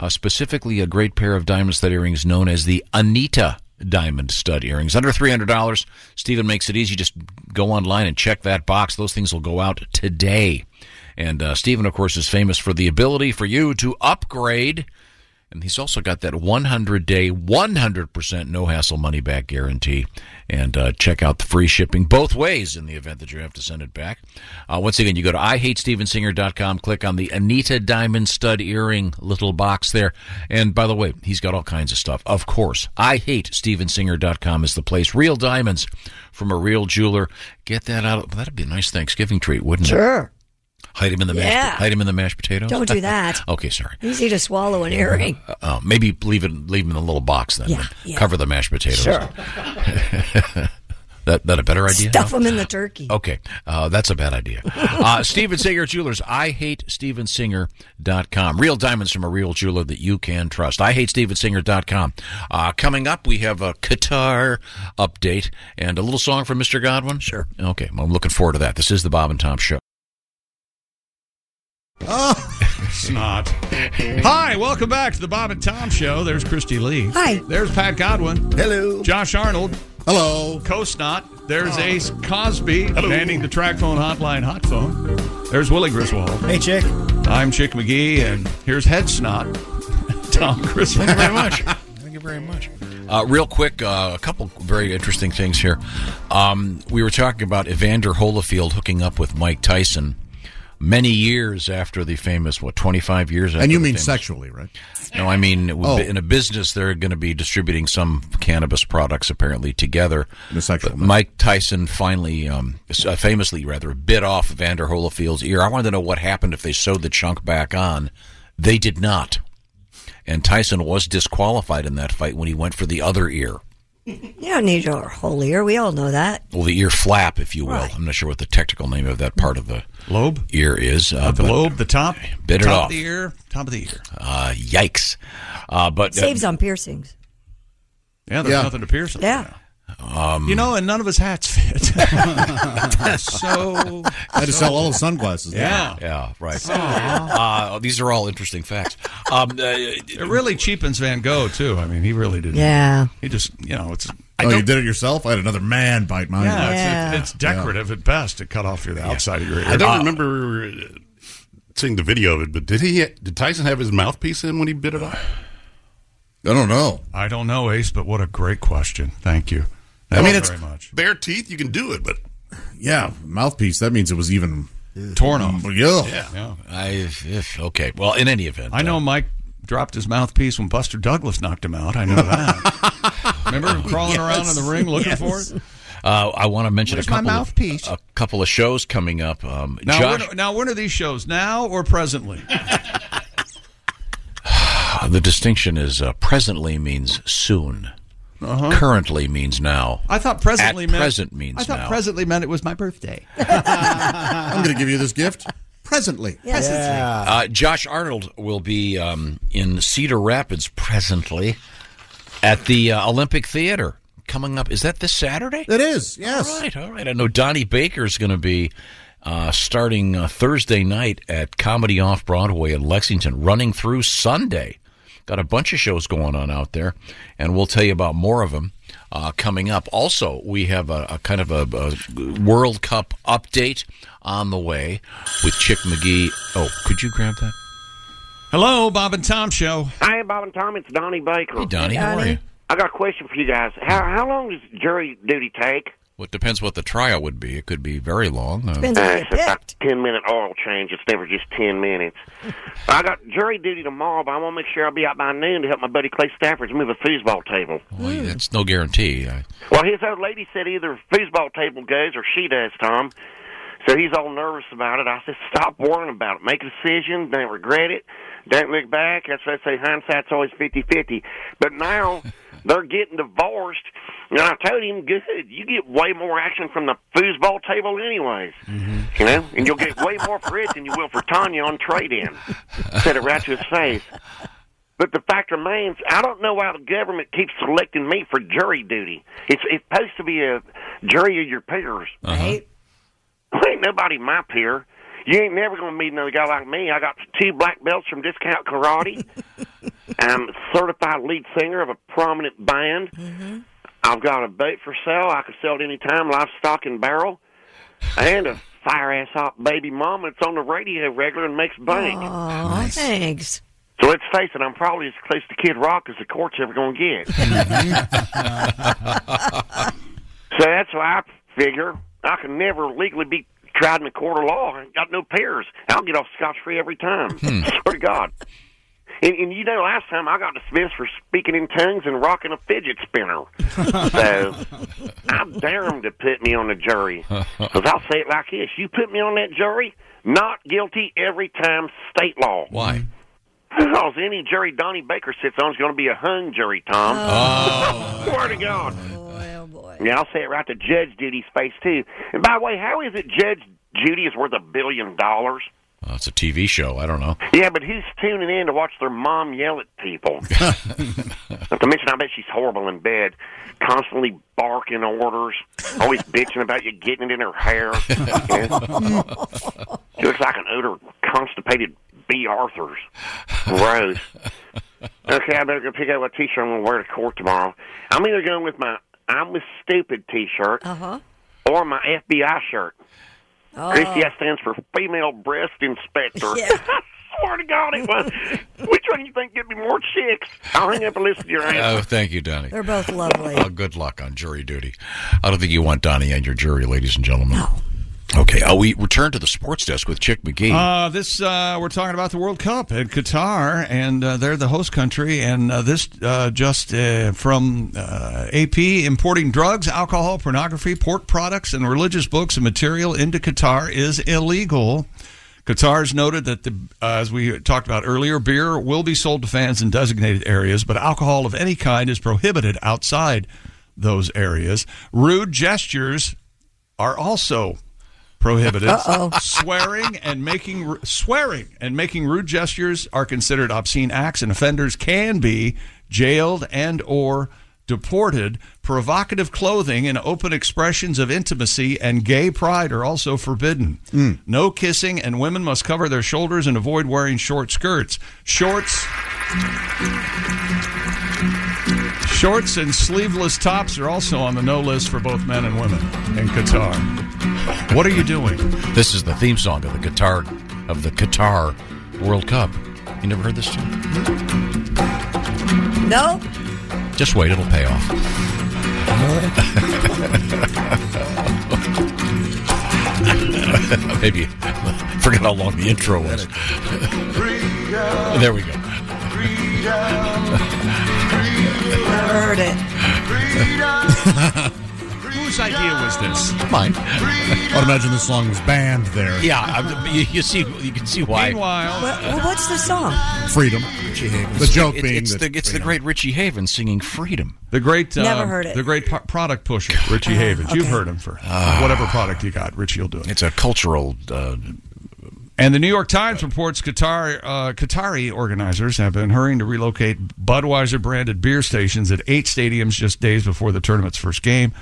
Speaker 9: uh, specifically a great pair of diamond stud earrings known as the Anita diamond stud earrings. Under $300. Steven makes it easy. Just go online and check that box. Those things will go out today. And uh, Steven, of course, is famous for the ability for you to upgrade. And he's also got that 100 day, 100% no hassle money back guarantee. And uh, check out the free shipping both ways in the event that you have to send it back. Uh, once again, you go to IHateStevensinger.com, click on the Anita Diamond Stud Earring little box there. And by the way, he's got all kinds of stuff. Of course, IHateStevensinger.com is the place. Real diamonds from a real jeweler. Get that out. That'd be a nice Thanksgiving treat, wouldn't it?
Speaker 10: Sure.
Speaker 9: Hide him in the
Speaker 10: Yeah.
Speaker 9: mashed, hide him in the mashed potatoes.
Speaker 10: Don't do that.
Speaker 9: okay, sorry.
Speaker 10: Easy to swallow an earring.
Speaker 9: Uh, uh, maybe leave it leave them in a little box then.
Speaker 10: Yeah,
Speaker 9: and
Speaker 10: yeah.
Speaker 9: Cover the mashed potatoes.
Speaker 10: Sure.
Speaker 9: that that a better idea?
Speaker 10: Stuff
Speaker 9: No?
Speaker 10: them in the turkey.
Speaker 9: Okay, uh, that's a bad idea. Uh, Steven Singer Jewelers. I hate stevensinger.com. Real diamonds from a real jeweler that you can trust. I hate stevensinger.com. Uh, coming up, we have a Qatar update and a little song from Mr. Godwin. Sure. Okay, well, I'm looking forward to that. This is the Bob and Tom Show.
Speaker 1: Oh, snot. Hi, welcome back to the Bob and Tom Show. There's Christy Lee. Hi. There's Pat Godwin. Hello. Josh Arnold. Hello. Snot. There's Ace Cosby manning the track phone hotline hot phone. There's Willie Griswold. Hey, Chick. I'm Chick McGee, and here's Head Snot, Tom Griswold.
Speaker 9: Thank you very much. Uh, real quick, uh, a couple very interesting things here. Um, we were talking about Evander Holyfield hooking up with Mike Tyson many years after the famous, what, 25 years after
Speaker 11: And you
Speaker 9: the
Speaker 11: mean
Speaker 9: famous-
Speaker 11: sexually, right?
Speaker 9: No, I mean,
Speaker 11: Oh.
Speaker 9: in a business, they're going to be distributing some cannabis products apparently together. But Mike Tyson finally, um, s- uh, famously rather, bit off Vander Holofield's ear. I wanted to know what happened if they sewed the chunk back on. They did not. And Tyson was disqualified in that fight when he went for the other ear.
Speaker 10: You don't need your whole ear. We all know that.
Speaker 9: Well, the ear flap, if you will.
Speaker 10: Right.
Speaker 9: I'm not sure what the technical name of that part of the
Speaker 1: lobe
Speaker 9: ear is. Uh,
Speaker 1: the
Speaker 9: but-
Speaker 1: lobe, the top.
Speaker 9: Bit it
Speaker 1: top
Speaker 9: off.
Speaker 1: of the ear. Top of the ear.
Speaker 9: Uh, yikes! Uh, but uh,
Speaker 10: Saves on piercings.
Speaker 1: Yeah, there's
Speaker 9: Yeah.
Speaker 1: nothing to pierce.
Speaker 10: Yeah.
Speaker 9: Um,
Speaker 1: you know, and none of his hats fit. so
Speaker 11: I had to sell all the sunglasses.
Speaker 1: Yeah, Oh,
Speaker 9: yeah, right.
Speaker 1: So-
Speaker 9: Uh, these are all interesting facts. Um, uh,
Speaker 1: It really cheapens Van Gogh too. I mean, he really did.
Speaker 11: Yeah.
Speaker 1: he just you know it's.
Speaker 11: I oh, you did it yourself? I had another man bite mine.
Speaker 1: Yeah, it's- Yeah. it's decorative at best to cut off your the outside of your ear.
Speaker 7: I don't
Speaker 1: Uh,
Speaker 7: remember uh, seeing the video of it, but did he? Did Tyson have his mouthpiece in when he bit it off?
Speaker 11: I don't know.
Speaker 1: I don't know, Ace, but what a great question. Thank you.
Speaker 7: I mean,
Speaker 1: Thank you
Speaker 7: it's
Speaker 1: very much.
Speaker 7: bare teeth. You can do it, but
Speaker 11: Yeah, mouthpiece. That means it was even Mm,
Speaker 1: torn off.
Speaker 11: Yeah.
Speaker 9: I if, okay. Well, in any event, uh,
Speaker 1: I know Mike dropped his mouthpiece when Buster Douglas knocked him out. I know that. Remember him crawling around in the ring looking for it?
Speaker 9: Uh, I want to mention
Speaker 1: Where's
Speaker 9: a
Speaker 1: my
Speaker 9: couple
Speaker 1: mouthpiece?
Speaker 9: Of, a couple of shows coming up. Um,
Speaker 1: Now,
Speaker 9: Josh,
Speaker 1: when, now, when are these shows? Now or presently?
Speaker 9: the distinction is uh, presently means soon.
Speaker 1: Uh-huh.
Speaker 9: Currently means now.
Speaker 1: I thought presently
Speaker 9: At
Speaker 1: meant
Speaker 9: present means
Speaker 1: I thought
Speaker 9: now.
Speaker 1: presently meant it was my birthday.
Speaker 11: I'm going to give you this gift presently.
Speaker 9: Uh, Josh Arnold will be um, in Cedar Rapids presently at the uh, Olympic Theater. Coming up, is that this Saturday?
Speaker 11: It is. Yes.
Speaker 9: All right. All right. I know Donnie Baker's going to be uh, starting uh, Thursday night at Comedy Off Broadway in Lexington, running through Sunday. Got a bunch of shows going on out there, and we'll tell you about more of them uh, coming up. Also, we have a, a kind of a, a World Cup update on the way with Chick McGee. Oh, could you grab that?
Speaker 1: Hello, Bob and Tom Show.
Speaker 22: Hi, Bob and Tom. It's Donnie Baker.
Speaker 9: Hey, Donnie, how are you?
Speaker 22: I got a question for you guys. How how long does jury duty take?
Speaker 9: Well, it depends what the trial would be. It could be very long. Uh,
Speaker 22: Uh, it's about ten minute oil change. It's never just ten minutes. I got jury duty tomorrow, but I want to make sure I'll be out by noon to help my buddy Clay Stafford move a foosball table.
Speaker 9: well, That's no guarantee. I,
Speaker 22: Well, his old lady said either foosball table goes or she does, Tom. So he's all nervous about it. I said, stop worrying about it. Make a decision. Don't regret it. Don't look back. That's what I say. Hindsight's always fifty fifty. But now they're getting divorced. And I told him, good, you get way more action from the foosball table anyways. You know? And you'll get way more for it than you will for Tanya on trade-in. Said it right to his face. But the fact remains, I don't know why the government keeps selecting me for jury duty. It's it's supposed to be a jury of your peers. Right? Ain't nobody my peer. You ain't never gonna meet another guy like me. I got two black belts from Discount Karate. I'm a certified lead singer of a prominent band. I've got a boat for sale. I can sell at any time, livestock and barrel, and a fire ass hot baby mama that's on the radio regular and makes bank.
Speaker 10: Aw, thanks.
Speaker 22: So let's face it, I'm probably as close to Kid Rock as the court's ever going to get. so that's why I figure I can never legally be tried in a court of law. I ain't got no peers. I'll get off scotch free every time.
Speaker 23: Hmm.
Speaker 22: Swear to God. And, and you know, last time I got dismissed for speaking in tongues and rocking a fidget spinner. so I dare 'em to put me on the jury. Because I'll say it like this you put me on that jury, not guilty every time, state law.
Speaker 9: Why?
Speaker 22: Because any jury Donnie Baker sits on is going to be a hung jury, Tom.
Speaker 9: Oh.
Speaker 22: Swear to God. Yeah, I'll say it right to Judge Judy's face, too. And by the way, how is it Judge Judy is worth a billion dollars?
Speaker 9: uh, it's a TV show. I don't know.
Speaker 22: Yeah, but who's tuning in to watch their mom yell at people? Not to mention, I bet she's horrible in bed, constantly barking orders, always bitching about you getting it in her hair. Yeah. she looks like an odor of constipated B. Arthur's. Gross. Okay, I better go pick out what t-shirt I'm going to wear to court tomorrow. I'm either going with my I'm with stupid t-shirt
Speaker 10: Uh-huh.
Speaker 22: or my FBI shirt.
Speaker 10: Oh.
Speaker 22: FBI stands for Female Breast Inspector.
Speaker 10: Yeah.
Speaker 22: I swear to God, it was. Which one do you think get me more chicks? I'll hang up and listen to your answer.
Speaker 9: Oh, thank you, Donnie.
Speaker 10: They're both lovely.
Speaker 9: Well, good luck on jury duty. I don't think you want Donnie on your jury, ladies and gentlemen. Okay, uh, we return to the sports desk with Chick McGee.
Speaker 1: Uh, this uh, we're talking about the World Cup in Qatar, and uh, they're the host country. And uh, this uh, just uh, from uh, AP importing drugs, alcohol, pornography, pork products, and religious books and material into Qatar is illegal. Qatar's noted that the, uh, as we talked about earlier, beer will be sold to fans in designated areas, but alcohol of any kind is prohibited outside those areas. Rude gestures are also prohibited.
Speaker 6: Uh-oh.
Speaker 1: Swearing and making ru- swearing and making rude gestures are considered obscene acts, and offenders can be jailed and or deported, provocative clothing, and open expressions of intimacy and gay pride are also forbidden. No kissing, and women must cover their shoulders and avoid wearing short skirts. Shorts. Shorts and sleeveless tops are also on the no list for both men and women in Qatar. What are you doing?
Speaker 9: This is the theme song of the Qatar of the Qatar World Cup. You never heard this song?
Speaker 10: No?
Speaker 9: Just wait, it'll pay off. Maybe forget how long the intro was. There we go.
Speaker 10: Never heard it.
Speaker 1: Whose idea was this?
Speaker 11: Mine. I'd imagine this song was banned there.
Speaker 9: Yeah, I'm- you, you see, you can see why.
Speaker 1: Meanwhile,
Speaker 10: Well, what's the song?
Speaker 11: freedom. The joke being
Speaker 9: it's
Speaker 11: that
Speaker 9: the, it's the great Richie Havens singing "Freedom."
Speaker 1: The great, uh,
Speaker 10: Never heard it.
Speaker 1: The great po- product pusher, Richie Havens. You've heard him for whatever product you got. Richie will do it.
Speaker 9: It's a cultural. Uh,
Speaker 1: And the New York Times reports Qatar uh, Qatari organizers have been hurrying to relocate Budweiser branded beer stations at eight stadiums just days before the tournament's first game.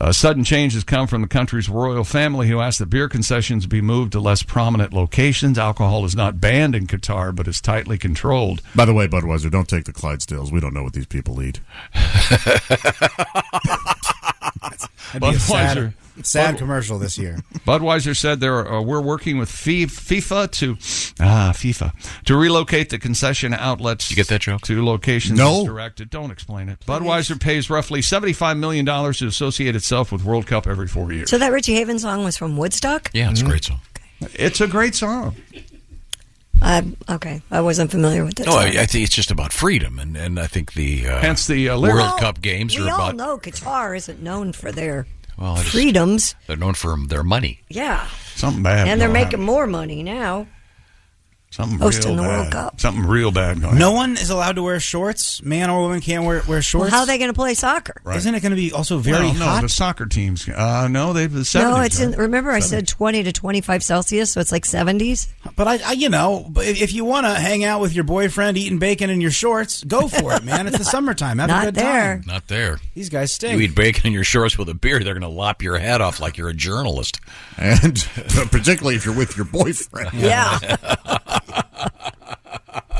Speaker 1: A sudden change has come from the country's royal family, who asked that beer concessions be moved to less prominent locations. Alcohol is not banned in Qatar, but is tightly controlled.
Speaker 11: By the way, Budweiser, don't take the Clydesdales. We don't know what these people eat.
Speaker 8: That'd be a sad,
Speaker 1: Budweiser.
Speaker 8: sad
Speaker 1: Bud-
Speaker 8: commercial this year.
Speaker 1: Budweiser said there are, uh, we're working with Fi- FIFA to ah FIFA to relocate the concession outlets. You get that joke to locations
Speaker 11: No.
Speaker 1: directed. Don't explain it. Budweiser pays roughly seventy five million dollars to associate itself with World Cup every four years.
Speaker 10: So that Richie Havens song was from Woodstock?
Speaker 9: yeah, it's a great song.
Speaker 1: It's a great song.
Speaker 10: Uh, okay, I wasn't familiar with that.
Speaker 9: No,
Speaker 10: song.
Speaker 9: I, I think it's just about freedom, and, and I think the uh,
Speaker 1: Hence the, uh, lyric.
Speaker 9: World
Speaker 10: Well,
Speaker 9: Cup games
Speaker 10: we
Speaker 9: are
Speaker 10: all
Speaker 9: about.
Speaker 10: know Qatar isn't known for their
Speaker 9: Well, I just-
Speaker 10: freedoms.
Speaker 9: They're known for their money.
Speaker 10: Yeah,
Speaker 1: Something bad.
Speaker 10: and they're
Speaker 1: going
Speaker 10: making Oh,
Speaker 1: on.
Speaker 10: more money now.
Speaker 1: something
Speaker 10: hosting
Speaker 1: real
Speaker 10: the World
Speaker 1: bad.
Speaker 10: Cup.
Speaker 1: Something real bad
Speaker 9: Oh,
Speaker 1: going.
Speaker 8: No
Speaker 1: on.
Speaker 8: one is allowed to wear shorts. Man or woman can't wear, wear
Speaker 10: Well,
Speaker 8: shorts.
Speaker 10: how are they going to play soccer?
Speaker 1: Right.
Speaker 8: Isn't it going to be also very
Speaker 1: Well,
Speaker 8: hot?
Speaker 1: No, the soccer teams. Uh, no, they've the 70s,
Speaker 10: no, it's in.
Speaker 1: right?
Speaker 10: Remember, I
Speaker 1: 70s.
Speaker 10: said twenty to twenty-five Celsius, so it's like seventies.
Speaker 8: But I, I you know, but if, if you want to hang out with your boyfriend eating bacon in your shorts, go for it, man. It's the summertime. Have
Speaker 10: not
Speaker 8: a good
Speaker 10: there.
Speaker 8: time.
Speaker 9: Not there.
Speaker 8: These guys
Speaker 9: You
Speaker 8: stink.
Speaker 9: eat bacon in your shorts with a beer, they're going to lop your head off like you're a journalist.
Speaker 11: And uh, particularly if you're with your boyfriend.
Speaker 10: Yeah.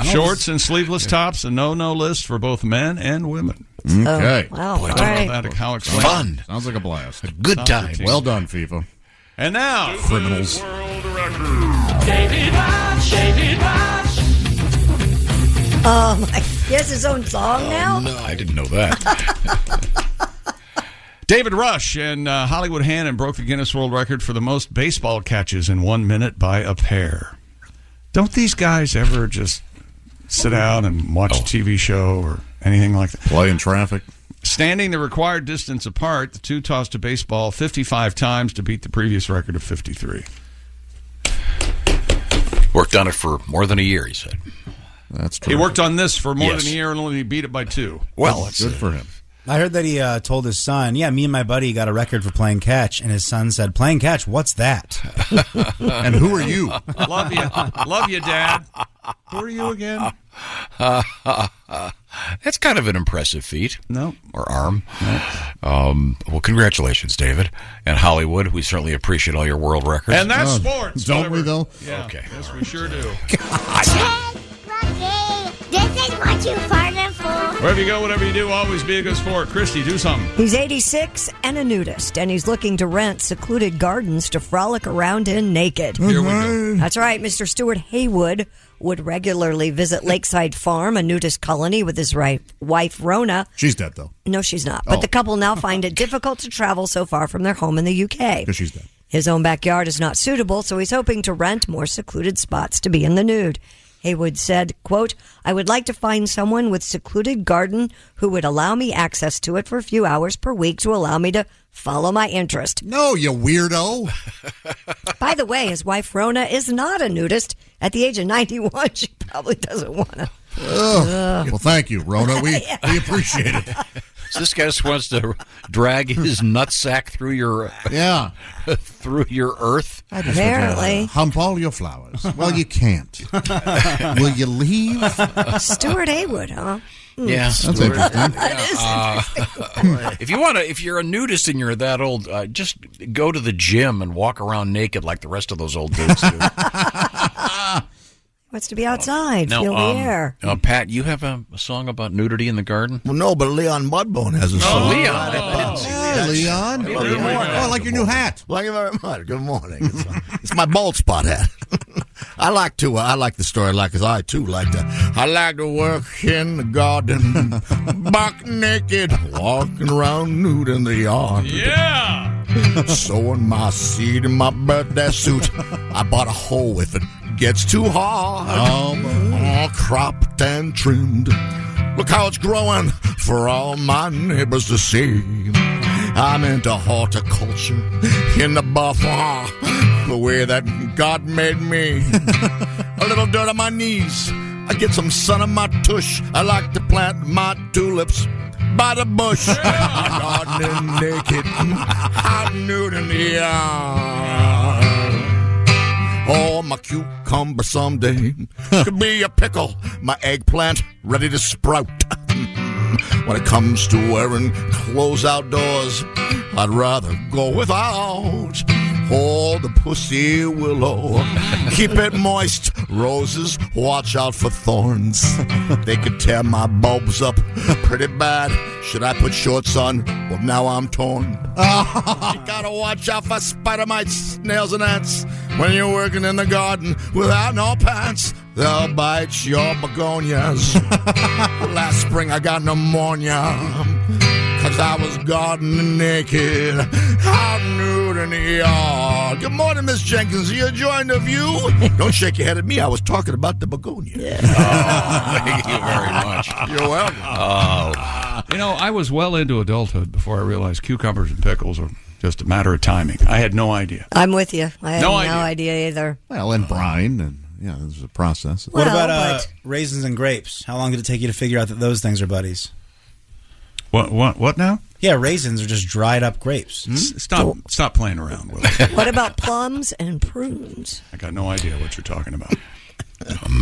Speaker 1: Shorts and sleeveless tops, a no no list for both men and women.
Speaker 11: Okay.
Speaker 10: Oh, wow.
Speaker 9: Boy,
Speaker 10: All
Speaker 9: I don't know
Speaker 10: right.
Speaker 1: That is how it's
Speaker 9: Fun.
Speaker 11: Sounds like a blast.
Speaker 9: Good
Speaker 1: Soccer
Speaker 9: time.
Speaker 1: team.
Speaker 11: Well done, FIFA.
Speaker 1: And now,
Speaker 11: Criminals.
Speaker 4: David Bosch, David Bosch.
Speaker 10: Oh my! He has his own song now.
Speaker 9: Oh, No, I didn't know that.
Speaker 1: David Rush and uh, Hollywood Hannon broke the Guinness World Record for the most baseball catches in one minute by a pair. Don't these guys ever just sit down and watch a TV show or anything like that?
Speaker 11: Oh. Play in traffic.
Speaker 1: Standing the required distance apart, the two tossed a baseball 55 times to beat the previous record of 53.
Speaker 9: Worked on it for more than a year, he said.
Speaker 11: That's true.
Speaker 1: He worked on this for more
Speaker 9: Yes.
Speaker 1: than a year and only beat it by two.
Speaker 9: Well, it's
Speaker 11: Good for him.
Speaker 8: I heard that he uh, told his son, "Yeah, me and my buddy got a record for playing catch," and his son said, "Playing catch? What's that?"
Speaker 11: And who are you?
Speaker 1: Love you. Love you, Dad. Who are you again?
Speaker 9: That's kind of an impressive feat.
Speaker 1: No.
Speaker 9: Or arm. Um, well, congratulations, David. And Hollywood, we certainly appreciate all your world records.
Speaker 1: And that's
Speaker 11: Oh,
Speaker 1: sports.
Speaker 11: don't we, though?
Speaker 1: Yeah.
Speaker 9: Okay.
Speaker 1: Yes, we sure do.
Speaker 19: This is what you farted for.
Speaker 1: Wherever you go, whatever you do, always be a good sport. Christy, do something.
Speaker 10: He's 86 and a nudist, and he's looking to rent secluded gardens to frolic around in naked. Mm-hmm.
Speaker 1: Here we go.
Speaker 10: That's right. Mr. Stuart Haywood would regularly visit Lakeside Farm, a nudist colony, with his ri- wife, Rona.
Speaker 11: She's dead, though,
Speaker 10: No, she's not. But
Speaker 11: Oh.
Speaker 10: the couple now find it difficult to travel so far from their home in the UK.
Speaker 11: because she's dead.
Speaker 10: His own backyard is not suitable, so he's hoping to rent more secluded spots to be in the nude. Haywood said, quote, I would like to find someone with secluded garden who would allow me access to it for a few hours per week to allow me to follow my interest.
Speaker 11: No, you weirdo.
Speaker 10: By the way, his wife Rona is not a nudist. At the age of 91, she probably doesn't want to.
Speaker 11: Well, thank you, Rona. We, we appreciate it.
Speaker 9: So this guy just wants to drag his nutsack through your
Speaker 11: Yeah.
Speaker 9: through your earth.
Speaker 10: Apparently.
Speaker 11: Hump all your flowers. Well, you can't. Will you leave?
Speaker 10: Stuart Haywood, huh? Hmm.
Speaker 9: Yeah,
Speaker 11: That's interesting.
Speaker 9: Yeah, uh, if you want to, if you're a nudist and you're that old, uh, just go to the gym and walk around naked like the rest of those old dudes do.
Speaker 10: Wants to be outside,
Speaker 9: Now,
Speaker 10: feel
Speaker 9: um,
Speaker 10: the air.
Speaker 9: uh, Pat, you have a, a song about nudity in the garden?
Speaker 14: Well, no, but Leon Mudbone has a
Speaker 9: Oh,
Speaker 14: song.
Speaker 9: Leon.
Speaker 14: Hey, Leon.
Speaker 9: Hey,
Speaker 14: Good
Speaker 9: Leon.
Speaker 14: morning.
Speaker 9: Oh, I
Speaker 14: like your new hat. Thank you very much. Good morning. It's, uh, it's my bald spot hat. I like to. uh, I like the story. Like, cause I too like to. I like to work in the garden, buck naked, walking around nude in the yard.
Speaker 1: Yeah.
Speaker 14: Sowing my seed in my birthday suit. I bought a hoe if it gets too hard. Um, all cropped and trimmed. Look how it's growing for all my neighbors to see. I'm into horticulture in the buffer, the way that God made me. a little dirt on my knees. I get some sun on my tush. I like to plant my tulips by the bush. Gardening naked, hot nude in the yard. Oh, my cucumber someday could be a pickle. My eggplant ready to sprout. when it comes to wearing clothes outdoors, I'd rather go without. Oh, the pussy willow. Keep it moist. Roses, watch out for thorns. They could tear my bulbs up pretty bad. Should I put shorts on? Well, now I'm torn. you gotta watch out for spider mites, snails, and ants. When you're working in the garden without no pants, they'll bite your begonias. Last spring I got pneumonia. Cause I was gardening naked, out nude in the yard. Good morning, Miss Jenkins. Are you enjoying the view? Don't shake your head at me. I was talking about the begonia.
Speaker 9: you very much.
Speaker 14: You're welcome.
Speaker 1: Oh. You know, I was well into adulthood before I realized cucumbers and pickles are just a matter of timing. I had no idea.
Speaker 10: I'm with you. I have
Speaker 1: No
Speaker 10: no,
Speaker 1: idea.
Speaker 10: idea either.
Speaker 11: Well, and brine, and yeah, there's a process.
Speaker 8: what about uh, raisins and grapes? How long did it take you to figure out that those things are buddies?
Speaker 1: What? What? What now?
Speaker 8: Yeah, raisins are just dried up grapes.
Speaker 1: Stop! Stop playing around with it.
Speaker 10: What about plums and prunes?
Speaker 1: I got no idea what you're talking about.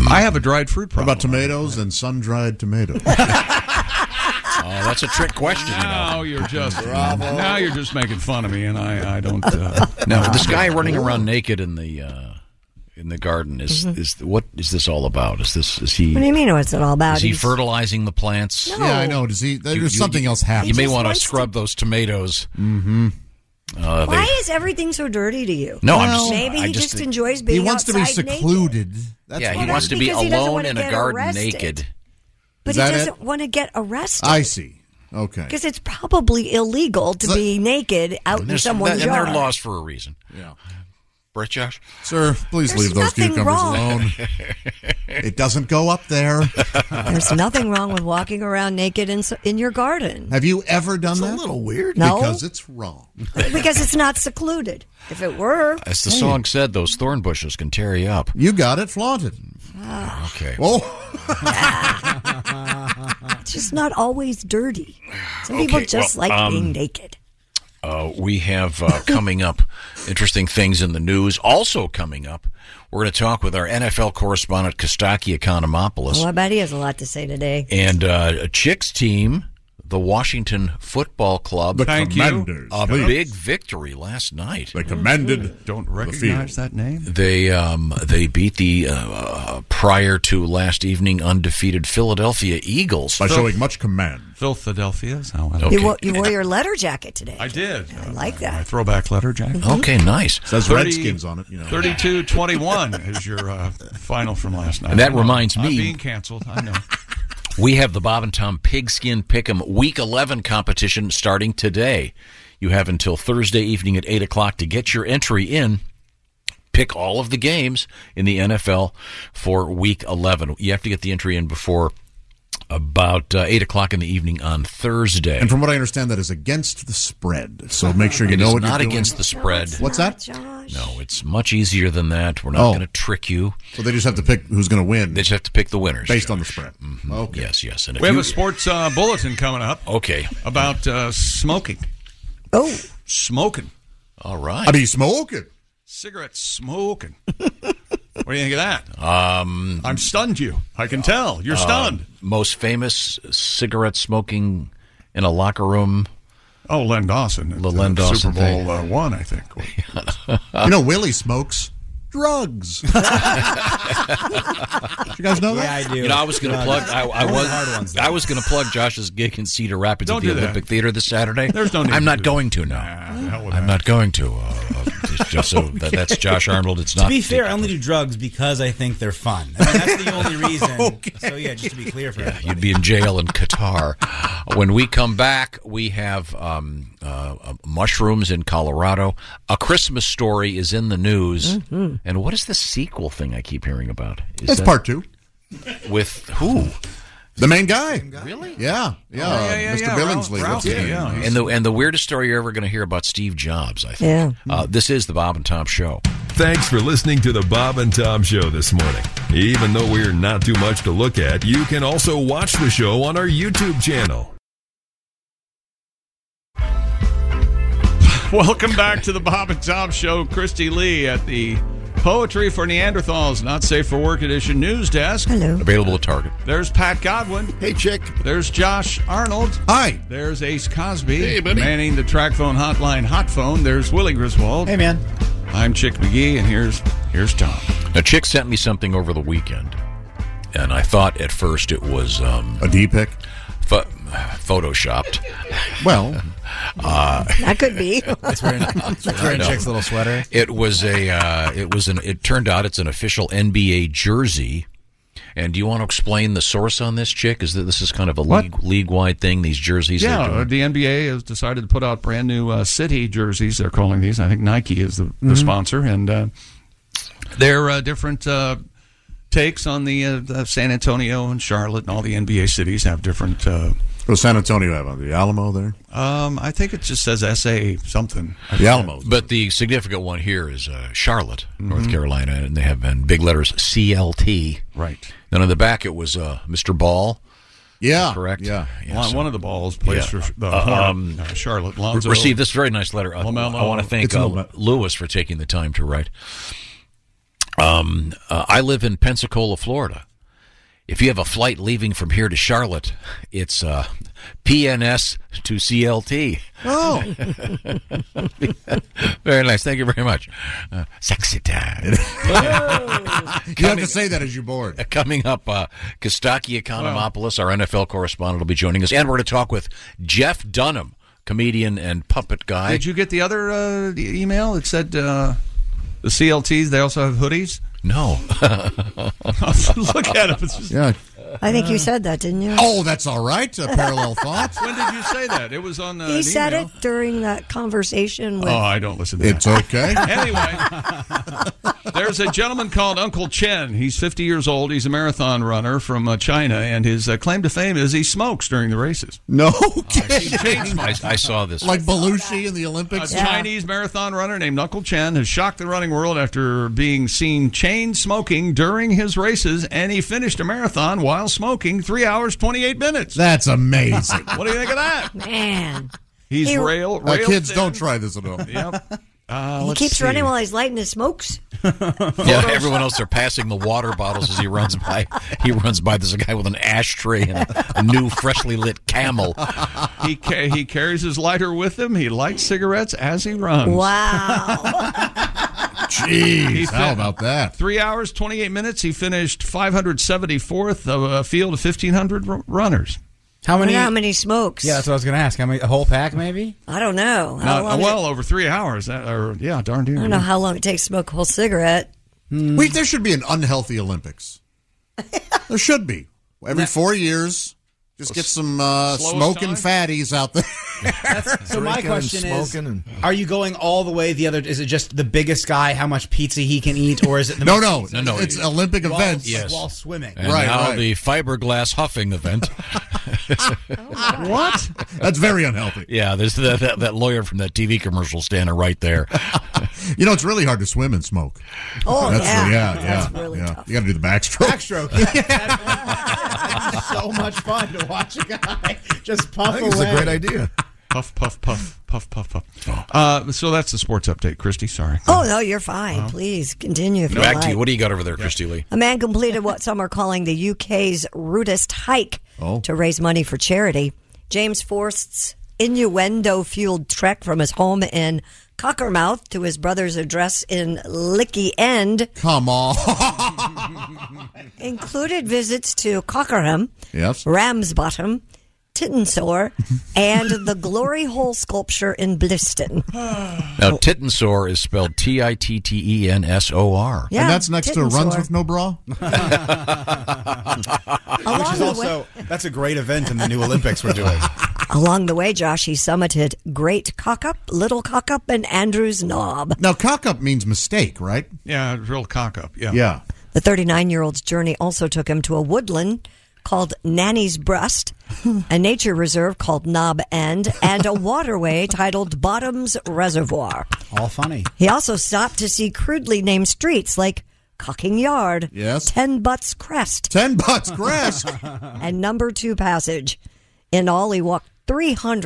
Speaker 1: I have a dried fruit
Speaker 11: What
Speaker 1: problem.
Speaker 11: about tomatoes and sun dried tomatoes?
Speaker 9: Oh, that's a trick question.
Speaker 1: Now you're just now you're just making fun of me, and I I don't. Uh,
Speaker 9: Now, this guy running around naked in the uh, in the garden is
Speaker 10: Mhm.
Speaker 9: is what is this all about? Is this is he?
Speaker 10: What do you mean? What's it all about?
Speaker 9: Is he
Speaker 10: He's-
Speaker 9: fertilizing the plants?
Speaker 10: No. Yeah, I know.
Speaker 11: Does he?
Speaker 10: there's something else
Speaker 9: You
Speaker 10: happening.
Speaker 9: may
Speaker 10: He just
Speaker 9: want to
Speaker 10: wants to-
Speaker 9: scrub those tomatoes. Mm-hmm. Uh, they-
Speaker 10: Why is everything so dirty to you?
Speaker 9: No, I'm just-
Speaker 10: maybe
Speaker 9: I
Speaker 10: he
Speaker 9: just-
Speaker 10: just enjoys being. outside naked.
Speaker 11: That's
Speaker 9: yeah,
Speaker 11: what
Speaker 9: he
Speaker 11: it
Speaker 9: wants
Speaker 11: is.
Speaker 9: to be
Speaker 11: Because he doesn't
Speaker 9: alone
Speaker 11: wanna
Speaker 9: in a
Speaker 11: get
Speaker 9: garden
Speaker 11: arrested.
Speaker 9: naked.
Speaker 10: But
Speaker 11: Is
Speaker 10: he
Speaker 11: that it?
Speaker 10: doesn't want to get arrested.
Speaker 11: I see. Okay.
Speaker 10: Because it's probably illegal to be naked out in
Speaker 9: There's-
Speaker 10: someone's
Speaker 9: and
Speaker 10: yard.
Speaker 9: they're lost for a reason. Yeah. Brett Josh?
Speaker 11: Sir, please
Speaker 10: There's
Speaker 11: leave those
Speaker 10: nothing
Speaker 11: cucumbers
Speaker 10: wrong.
Speaker 11: alone. it doesn't go up there.
Speaker 10: There's nothing wrong with walking around naked in, s- in your garden
Speaker 11: Have you ever done that? a little
Speaker 14: weird.
Speaker 10: No.
Speaker 11: Because it's wrong.
Speaker 10: because it's not secluded. If it were,
Speaker 9: As the song said, those thorn bushes can tear you up.
Speaker 11: You got it flaunted.
Speaker 10: Ah,
Speaker 9: Okay.
Speaker 11: Oh,
Speaker 10: it's just not always dirty. Some people
Speaker 9: Okay,
Speaker 10: just
Speaker 9: well,
Speaker 10: like
Speaker 9: um,
Speaker 10: being naked.
Speaker 9: Uh, we have uh, coming up interesting things in the news. Also coming up, we're going to talk with our NFL correspondent Kostaki Economopoulos
Speaker 10: Well, I bet he has a lot to say today.
Speaker 9: and uh, a chicks team, the Washington Football Club.
Speaker 1: The Thank you. Commanders,
Speaker 9: A
Speaker 1: please.
Speaker 9: big victory last night. They
Speaker 11: commanded.
Speaker 1: Don't recognize that name.
Speaker 9: They um, they beat the uh, uh, prior to last evening undefeated Philadelphia Eagles
Speaker 11: by showing much command.
Speaker 1: Philadelphia is how I.
Speaker 10: You, wore, you wore your leather jacket today. I
Speaker 1: did.
Speaker 10: I like
Speaker 1: My
Speaker 10: that.
Speaker 1: throwback letter jacket.
Speaker 10: Mhm. Okay,
Speaker 9: nice.
Speaker 11: Says
Speaker 1: 30
Speaker 11: Redskins on it, you know.
Speaker 1: 32-21 is your uh, final from last night.
Speaker 9: And that reminds
Speaker 1: I'm
Speaker 9: me-
Speaker 1: being canceled. I know.
Speaker 9: We have the Bob and Tom Pigskin Pick'em Week 11 competition starting today. You have until Thursday evening at 8 o'clock to get your entry in. Pick all of the games in the NFL for Week 11. You have to get the entry in before about uh, 8 o'clock in the evening on Thursday.
Speaker 11: And from what I understand, that is against the spread. So make sure you
Speaker 9: It
Speaker 11: know
Speaker 9: is
Speaker 11: what
Speaker 9: not
Speaker 11: you're doing.
Speaker 9: against the spread.
Speaker 11: What's that?
Speaker 9: No, it's much easier than that. We're not
Speaker 11: Oh.
Speaker 9: going to trick you.
Speaker 11: So they just have to pick who's going to win.
Speaker 9: They just have to pick the winners
Speaker 11: based on the spread. Okay.
Speaker 9: Yes, yes. And if
Speaker 1: We have
Speaker 9: you-
Speaker 1: a sports uh, bulletin coming up.
Speaker 9: Okay.
Speaker 1: About uh, smoking.
Speaker 10: Oh.
Speaker 1: Smoking.
Speaker 9: All right.
Speaker 11: I mean, smoking.
Speaker 1: Cigarette smoking. What do you think of that?
Speaker 9: Um, uh,
Speaker 1: I'm stunned. You, I can tell you're stunned.
Speaker 9: Most famous cigarette smoking in a locker room.
Speaker 1: Oh, Len Dawson.
Speaker 9: The Len
Speaker 1: the
Speaker 9: Dawson
Speaker 1: Super Bowl
Speaker 9: thing.
Speaker 1: uh, one, I think.
Speaker 11: you know, Willie smokes drugs. Did you guys know that?
Speaker 9: You know, I was going to plug. I, I was. I was going to plug Josh's gig in Cedar Rapids
Speaker 11: Don't
Speaker 9: at the
Speaker 11: do that.
Speaker 9: Olympic Theater this Saturday.
Speaker 1: There's no need
Speaker 9: I'm
Speaker 1: to
Speaker 9: not
Speaker 1: do
Speaker 9: going to now.
Speaker 1: Uh,
Speaker 9: I'm not going to. Uh, uh, it's just so that, that's Josh Arnold. It's not.
Speaker 23: To be fair, I only do drugs because I think they're fun. I mean, that's the only reason. So yeah, just to be clear for everybody.
Speaker 9: You'd be in jail in Qatar. when we come back, we have um, uh, uh, mushrooms in Colorado. A Christmas story is in the news. And what is the sequel thing I keep hearing about? Is
Speaker 11: It's part two.
Speaker 9: With who?
Speaker 11: The main guy.
Speaker 9: Really?
Speaker 11: Yeah. Yeah.
Speaker 9: Oh,
Speaker 11: uh, Mr. Billingsley. What's his name?
Speaker 9: and the and the weirdest story you're ever going to hear about Steve Jobs. I
Speaker 11: Yeah.
Speaker 9: think. Uh, this is the Bob and Tom Show.
Speaker 15: Thanks for listening to the Bob and Tom Show this morning. Even though we're not too much to look at, you can also watch the show on our YouTube channel.
Speaker 1: Welcome back to the Bob and Tom Show. Christy Lee at the Poetry for Neanderthals, Not Safe for Work Edition news desk. Hello.
Speaker 9: Available at Target.
Speaker 1: There's Pat Godwin. Hey, chick. There's Josh Arnold.
Speaker 11: Hi.
Speaker 1: There's Ace Cosby.
Speaker 11: Hey, buddy.
Speaker 1: Manning the track phone hotline, hot phone. There's Willie Griswold. Hey,
Speaker 23: man.
Speaker 1: I'm Chick McGee, and here's here's Tom.
Speaker 9: Now, Chick sent me something over the weekend, and I thought at first it was um,
Speaker 11: a D pic,
Speaker 9: pho- uh, photoshopped.
Speaker 11: Well,
Speaker 9: uh,
Speaker 10: That could be.
Speaker 9: That's wearing- that's wearing Chick's little
Speaker 8: sweater.
Speaker 9: It was a. Uh, it was an. It turned out it's an official NBA jersey. And do you want to explain the source on this, Chick? Is that this is kind of a
Speaker 1: What?
Speaker 9: league league wide thing? These jerseys. they're
Speaker 1: yeah, uh,
Speaker 9: doing?
Speaker 1: the NBA has decided to put out brand new uh, city jerseys. They're calling these. I think Nike is the, the
Speaker 11: Mm-hmm.
Speaker 9: Mhm.
Speaker 1: sponsor, and uh, they're uh, different uh, takes on the, uh, the San Antonio and Charlotte and all the NBA cities have different. Uh,
Speaker 11: What does San Antonio have on the Alamo there?
Speaker 1: um, I think it just says SA something.
Speaker 11: The Alamo.
Speaker 9: But the significant one here is uh, Charlotte,
Speaker 1: Mm-hmm.
Speaker 9: North Carolina, and they have been big letters CLT.
Speaker 1: Right.
Speaker 9: Then on the back it was uh, Mr. Ball.
Speaker 11: Yeah,
Speaker 9: correct.
Speaker 11: yeah.
Speaker 1: One- one of the balls plays for the
Speaker 11: um,
Speaker 1: Horn- uh, Charlotte. Lonzo-
Speaker 9: received this very nice letter. I,
Speaker 1: LaMelo.
Speaker 9: I want to thank
Speaker 1: It's
Speaker 9: uh,
Speaker 1: LaMelo.
Speaker 9: Lewis for taking the time to write. Um, uh, I live in Pensacola, Florida. If you have a flight leaving from here to Charlotte, it's uh, PNS to CLT.
Speaker 11: Oh.
Speaker 9: very nice. Thank you very much. Uh, sexy time.
Speaker 11: you have to say that as you board.
Speaker 9: Coming up, uh, Kostaki Economopoulos, our NFL correspondent, will be joining us. And we're going to talk with Jeff Dunham, comedian and puppet guy.
Speaker 1: Did you get the other uh, the email? It said uh, the CLTs. They also have hoodies.
Speaker 9: No.
Speaker 1: Look at him. It's just,
Speaker 11: Yeah.
Speaker 10: I think you said that, didn't you?
Speaker 11: Oh, that's all right. A parallel thought.
Speaker 1: When did you say that? It was on. Uh,
Speaker 10: he
Speaker 1: an
Speaker 10: said
Speaker 1: email.
Speaker 10: it during that conversation with.
Speaker 1: Oh, I don't listen to
Speaker 11: It's okay.
Speaker 1: There's a gentleman called Uncle Chen. He's 50 years old. He's a marathon runner from uh, China, and his uh, claim to fame is he smokes during the races. Oh,
Speaker 11: No
Speaker 9: I, I saw this.
Speaker 11: Like Belushi in the
Speaker 1: A
Speaker 11: Olympics.
Speaker 1: Chinese marathon runner named Uncle Chen has shocked the running world after being seen chain smoking during his races, and he finished a marathon while smoking three hours, 28 minutes.
Speaker 11: That's amazing.
Speaker 1: what do you think of that?
Speaker 10: Man.
Speaker 1: He's
Speaker 10: He-
Speaker 1: rail,
Speaker 11: Uh,
Speaker 1: rail.
Speaker 11: kids,
Speaker 1: thin.
Speaker 11: don't try this at home.
Speaker 1: Yep. Uh,
Speaker 10: he
Speaker 1: let's
Speaker 10: keeps
Speaker 1: see.
Speaker 10: running while he's lighting his smokes.
Speaker 9: Yeah, everyone else are passing the water bottles as he runs by. He runs by. There's a guy with an ashtray and a, a new, freshly lit camel.
Speaker 1: he ca- he carries his lighter with him. He lights cigarettes as he runs.
Speaker 10: Wow.
Speaker 11: Jeez,
Speaker 1: He
Speaker 11: how
Speaker 1: fin-
Speaker 11: about that?
Speaker 1: Three hours, 28 minutes. He finished 574th of a field of 1,500 r- runners.
Speaker 8: How many?
Speaker 10: How many smokes?
Speaker 8: Yeah, that's what I was going to ask. How many? A whole pack, maybe?
Speaker 10: I don't know. How
Speaker 1: Not-
Speaker 10: long
Speaker 1: well, over three hours. That, or, yeah, darn
Speaker 10: I
Speaker 1: dear.
Speaker 10: don't know how long it takes to smoke a whole cigarette.
Speaker 1: Hmm.
Speaker 11: Wait, there should be an unhealthy Olympics. there should be. Every four years, just get some uh,
Speaker 8: Slowest
Speaker 11: smoking
Speaker 8: time?
Speaker 11: fatties out there.
Speaker 8: So
Speaker 11: Drinking
Speaker 8: my
Speaker 11: and
Speaker 8: question is:
Speaker 11: smoking and-
Speaker 8: Are you going all the way? The other is it just the biggest guy? How much pizza he can eat, or is it the
Speaker 11: No,
Speaker 8: most-
Speaker 11: no, no, no, it's Olympic
Speaker 8: while,
Speaker 11: events.
Speaker 8: like,
Speaker 11: Yes.
Speaker 8: while swimming.
Speaker 9: And
Speaker 11: Right,
Speaker 9: now
Speaker 11: right.
Speaker 9: the fiberglass huffing event.
Speaker 10: Oh.
Speaker 11: what? That's very unhealthy.
Speaker 9: Yeah, there's that, that, that lawyer from that TV commercial standing right there.
Speaker 11: You know, it's really hard to swim and smoke.
Speaker 9: Oh,
Speaker 11: That's-
Speaker 9: yeah.
Speaker 11: yeah,
Speaker 9: That's
Speaker 11: yeah,
Speaker 9: really
Speaker 11: yeah. You got to do the backstroke.
Speaker 8: Backstroke. Yeah. That'd be so much fun to watch a guy just puff
Speaker 11: I think it's a
Speaker 8: away.
Speaker 11: great idea.
Speaker 1: Puff, puff, puff, puff, puff, puff. Uh, so that's the sports update, Christy. Sorry.
Speaker 10: Oh no, you're fine. Please continue. If you
Speaker 9: Back to
Speaker 10: like.
Speaker 9: you. What do you got over there, Christy Lee?
Speaker 10: A man completed what some are calling the UK's rudest hike
Speaker 9: Oh.
Speaker 10: to raise money for charity. James Forst's innuendo fueled trek from his home in Cockermouth to his brother's address in Licky End.
Speaker 11: Come on.
Speaker 10: included visits to Cockerham,
Speaker 11: Yes.
Speaker 10: Ramsbottom, Tittensor, and the Glory Hole sculpture in Bliston.
Speaker 9: Now, Tittensor is spelled T I T T E N S O R.
Speaker 10: Yeah, And that's next to Runs Tittensor. with
Speaker 11: No Bra?
Speaker 10: Along
Speaker 8: Which is
Speaker 10: the
Speaker 8: also that's a great event in the new Olympics we're doing.
Speaker 10: Along the way, Josh, he summited Great Cockup, Little Cockup, and Andrew's Knob.
Speaker 11: Now, cock up means mistake, right?
Speaker 1: Yeah, real cock up. Yeah.
Speaker 11: Yeah.
Speaker 10: The 39 year old's journey also took him to a woodland called Nanny's Breast, a nature reserve called Knob End, and a waterway titled Bottoms Reservoir.
Speaker 24: All funny.
Speaker 10: He also stopped to see crudely named streets like Cocking Yard,
Speaker 11: yes.
Speaker 10: Ten Butts Crest,
Speaker 11: Ten Butts Crest,
Speaker 10: and Number Two Passage. In all, he walked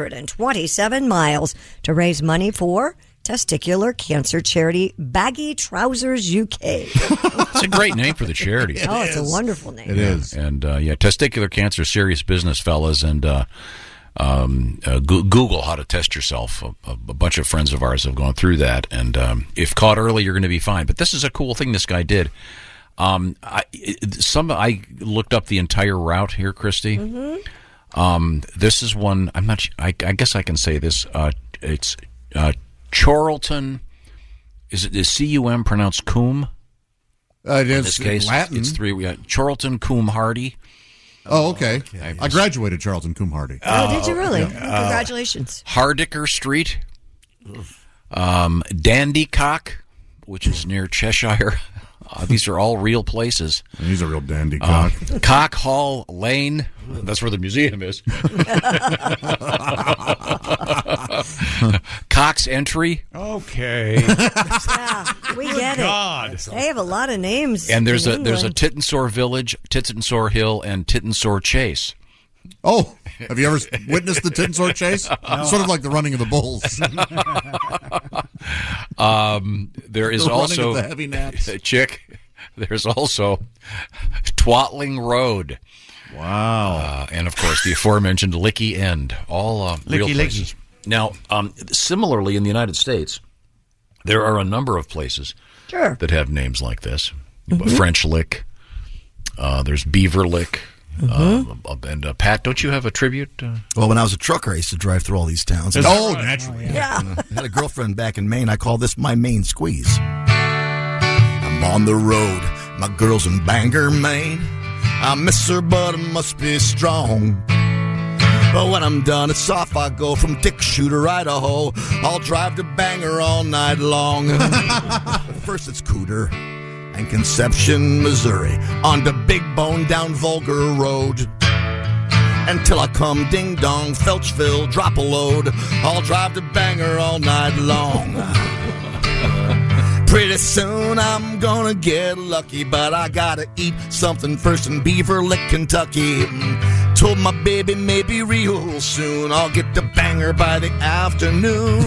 Speaker 10: 327 miles to raise money for testicular cancer charity Baggy Trousers UK.
Speaker 9: It's a great name for the charity.
Speaker 10: oh, it's a wonderful name.
Speaker 9: It is, And uh, yeah, testicular cancer, serious business, fellas. And uh, um, uh, Goo- Google how to test yourself. A, a, a bunch of friends of ours have gone through that. And um, if caught early, you're going to be fine. But this is a cool thing this guy did. Um, I, it- some I looked up the entire route here, Christy.
Speaker 10: Mm-hmm.
Speaker 9: Um, this is one. I'm not. su- I, I guess I can say this. Uh, it's uh, Chorlton. Is it is cum pronounced cum?
Speaker 11: Uh, it
Speaker 9: in
Speaker 11: is
Speaker 9: this case,
Speaker 11: Latin.
Speaker 9: It's three. We got Chorlton cum Hardy.
Speaker 11: Oh, okay. I graduated Charlton Coombe Hardy.
Speaker 10: Oh, did you really?
Speaker 9: yeah.
Speaker 10: Well, Congratulations.
Speaker 9: Hardicker Street, um, Dandycock, which is near Cheshire. Uh, these are all real places. Um,
Speaker 11: He's a real dandycock.
Speaker 9: Cock Hall Lane. That's where the museum is. Cox Entry.
Speaker 1: Okay.
Speaker 10: Yeah, Ah, we
Speaker 1: Good
Speaker 10: get
Speaker 1: God.
Speaker 10: it. They have a lot of names.
Speaker 9: And there's
Speaker 10: in
Speaker 9: a there's a
Speaker 10: England.
Speaker 9: Tittensor Village, Tittensor Hill, and Tittensor Chase.
Speaker 11: Oh, have you ever witnessed the Tinsor chase? Sort of like the running of the bulls.
Speaker 9: Um, there is
Speaker 11: The running
Speaker 9: also
Speaker 11: of the heavy naps.
Speaker 9: chick. There's also Twatling Road.
Speaker 11: Wow.
Speaker 9: Uh, and of course, the aforementioned Licky End. All uh, real
Speaker 25: Licky, licky.
Speaker 9: places. Now, um, similarly, in the United States, there are a number of places
Speaker 10: Sure.
Speaker 9: that have names like this.
Speaker 11: Mm-hmm.
Speaker 10: Mhm.
Speaker 9: French Lick. Uh, there's Beaver Lick.
Speaker 14: Mhm.
Speaker 9: Uh, and uh, Pat, don't you have a tribute? Uh,
Speaker 14: Well, when I was a trucker, I used to drive through all these towns.
Speaker 9: Is that Oh, right?
Speaker 14: naturally. yeah. I had a girlfriend back in Maine. I call this my Maine squeeze. I'm on the road. My girl's in Bangor, Maine. I miss her, but I must be strong. But when I'm done, it's off I go from Dick Shooter, Idaho. I'll drive to Bangor all night long. First, it's Cooter and Conception, Missouri, on the Big Bone down Vulgar Road. Until I come ding dong, Felchville, drop a load. I'll drive to Bangor all night long. Pretty soon I'm gonna get lucky, but I gotta eat something first in Beaver Lick, Kentucky. Mm, Told my baby maybe real soon I'll get the banger by the afternoon.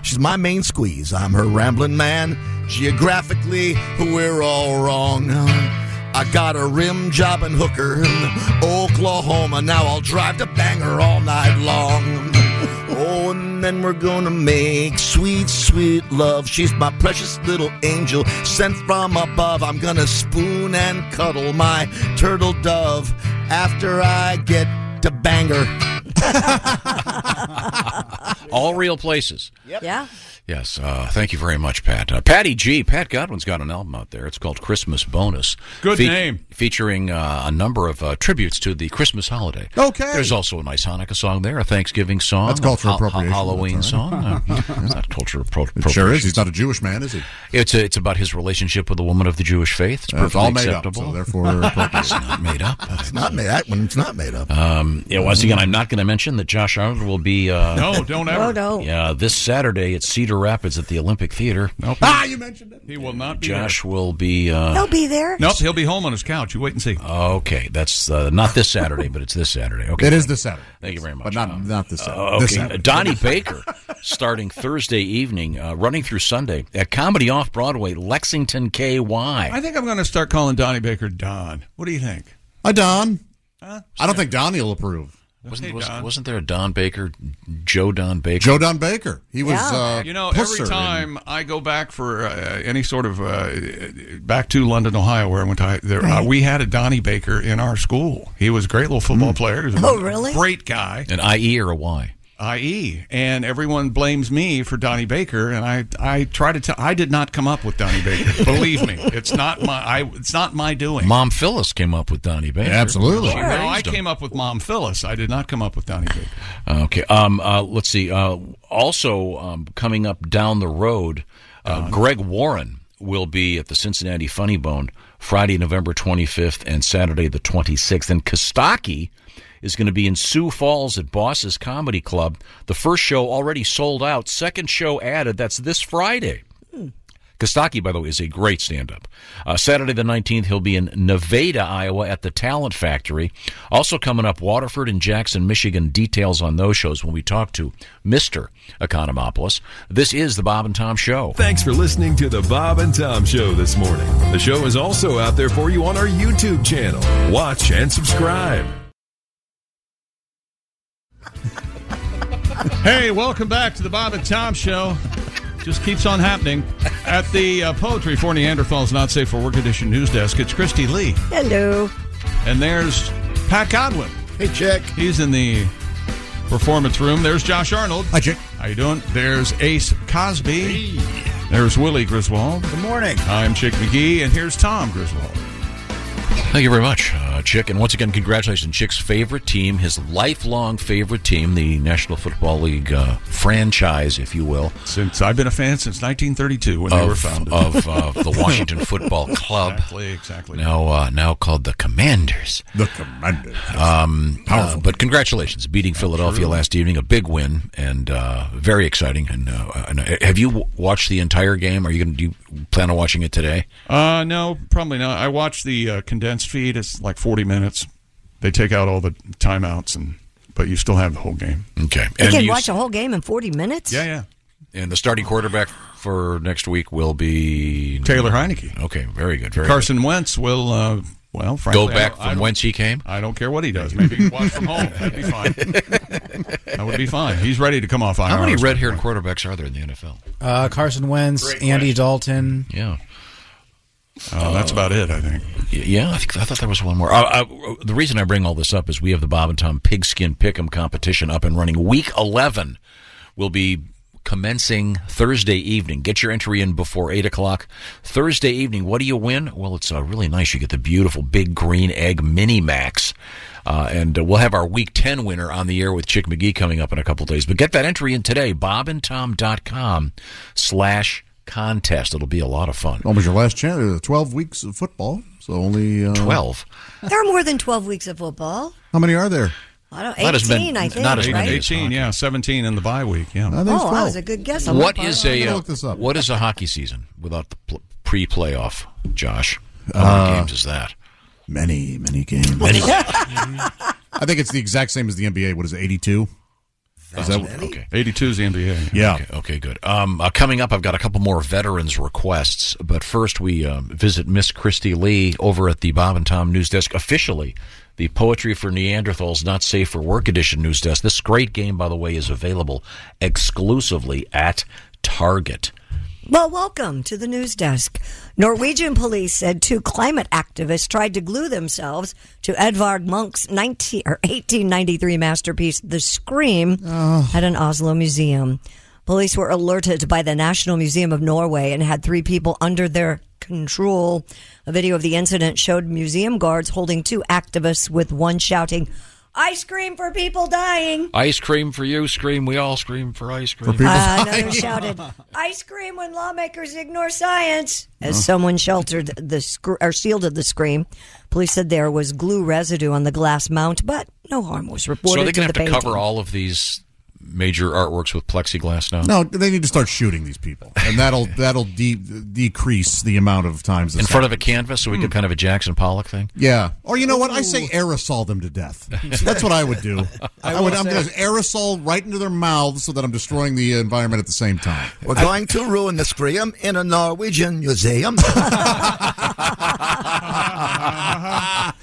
Speaker 14: She's my main squeeze. I'm her rambling man. Geographically, we're all wrong. I got a rim job and hooker in Oklahoma. Now I'll drive to Bangor all night long. Oh, and then we're gonna make sweet, sweet love. She's my precious little angel sent from above. I'm gonna spoon and cuddle my turtle dove after I get to Bangor.
Speaker 9: all real places.
Speaker 10: Yeah.
Speaker 9: Yes. Uh, thank you very much, Pat. Uh, Patty G. Pat Godwin's got an album out there. It's called Christmas Bonus.
Speaker 1: Good name.
Speaker 9: Featuring uh, a number of uh, tributes to the Christmas holiday.
Speaker 11: Okay.
Speaker 9: There's also a nice Hanukkah song there, a Thanksgiving song.
Speaker 11: That's cultural
Speaker 9: a, ha- ha-
Speaker 11: appropriation,
Speaker 9: Halloween
Speaker 11: that's all
Speaker 9: song.
Speaker 11: right.
Speaker 9: Uh, it's not cultural appro-
Speaker 11: It sure is.
Speaker 9: appropriation.
Speaker 11: He's not a Jewish man, is he?
Speaker 9: It's a, it's about his relationship with a woman of the Jewish faith. It's
Speaker 11: Uh, it's
Speaker 9: perfectly
Speaker 11: all made up,
Speaker 9: acceptable.
Speaker 11: so therefore appropriate.
Speaker 9: it's not made up.
Speaker 14: It's not made up when it's not made up.
Speaker 9: Um, yeah, once again, I'm not going to mention that Josh Arnold will be. Uh,
Speaker 1: No, don't ever. Oh,
Speaker 10: no.
Speaker 9: Yeah, this Saturday at Cedar Rapids at the Olympic Theater. Nope.
Speaker 1: Ah, you mentioned it. He will not be
Speaker 9: Josh will be. Uh,
Speaker 10: He'll be there.
Speaker 1: Nope, he'll be home on his couch. You wait and see.
Speaker 9: Okay, that's uh, not this Saturday, but it's this Saturday. Okay,
Speaker 11: It is this Saturday.
Speaker 9: Thank you very much.
Speaker 11: But not not this Saturday.
Speaker 9: Uh, okay,
Speaker 11: This Saturday.
Speaker 9: Uh, Donnie Baker starting Thursday evening, uh, running through Sunday at Comedy Off Broadway, Lexington, KY.
Speaker 1: I think I'm going to start calling Donnie Baker Don. What do you think?
Speaker 11: Hi, Don.
Speaker 1: Huh?
Speaker 11: I don't think Donnie will approve.
Speaker 9: Wasn't, wasn't, wasn't there a Don Baker, Joe Don Baker?
Speaker 11: Joe Don Baker. He was. Uh,
Speaker 1: you know,
Speaker 11: Pusser
Speaker 1: every
Speaker 11: in-
Speaker 1: time I go back for uh, any sort of uh, back to London, Ohio, where I went to high, there, uh, we had a Donnie Baker in our school. He was a great little
Speaker 11: Hmm.
Speaker 1: football player. He was a
Speaker 9: Oh, really?
Speaker 1: Great guy.
Speaker 9: An IE or a Y?
Speaker 1: IE. And everyone blames me for Donnie Baker, and I I try to tell I did not come up with Donnie Baker. Believe me, it's not my I it's not my doing.
Speaker 9: Mom Phyllis came up with Donnie Baker. She
Speaker 1: No, I
Speaker 9: raised him.
Speaker 1: came up with Mom Phyllis. I did not come up with Donnie Baker.
Speaker 9: Okay. Um, uh, let's see. Uh, also, um, coming up down the road, uh, Greg Warren will be at the Cincinnati Funny Bone Friday, November 25th and Saturday the 26th. And Kostaki is going to be in Sioux Falls at Boss's Comedy Club. The first show already sold out, second show added. That's this Friday. Kostaki, by the way, is a great stand up. Uh, Saturday the 19th, he'll be in Nevada, Iowa at the Talent Factory. Also coming up, Waterford and Jackson, Michigan. Details on those shows when we talk to Mr. Economopoulos. This is the Bob and Tom Show.
Speaker 15: Thanks for listening to the Bob and Tom Show this morning. The show is also out there for you on our YouTube channel. Watch and subscribe.
Speaker 1: Hey, welcome back to the Bob and Tom Show. Just keeps on happening. At the uh, Poetry for Neanderthals Not Safe for Work Edition news desk, it's Christy Lee.
Speaker 10: Hello.
Speaker 1: And there's Pat Godwin.
Speaker 14: Hey, Chick.
Speaker 1: He's in the performance room. There's Josh Arnold. Hi, Chick. How you doing? There's Ace Cosby. There's Willie Griswold. Good morning. I'm Chick McGee, and here's Tom Griswold.
Speaker 9: Thank you very much, uh, Chick. And once again, congratulations, Chick's favorite team, his lifelong favorite team, the National Football League uh, franchise, if you will.
Speaker 1: Since I've been a fan since 1932 when
Speaker 9: of,
Speaker 1: they were founded.
Speaker 9: Of uh, the Washington Football Club.
Speaker 1: Exactly, exactly.
Speaker 9: Now, uh, now called the Commanders.
Speaker 11: The Commanders.
Speaker 9: Um, uh, but congratulations, beating Philadelphia last evening, a big win and uh, very exciting. And, uh, and uh, have you w- watched the entire game? Are you going to do you plan on watching it today?
Speaker 1: Uh, no, probably not. I watched the uh, condensed feed. It's like 40 minutes. They take out all the timeouts, and but you still have the whole game.
Speaker 9: Okay.
Speaker 10: You
Speaker 9: And
Speaker 10: can
Speaker 9: you-
Speaker 10: watch a whole game in 40 minutes?
Speaker 1: Yeah, yeah.
Speaker 9: And the starting quarterback for next week will be
Speaker 1: Taylor Heineke.
Speaker 9: Okay, very good. Very
Speaker 1: Carson Wentz will, uh, well,
Speaker 9: good.
Speaker 1: frankly,
Speaker 9: Go back
Speaker 1: I- I
Speaker 9: from
Speaker 1: don't-
Speaker 9: whence he came.
Speaker 1: I don't care what he does. Maybe he can watch from home. That'd be fine. That would be fine. He's ready to come off.
Speaker 9: How
Speaker 1: IR
Speaker 9: many
Speaker 1: at some
Speaker 9: red-haired
Speaker 1: point.
Speaker 9: quarterbacks are there in the NFL?
Speaker 8: Uh, Carson Wentz, Andy Dalton.
Speaker 9: Yeah.
Speaker 1: Oh, that's about it, I think.
Speaker 9: Yeah, I, think, I thought there was one more. Uh, uh, the reason I bring all this up is we have the Bob and Tom Pigskin Pick'em competition up and running. Week 11 will be commencing Thursday evening. Get your entry in before 8 o'clock. Thursday evening, what do you win? Well, it's uh, really nice. You get the beautiful Big Green Egg Mini Max. Uh, and uh, we'll have our Week 10 winner on the air with Chick McGee coming up in a couple days. But get that entry in today, bobandtom.com slash contest. It'll be a lot of fun.
Speaker 11: When was your last chance? Uh, Twelve weeks of football. So only uh,
Speaker 9: 12.
Speaker 10: There are more than 12 weeks of football.
Speaker 11: How many are there?
Speaker 10: I don't,
Speaker 9: Not
Speaker 10: 18,
Speaker 9: as many-
Speaker 10: I think.
Speaker 9: not as
Speaker 10: right?
Speaker 9: many as
Speaker 1: 18, yeah, 17 in the bye week, yeah.
Speaker 10: Oh, that was a good guess. on
Speaker 9: What
Speaker 10: my part.
Speaker 9: is a
Speaker 10: I'm
Speaker 9: uh,
Speaker 10: gonna look this up.
Speaker 9: what is a hockey season without the pl- pre-playoff? Josh, how
Speaker 11: Uh,
Speaker 9: many games is that?
Speaker 11: Many, many games.
Speaker 9: Many.
Speaker 11: I think it's the exact same as the NBA. What is it? Eighty-two. Is that-
Speaker 9: okay.
Speaker 1: 82 is the NBA.
Speaker 11: Yeah.
Speaker 9: Okay, okay, good. Um, uh, coming up, I've got a couple more veterans requests, but first we um, visit Miss Christy Lee over at the Bob and Tom News Desk officially. The Poetry for Neanderthals Not Safe for Work Edition News Desk. This great game, by the way, is available exclusively at Target.
Speaker 10: Well, welcome to the news desk. Norwegian police said two climate activists tried to glue themselves to Edvard Munch's 19, or 1893 masterpiece, The Scream, at an Oslo museum. Police were alerted by the National Museum of Norway and had three people under their control. A video of the incident showed museum guards holding two activists, with one shouting, Ice cream for people dying.
Speaker 9: Ice cream for you, scream. We all scream for ice cream.
Speaker 10: Uh, another shouted, "Ice cream when lawmakers ignore science." As someone sheltered the sc- or shielded the scream, police said there was glue residue on the glass mount, but no harm was
Speaker 9: So
Speaker 10: reported.
Speaker 9: are they going to
Speaker 10: to
Speaker 9: have
Speaker 10: the
Speaker 9: to cover
Speaker 10: painting.
Speaker 9: all of these major artworks with plexiglass now?
Speaker 11: No, they need to start shooting these people, and that'll that'll de- decrease the amount of times
Speaker 9: in front of a canvas, so we get kind of a Jackson Pollock thing.
Speaker 11: Yeah, or Hmm. you know what? I say aerosol them to death. That's what I would do.
Speaker 9: I
Speaker 11: I, would.
Speaker 9: will
Speaker 11: I'm
Speaker 9: say-
Speaker 11: going to aerosol right into their mouths so that I'm destroying the environment at the same time.
Speaker 17: We're going to ruin the scream in a Norwegian museum.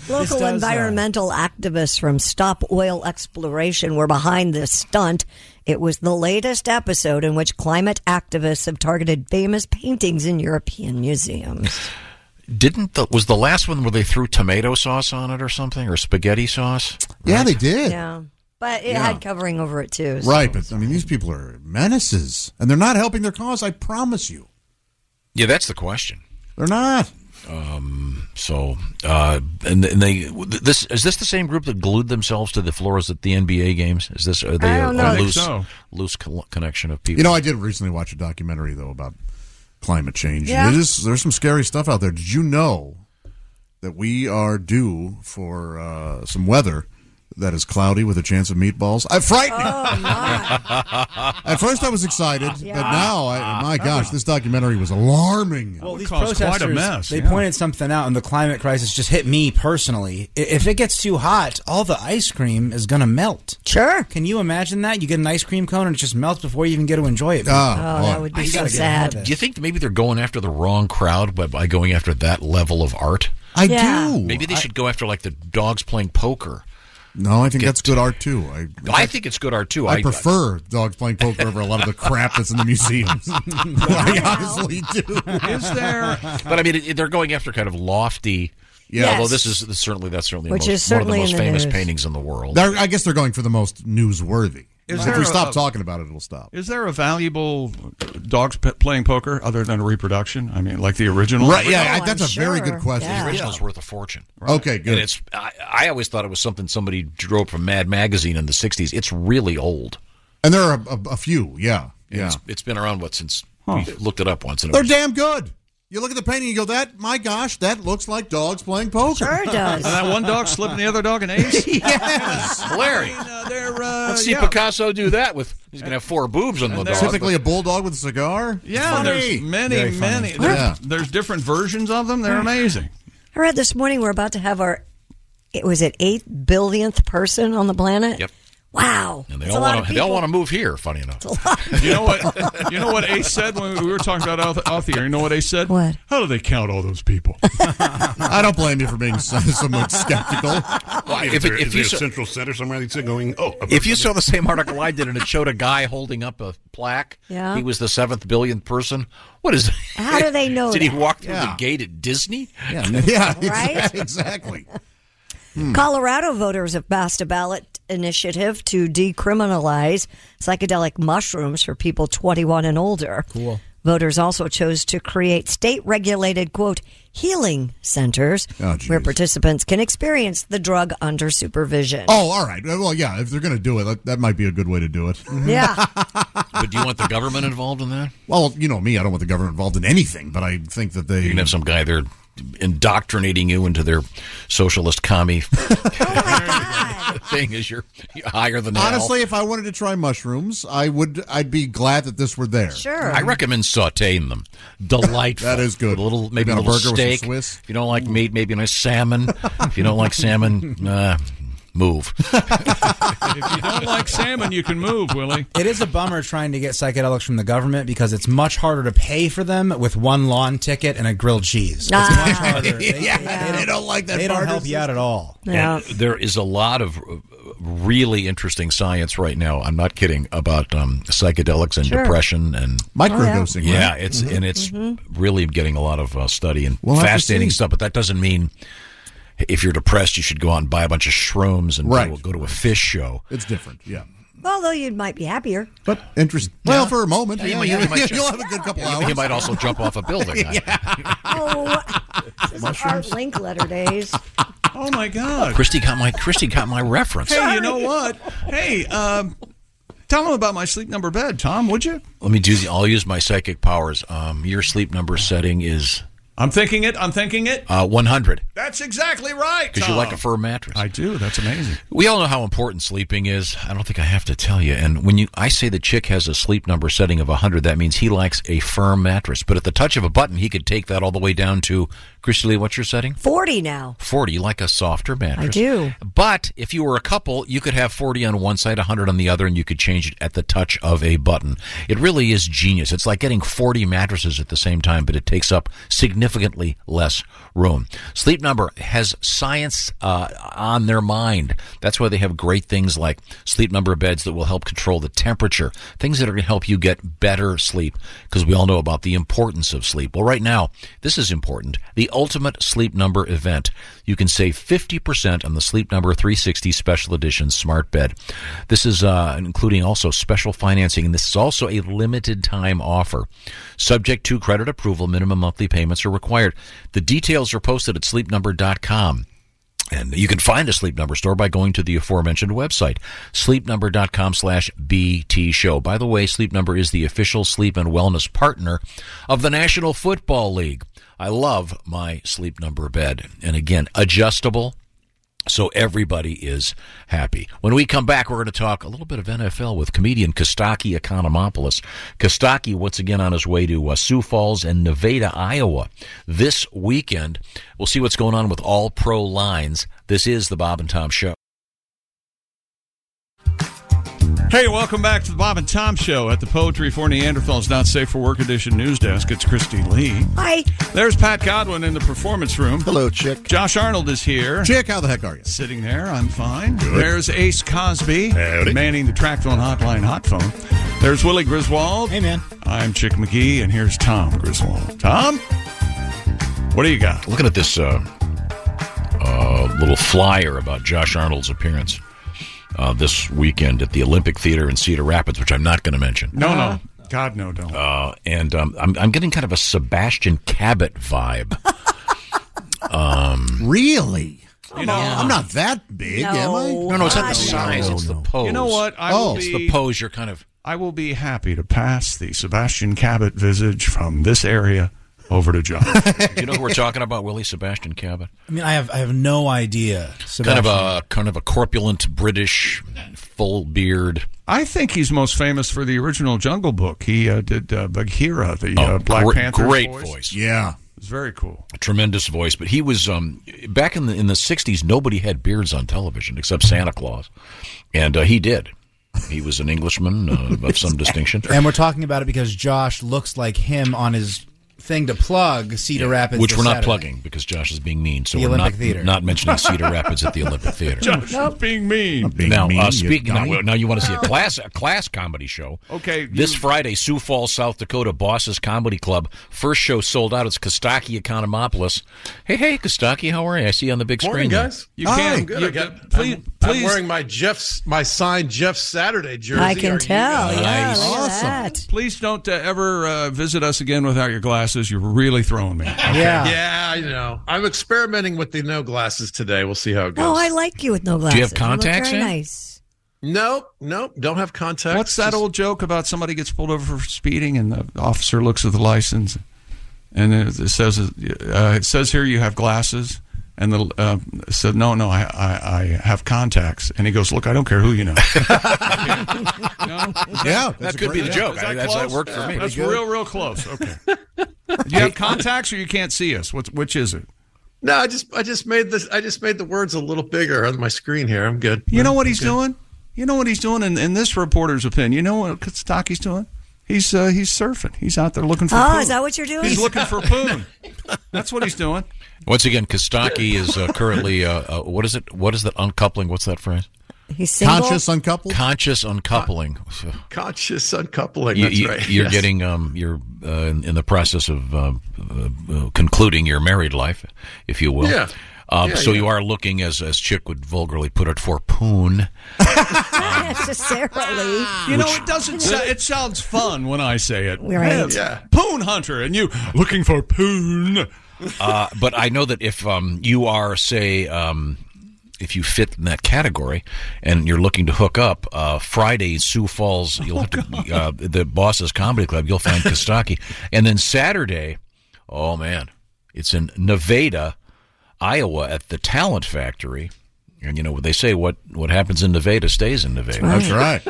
Speaker 10: Local
Speaker 17: does, uh,
Speaker 10: environmental activists from Stop Oil Exploration were behind this stunt. It was the latest episode in which climate activists have targeted famous paintings in European museums.
Speaker 9: Didn't the, was the last one where they threw tomato sauce on it or something or spaghetti sauce?
Speaker 11: Yeah, they did.
Speaker 10: Yeah. But it
Speaker 11: Yeah.
Speaker 10: had covering over it too. so-
Speaker 11: Right, but I mean, these people are menaces, and they're not helping their cause. I promise you,
Speaker 9: Yeah, that's the question.
Speaker 11: they're not.
Speaker 9: Um, so, uh, and, and they this is this the same group that glued themselves to the floors at the NBA games? Is this are they
Speaker 11: I don't
Speaker 9: a,
Speaker 11: know.
Speaker 9: a
Speaker 11: I think
Speaker 9: loose
Speaker 11: so.
Speaker 9: loose col- connection of people?
Speaker 11: You know, I did recently watch a documentary though about climate change.
Speaker 9: Yeah.
Speaker 11: Yeah. It is, there's some scary stuff out there. Did you know that we are due for uh, some weather that is cloudy with a chance of meatballs? Uh, frightening.
Speaker 10: Oh,
Speaker 11: At first, I was excited, but now, I, my gosh, this documentary was alarming.
Speaker 8: Well, these
Speaker 1: caused quite a
Speaker 8: protesters,
Speaker 1: mess,
Speaker 8: they
Speaker 1: yeah.
Speaker 8: pointed something out, and the climate crisis just hit me personally. I- If it gets too hot, all the ice cream is going to melt.
Speaker 10: Sure.
Speaker 8: Can you imagine that? You get an ice cream cone, and it just melts before you even get to enjoy
Speaker 11: Ah,
Speaker 8: it.
Speaker 11: Oh,
Speaker 8: You gotta get ahead of it.
Speaker 9: Oh, Do you think maybe they're going after the wrong crowd by, by going after that level of art?
Speaker 11: I Yeah. do.
Speaker 9: Maybe they
Speaker 11: I-
Speaker 9: should go after like the dogs playing poker.
Speaker 11: No, I think
Speaker 9: Get-
Speaker 11: that's good art too. I,
Speaker 9: I uh, think it's good art too.
Speaker 11: I prefer dogs playing poker over a lot of the crap that's in the museums. I honestly do.
Speaker 1: Is there-
Speaker 9: But I mean, it, they're going after kind of lofty.
Speaker 11: Yes.
Speaker 9: Although this is this certainly that's certainly,
Speaker 11: Which
Speaker 9: the most,
Speaker 11: is
Speaker 9: one
Speaker 11: certainly
Speaker 9: of the most
Speaker 11: in the
Speaker 9: famous
Speaker 11: news.
Speaker 9: paintings in the world.
Speaker 11: They're, I guess they're going for the most newsworthy.
Speaker 1: Is
Speaker 11: if
Speaker 1: there
Speaker 11: we
Speaker 1: a-
Speaker 11: stop talking about it, it'll stop.
Speaker 1: Is there a valuable dogs p- playing poker other than a reproduction? I mean, like the original?
Speaker 11: Right, yeah, I- Oh, that's I'm a very good sure. question.
Speaker 9: The
Speaker 11: Yeah.
Speaker 9: original's worth a fortune.
Speaker 11: Right. Okay, good.
Speaker 9: And it's I, I always thought it was something somebody drew up from Mad Magazine in the '60s. It's really old.
Speaker 11: And there are a, a, a few, yeah,
Speaker 9: And
Speaker 11: yeah.
Speaker 9: It's, it's been around what since
Speaker 11: Huh.
Speaker 9: we looked it up once. And it
Speaker 11: They're
Speaker 9: was-
Speaker 11: damn good. You look at the painting, you go, "That, my gosh, that looks like dogs playing poker."
Speaker 10: Sure
Speaker 1: And
Speaker 10: does.
Speaker 1: that one dog slipping the other dog an ace? Uh,
Speaker 11: yes.
Speaker 9: Larry. Let's see
Speaker 1: yeah.
Speaker 9: Picasso do that with. He's going to have four boobs on the dog.
Speaker 11: Typically, a bulldog with a cigar.
Speaker 1: Yeah,
Speaker 11: Funny.
Speaker 1: there's many,
Speaker 11: Very
Speaker 1: many.
Speaker 11: funny.
Speaker 1: There's,
Speaker 11: Yeah.
Speaker 1: there's different versions of them. They're amazing.
Speaker 10: I read this morning we're about to have our it was it eight billionth person on the planet.
Speaker 9: Yep.
Speaker 10: Wow.
Speaker 9: And they
Speaker 10: That's
Speaker 9: all
Speaker 10: a lot
Speaker 9: want to.
Speaker 10: of
Speaker 9: They all
Speaker 10: people.
Speaker 9: want to move here. Funny enough.
Speaker 1: You know what? You know what Ace said when we were talking about off, off the air. You know what Ace said? What? How do they count all those people?
Speaker 11: I don't blame you for being so, somewhat skeptical.
Speaker 9: if
Speaker 7: If,
Speaker 9: it-
Speaker 7: there-
Speaker 9: if
Speaker 7: is
Speaker 9: you
Speaker 7: there
Speaker 9: saw-
Speaker 7: a central center somewhere, they'd say going. Oh,
Speaker 9: If you saw the same article I did and it showed a guy holding up a plaque,
Speaker 10: Yeah.
Speaker 9: he was the seventh billionth person. What is?
Speaker 10: How do they know
Speaker 9: Did he
Speaker 10: that?
Speaker 9: walk through
Speaker 10: Yeah.
Speaker 9: the gate at Disney?
Speaker 11: Yeah, yeah,
Speaker 10: Right?
Speaker 11: exactly. Hmm.
Speaker 10: Colorado voters have passed a ballot initiative to decriminalize psychedelic mushrooms for people 21 and older. Cool. Voters also chose to create state regulated, quote, healing centers
Speaker 11: Oh,
Speaker 10: where participants can experience the drug under supervision.
Speaker 11: Oh, all right. Well, yeah. If they're going to do it, that, that might be a good way to do it.
Speaker 10: Mm-hmm. Yeah.
Speaker 9: But do you want the government involved in that?
Speaker 11: Well, you know me. I don't want the government involved in anything, but I think that they.
Speaker 9: You can have some guy there indoctrinating you into their socialist commie thing as you're you're higher than hell.
Speaker 11: Honestly, if I wanted to try mushrooms, I would. I'd be glad that this were there.
Speaker 10: Sure.
Speaker 9: I recommend sautéing them. Delightful.
Speaker 11: That is good.
Speaker 9: With a little, maybe a
Speaker 11: Maybe on a
Speaker 9: little
Speaker 11: burger with some
Speaker 9: steak.
Speaker 11: Swiss.
Speaker 9: If you don't like meat, maybe a nice salmon. if you don't like salmon, uh, move.
Speaker 1: if you don't like salmon, you can move, Willie.
Speaker 8: It is a bummer trying to get psychedelics from the government because it's much harder to pay for them with one lawn ticket and a grilled cheese.
Speaker 10: Ah.
Speaker 11: yeah, they don't like that.
Speaker 8: They don't
Speaker 11: barter
Speaker 8: help you out at
Speaker 11: system.
Speaker 8: all.
Speaker 10: Yeah.
Speaker 9: And there is a lot of uh, really interesting science right now. I'm not kidding about um, psychedelics and
Speaker 11: Sure.
Speaker 9: depression and
Speaker 11: Microdosing, Oh, yeah.
Speaker 9: Yeah,
Speaker 11: right?
Speaker 9: it's
Speaker 11: Mhm.
Speaker 9: and it's
Speaker 11: Mhm.
Speaker 9: really getting a lot of uh, study and
Speaker 11: We'll have to
Speaker 9: fascinating
Speaker 11: see.
Speaker 9: stuff. But that doesn't mean if you're depressed, you should go out and buy a bunch of shrooms and
Speaker 11: Right.
Speaker 9: go, go to a fish show.
Speaker 11: It's different. Yeah.
Speaker 10: Although you might be happier.
Speaker 11: But interesting. Well, for a moment,
Speaker 9: Yeah, you
Speaker 11: yeah,
Speaker 9: might-
Speaker 11: you,
Speaker 9: you might-
Speaker 11: will have a good couple
Speaker 9: Yeah,
Speaker 11: hours.
Speaker 9: He might also jump off a building. I-
Speaker 10: Oh, this is Art Link letter days.
Speaker 1: Oh my God!
Speaker 9: Christy got my Christy got my reference.
Speaker 1: Hey, you know what? Hey, um, tell them about my sleep number bed, Tom. Would you?
Speaker 9: Let me do the. I'll use my psychic powers. Um, your sleep number setting is
Speaker 1: I'm thinking it. I'm thinking it.
Speaker 9: uh, 100.
Speaker 1: That's exactly right.
Speaker 9: Because you
Speaker 1: Tom.
Speaker 9: like a fur mattress. I
Speaker 1: do. That's amazing.
Speaker 9: We all know how important sleeping is. I don't think I have to tell you. And when you, I say the chick has a sleep number setting of 100, that means he likes a firm mattress. But at the touch of a button, he could take that all the way down to, Christy Lee, what's your setting?
Speaker 10: 40 now.
Speaker 9: 40. You like a softer mattress.
Speaker 10: I do.
Speaker 9: But if you were a couple, you could have 40 on one side, 100 on the other, and you could change it at the touch of a button. It really is genius. It's like getting 40 mattresses at the same time, but it takes up significantly less room. Sleep Number has science uh, on their mind. That's why they have great things like Sleep Number beds that will help control the temperature, things that are going to help you get better sleep, because we all know about the importance of sleep. Well, right now, this is important the ultimate Sleep Number event. You can save 50% on the Sleep Number 360 Special Edition Smart Bed. This is uh, including also special financing, and this is also a limited time offer. Subject to credit approval, minimum monthly payments are required. The details are posted at sleepnumber.com. And you can find a Sleep Number store by going to the aforementioned website, sleepnumber.com slash BT show. By the way, Sleep Number is the official sleep and wellness partner of the National Football League. I love my Sleep Number bed. And again, adjustable. So everybody is happy. When we come back, we're going to talk a little bit of NFL with comedian Kostaki Economopoulos. Kostaki, once again, on his way to uh, Sioux Falls and Nevada, Iowa this weekend. We'll see what's going on with all pro lines. This is the Bob and Tom Show.
Speaker 1: Hey, welcome back to the Bob and Tom Show at the Poetry for Neanderthals Not Safe for Work Edition News Desk. It's Christy Lee.
Speaker 10: Hi.
Speaker 1: There's Pat Godwin in the performance room. Hello, Chick. Josh Arnold is here.
Speaker 11: Chick, how the heck are you?
Speaker 1: Sitting there, I'm fine. There's Ace Cosby manning the track phone hotline hot phone. There's Willie Griswold. Hey, man. I'm Chick McGee, and here's Tom Griswold. Tom, what do you got?
Speaker 9: Looking at this uh, uh, little flyer about Josh Arnold's appearance uh, this weekend at the Olympic Theater in Cedar Rapids, which I'm not going to mention.
Speaker 1: No, no. God, no, don't.
Speaker 9: Uh, and um, I'm, I'm getting kind of a Sebastian Cabot vibe. um,
Speaker 11: really?
Speaker 9: You know,
Speaker 11: I'm not that big, am I?
Speaker 9: No, no, it's not the size. It's the pose.
Speaker 1: You know what? I
Speaker 9: oh,
Speaker 1: will
Speaker 9: it's
Speaker 1: be-
Speaker 9: the pose. You're kind of.
Speaker 1: I will be happy to pass the Sebastian Cabot visage from this area over to John.
Speaker 9: Do you know who we're talking about? Willie Sebastian Cabot.
Speaker 26: I mean, I have I have no idea.
Speaker 9: Kind of a kind of a corpulent British, full beard.
Speaker 1: I think he's most famous for the original Jungle Book. He uh, did uh, Bagheera, the uh,
Speaker 9: Oh,
Speaker 1: Black
Speaker 9: gre-
Speaker 1: Panther.
Speaker 9: great voice.
Speaker 1: Yeah, it's very cool.
Speaker 9: A tremendous voice, but he was um, back in the in the '60s. Nobody had beards on television except Santa Claus, and uh, he did. He was an Englishman uh, of some distinction.
Speaker 8: And we're talking about it because Josh looks like him on his thing to plug Cedar Rapids,
Speaker 9: Which
Speaker 8: this
Speaker 9: we're not
Speaker 8: Saturday.
Speaker 9: plugging because Josh is being mean. So
Speaker 8: The
Speaker 9: we're
Speaker 8: Olympic
Speaker 9: not,
Speaker 8: Theater.
Speaker 9: not mentioning Cedar Rapids at the Olympic Theater.
Speaker 1: Josh, not being mean.
Speaker 9: now, uh, speaking now, well, now, you want to see a class a class comedy show?
Speaker 1: Okay,
Speaker 9: This Friday, Sioux Falls, South Dakota, Bosses Comedy Club. First show sold out. It's Kostaki Economopoulos. Hey, hey, Kostaki, how are you? I see you on the big
Speaker 16: Morning,
Speaker 9: screen, there.
Speaker 16: guys.
Speaker 1: You can't-
Speaker 16: I'm good.
Speaker 1: you
Speaker 16: I got,
Speaker 1: please,
Speaker 16: I'm,
Speaker 1: please.
Speaker 16: I'm wearing my Jeff's, my signed Jeff Saturday jersey.
Speaker 10: I can
Speaker 16: Are you
Speaker 10: tell.
Speaker 16: guys-
Speaker 10: Yeah,
Speaker 1: Nice.
Speaker 10: look at
Speaker 1: Awesome.
Speaker 10: that.
Speaker 1: Please don't uh, ever uh, visit us again without your glasses. You're really throwing me. Okay.
Speaker 16: Yeah, I know. I'm experimenting with the no glasses today. We'll see how it goes.
Speaker 10: No, Oh, I like you with no glasses.
Speaker 1: Do you have
Speaker 10: look
Speaker 1: contacts
Speaker 10: Very
Speaker 1: in?
Speaker 10: nice.
Speaker 16: Nope, nope. Don't have contacts.
Speaker 1: What's that old joke about somebody gets pulled over for speeding and the officer looks at the license and it it says uh, it says here you have glasses and the uh, said no no I, I I have contacts and he goes look I don't care who you know.
Speaker 11: Yeah,
Speaker 9: that could be the joke.
Speaker 1: Is
Speaker 9: I-
Speaker 1: that
Speaker 9: that's-
Speaker 1: close?
Speaker 9: that worked for me.
Speaker 1: That's
Speaker 9: Pretty good.
Speaker 1: real, real close. Okay. you have contacts, or you can't see us. Which, which is it?
Speaker 16: No, I just I just made this I just made the words a little bigger on my screen here. I'm good.
Speaker 1: You know what
Speaker 16: I'm
Speaker 1: he's
Speaker 16: good.
Speaker 1: doing? You know what he's doing in, in this reporter's opinion. You know what Kostaki's doing? He's uh, he's surfing. He's out there looking for.
Speaker 10: Oh,
Speaker 1: poon.
Speaker 10: is that what you're doing?
Speaker 1: He's looking for poon. That's what he's doing.
Speaker 9: Once again, Kostaki is uh, currently uh, uh, what is it? What is that uncoupling? What's that phrase?
Speaker 10: He's single.
Speaker 11: uncoupled.
Speaker 9: Conscious uncoupling.
Speaker 16: Conscious uncoupling.
Speaker 9: You,
Speaker 16: that's
Speaker 9: you,
Speaker 16: right.
Speaker 9: You're
Speaker 16: Yes.
Speaker 9: getting um, you're uh, in, in the process of uh, uh, uh, concluding your married life, if you will.
Speaker 16: Yeah.
Speaker 9: Um,
Speaker 16: Yeah,
Speaker 9: so
Speaker 16: yeah.
Speaker 9: you are looking, as as Chick would vulgarly put it, for poon.
Speaker 10: necessarily.
Speaker 1: You know, it doesn't. So, it sounds fun when I say it.
Speaker 10: Right.
Speaker 1: Man,
Speaker 10: Yeah.
Speaker 1: Poon hunter, and you looking for poon.
Speaker 9: Uh, but I know that if um, you are, say, um, if you fit in that category and you're looking to hook up, uh, Friday Sioux
Speaker 11: Oh,
Speaker 9: Falls, you'll have to uh, the Boss's Comedy Club. You'll find Kostaki, and then Saturday, oh man, it's in Nevada. Iowa at the Talent Factory. And you know they say what what happens in Nevada stays in Nevada.
Speaker 11: That's right.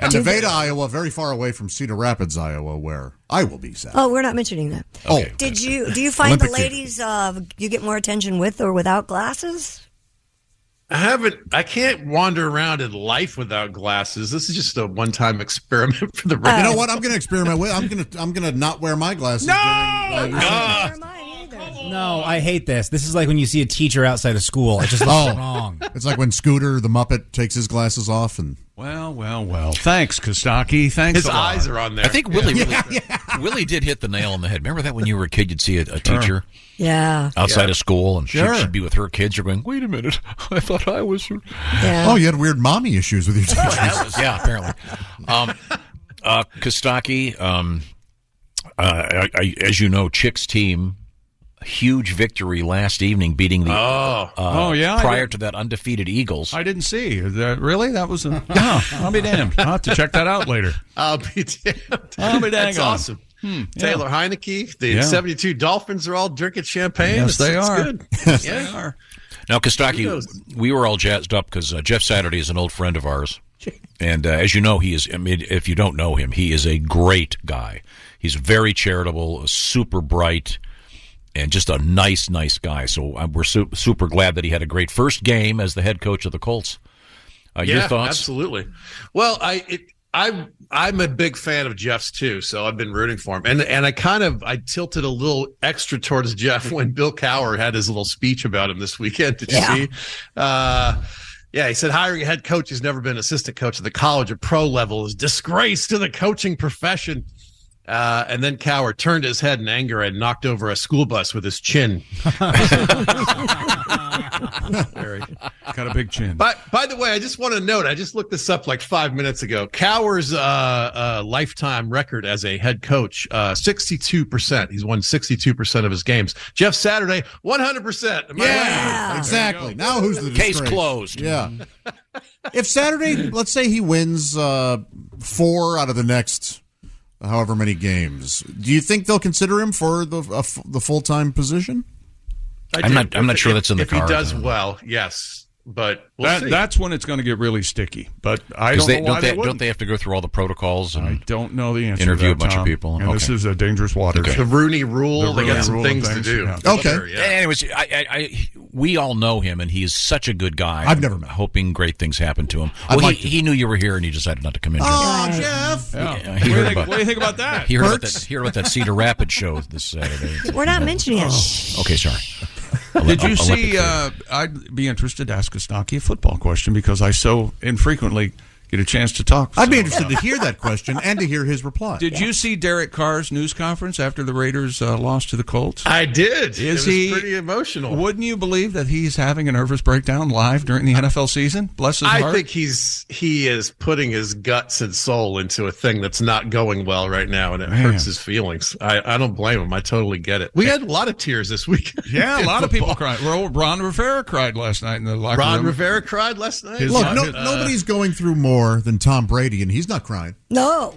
Speaker 11: And
Speaker 10: Do they-
Speaker 11: Nevada, Iowa, very far away from Cedar Rapids, Iowa, where I will be Saturday.
Speaker 10: Oh, we're not mentioning that.
Speaker 11: Oh,
Speaker 10: Did you do you find
Speaker 11: Olympic
Speaker 10: the
Speaker 11: theater.
Speaker 10: ladies uh, you get more attention with or without glasses?
Speaker 16: I haven't. I can't wander around in life without glasses. This is just a one-time experiment for the.
Speaker 11: you
Speaker 10: Uh,
Speaker 11: know what? I'm going to experiment with. I'm going to. I'm going to not wear my glasses. uh, No.
Speaker 8: No, I hate this. This is like when you see a teacher outside of school. It just looks
Speaker 11: Oh.
Speaker 8: wrong.
Speaker 11: It's like when Scooter the Muppet takes his glasses off and.
Speaker 1: Well, well, well. Thanks, Kostaki. Thanks.
Speaker 11: His
Speaker 1: a lot.
Speaker 11: eyes are on there.
Speaker 9: I think Willie
Speaker 11: Yeah.
Speaker 9: really, Willie did hit the nail on the head. Remember that when you were a kid, you'd see a, a teacher
Speaker 10: Yeah.
Speaker 9: outside of school, and
Speaker 11: Sure.
Speaker 9: she'd, she'd be with her kids. You're going, wait a minute, I thought I was.
Speaker 11: Oh, you had weird mommy issues with your teachers.
Speaker 9: yeah, apparently. Um, uh, Kostaki, um, uh, I, I, as you know, Chick's team huge victory last evening, beating the uh,
Speaker 1: Oh. Oh, yeah, I
Speaker 9: prior
Speaker 1: did-
Speaker 9: to that undefeated Eagles.
Speaker 1: I didn't see. That, really? That was a. No, I'll be damned. I'll have to check that out later.
Speaker 16: I'll be damned.
Speaker 1: I'll be dang
Speaker 16: That's
Speaker 1: on.
Speaker 16: awesome.
Speaker 1: yeah.
Speaker 16: Taylor Heineke, the
Speaker 9: Yeah.
Speaker 16: 72 Dolphins are all drinking champagne.
Speaker 9: Yes, they
Speaker 16: it's
Speaker 9: are.
Speaker 16: Good.
Speaker 9: Yes,
Speaker 16: yeah.
Speaker 9: they are. Now, Kostaki,
Speaker 16: Kudos.
Speaker 9: we were all jazzed up because uh, Jeff Saturday is an old friend of ours. And uh, as you know, he is, I mean, if you don't know him, he is a great guy. He's very charitable, uh, super bright, and just a nice, nice guy. So uh, we're su- super glad that he had a great first game as the head coach of the Colts. Uh, your thoughts?
Speaker 16: Absolutely. Well, I it, I I'm a big fan of Jeff's too, so I've been rooting for him, and and I kind of I tilted a little extra towards Jeff when Bill Cower had his little speech about him this weekend. Did you see? Uh, yeah, he said hiring a head coach who's never been assistant coach at the college or pro level is disgrace to the coaching profession. Uh, and then Cower turned his head in anger and knocked over a school bus with his chin. Very-
Speaker 1: Got a big chin.
Speaker 16: By, by the way, I just want to note, I just looked this up like five minutes ago. Cower's uh, uh, lifetime record as a head coach, uh, 62%. He's won 62% of his games. Jeff Saturday, 100%. yeah,
Speaker 11: exactly. Now who's the
Speaker 16: Case
Speaker 11: disgrace?
Speaker 16: closed.
Speaker 11: Yeah. if Saturday, let's say he wins uh, four out of the next however many games, do you think they'll consider him for the a f the full time position?
Speaker 16: I
Speaker 9: I'm
Speaker 16: do.
Speaker 9: not- I'm not sure
Speaker 16: If-
Speaker 9: that's in the
Speaker 16: if
Speaker 9: cards.
Speaker 16: he does well, yes. But we'll
Speaker 1: that,
Speaker 16: see.
Speaker 1: that's when it's going to get really sticky. But I
Speaker 9: 'Cause
Speaker 1: don't
Speaker 9: they-
Speaker 1: know why
Speaker 9: don't they-
Speaker 1: they,
Speaker 9: don't they have to go through all the protocols? And
Speaker 1: I don't know the answer.
Speaker 9: Interview
Speaker 1: to
Speaker 9: a bunch of people.
Speaker 1: uh, And this
Speaker 9: Okay.
Speaker 1: is a dangerous water.
Speaker 16: The Rooney Rule.
Speaker 1: The
Speaker 16: they got
Speaker 1: Rooney
Speaker 16: some
Speaker 1: Rule and
Speaker 16: things,
Speaker 1: things,
Speaker 16: to do.
Speaker 1: yeah.
Speaker 11: Okay.
Speaker 9: Anyways, I, I, I, we all know him, and he is such a good guy.
Speaker 11: I've never met
Speaker 9: him. Hoping great things happen to him.
Speaker 11: I'd
Speaker 9: Well,
Speaker 11: like
Speaker 9: he, he knew you were here, and he decided not to come in. Jim.
Speaker 11: Oh, Jeff.
Speaker 9: Yeah,
Speaker 1: What
Speaker 9: he
Speaker 1: do you
Speaker 9: heard
Speaker 1: think-
Speaker 9: about-
Speaker 1: what do you think about that?
Speaker 9: He heard about
Speaker 1: Perks?
Speaker 9: that, he heard about that Cedar Rapids show this Saturday. Oh.
Speaker 10: We're not mentioning it. Shh.
Speaker 9: Okay, sorry.
Speaker 1: Did you
Speaker 9: Olympic
Speaker 1: see?
Speaker 9: career.
Speaker 1: Uh, I'd be interested to ask Kostaki a football question because I so infrequently get a chance to talk.
Speaker 11: I'd be interested to hear that question and to hear his reply.
Speaker 1: Did you see Derek Carr's news conference after the Raiders uh, lost to the Colts?
Speaker 16: I did.
Speaker 1: Is
Speaker 16: it was
Speaker 1: he
Speaker 16: pretty emotional.
Speaker 1: Wouldn't you believe that he's having a nervous breakdown live during the NFL season? Bless his
Speaker 16: I
Speaker 1: heart.
Speaker 16: think he's he is putting his guts and soul into a thing that's not going well right now, and it hurts his feelings. I, I don't blame him. I totally get it. We had a lot of tears this weekend.
Speaker 1: yeah, a
Speaker 16: in
Speaker 1: lot of people
Speaker 16: football.
Speaker 1: cried. Well, Ron Rivera cried last night in the locker
Speaker 16: Ron
Speaker 1: room.
Speaker 16: Rivera cried last night.
Speaker 1: His-
Speaker 11: Look, no,
Speaker 1: Uh,
Speaker 11: nobody's going through more than Tom Brady, and he's not crying.
Speaker 10: No.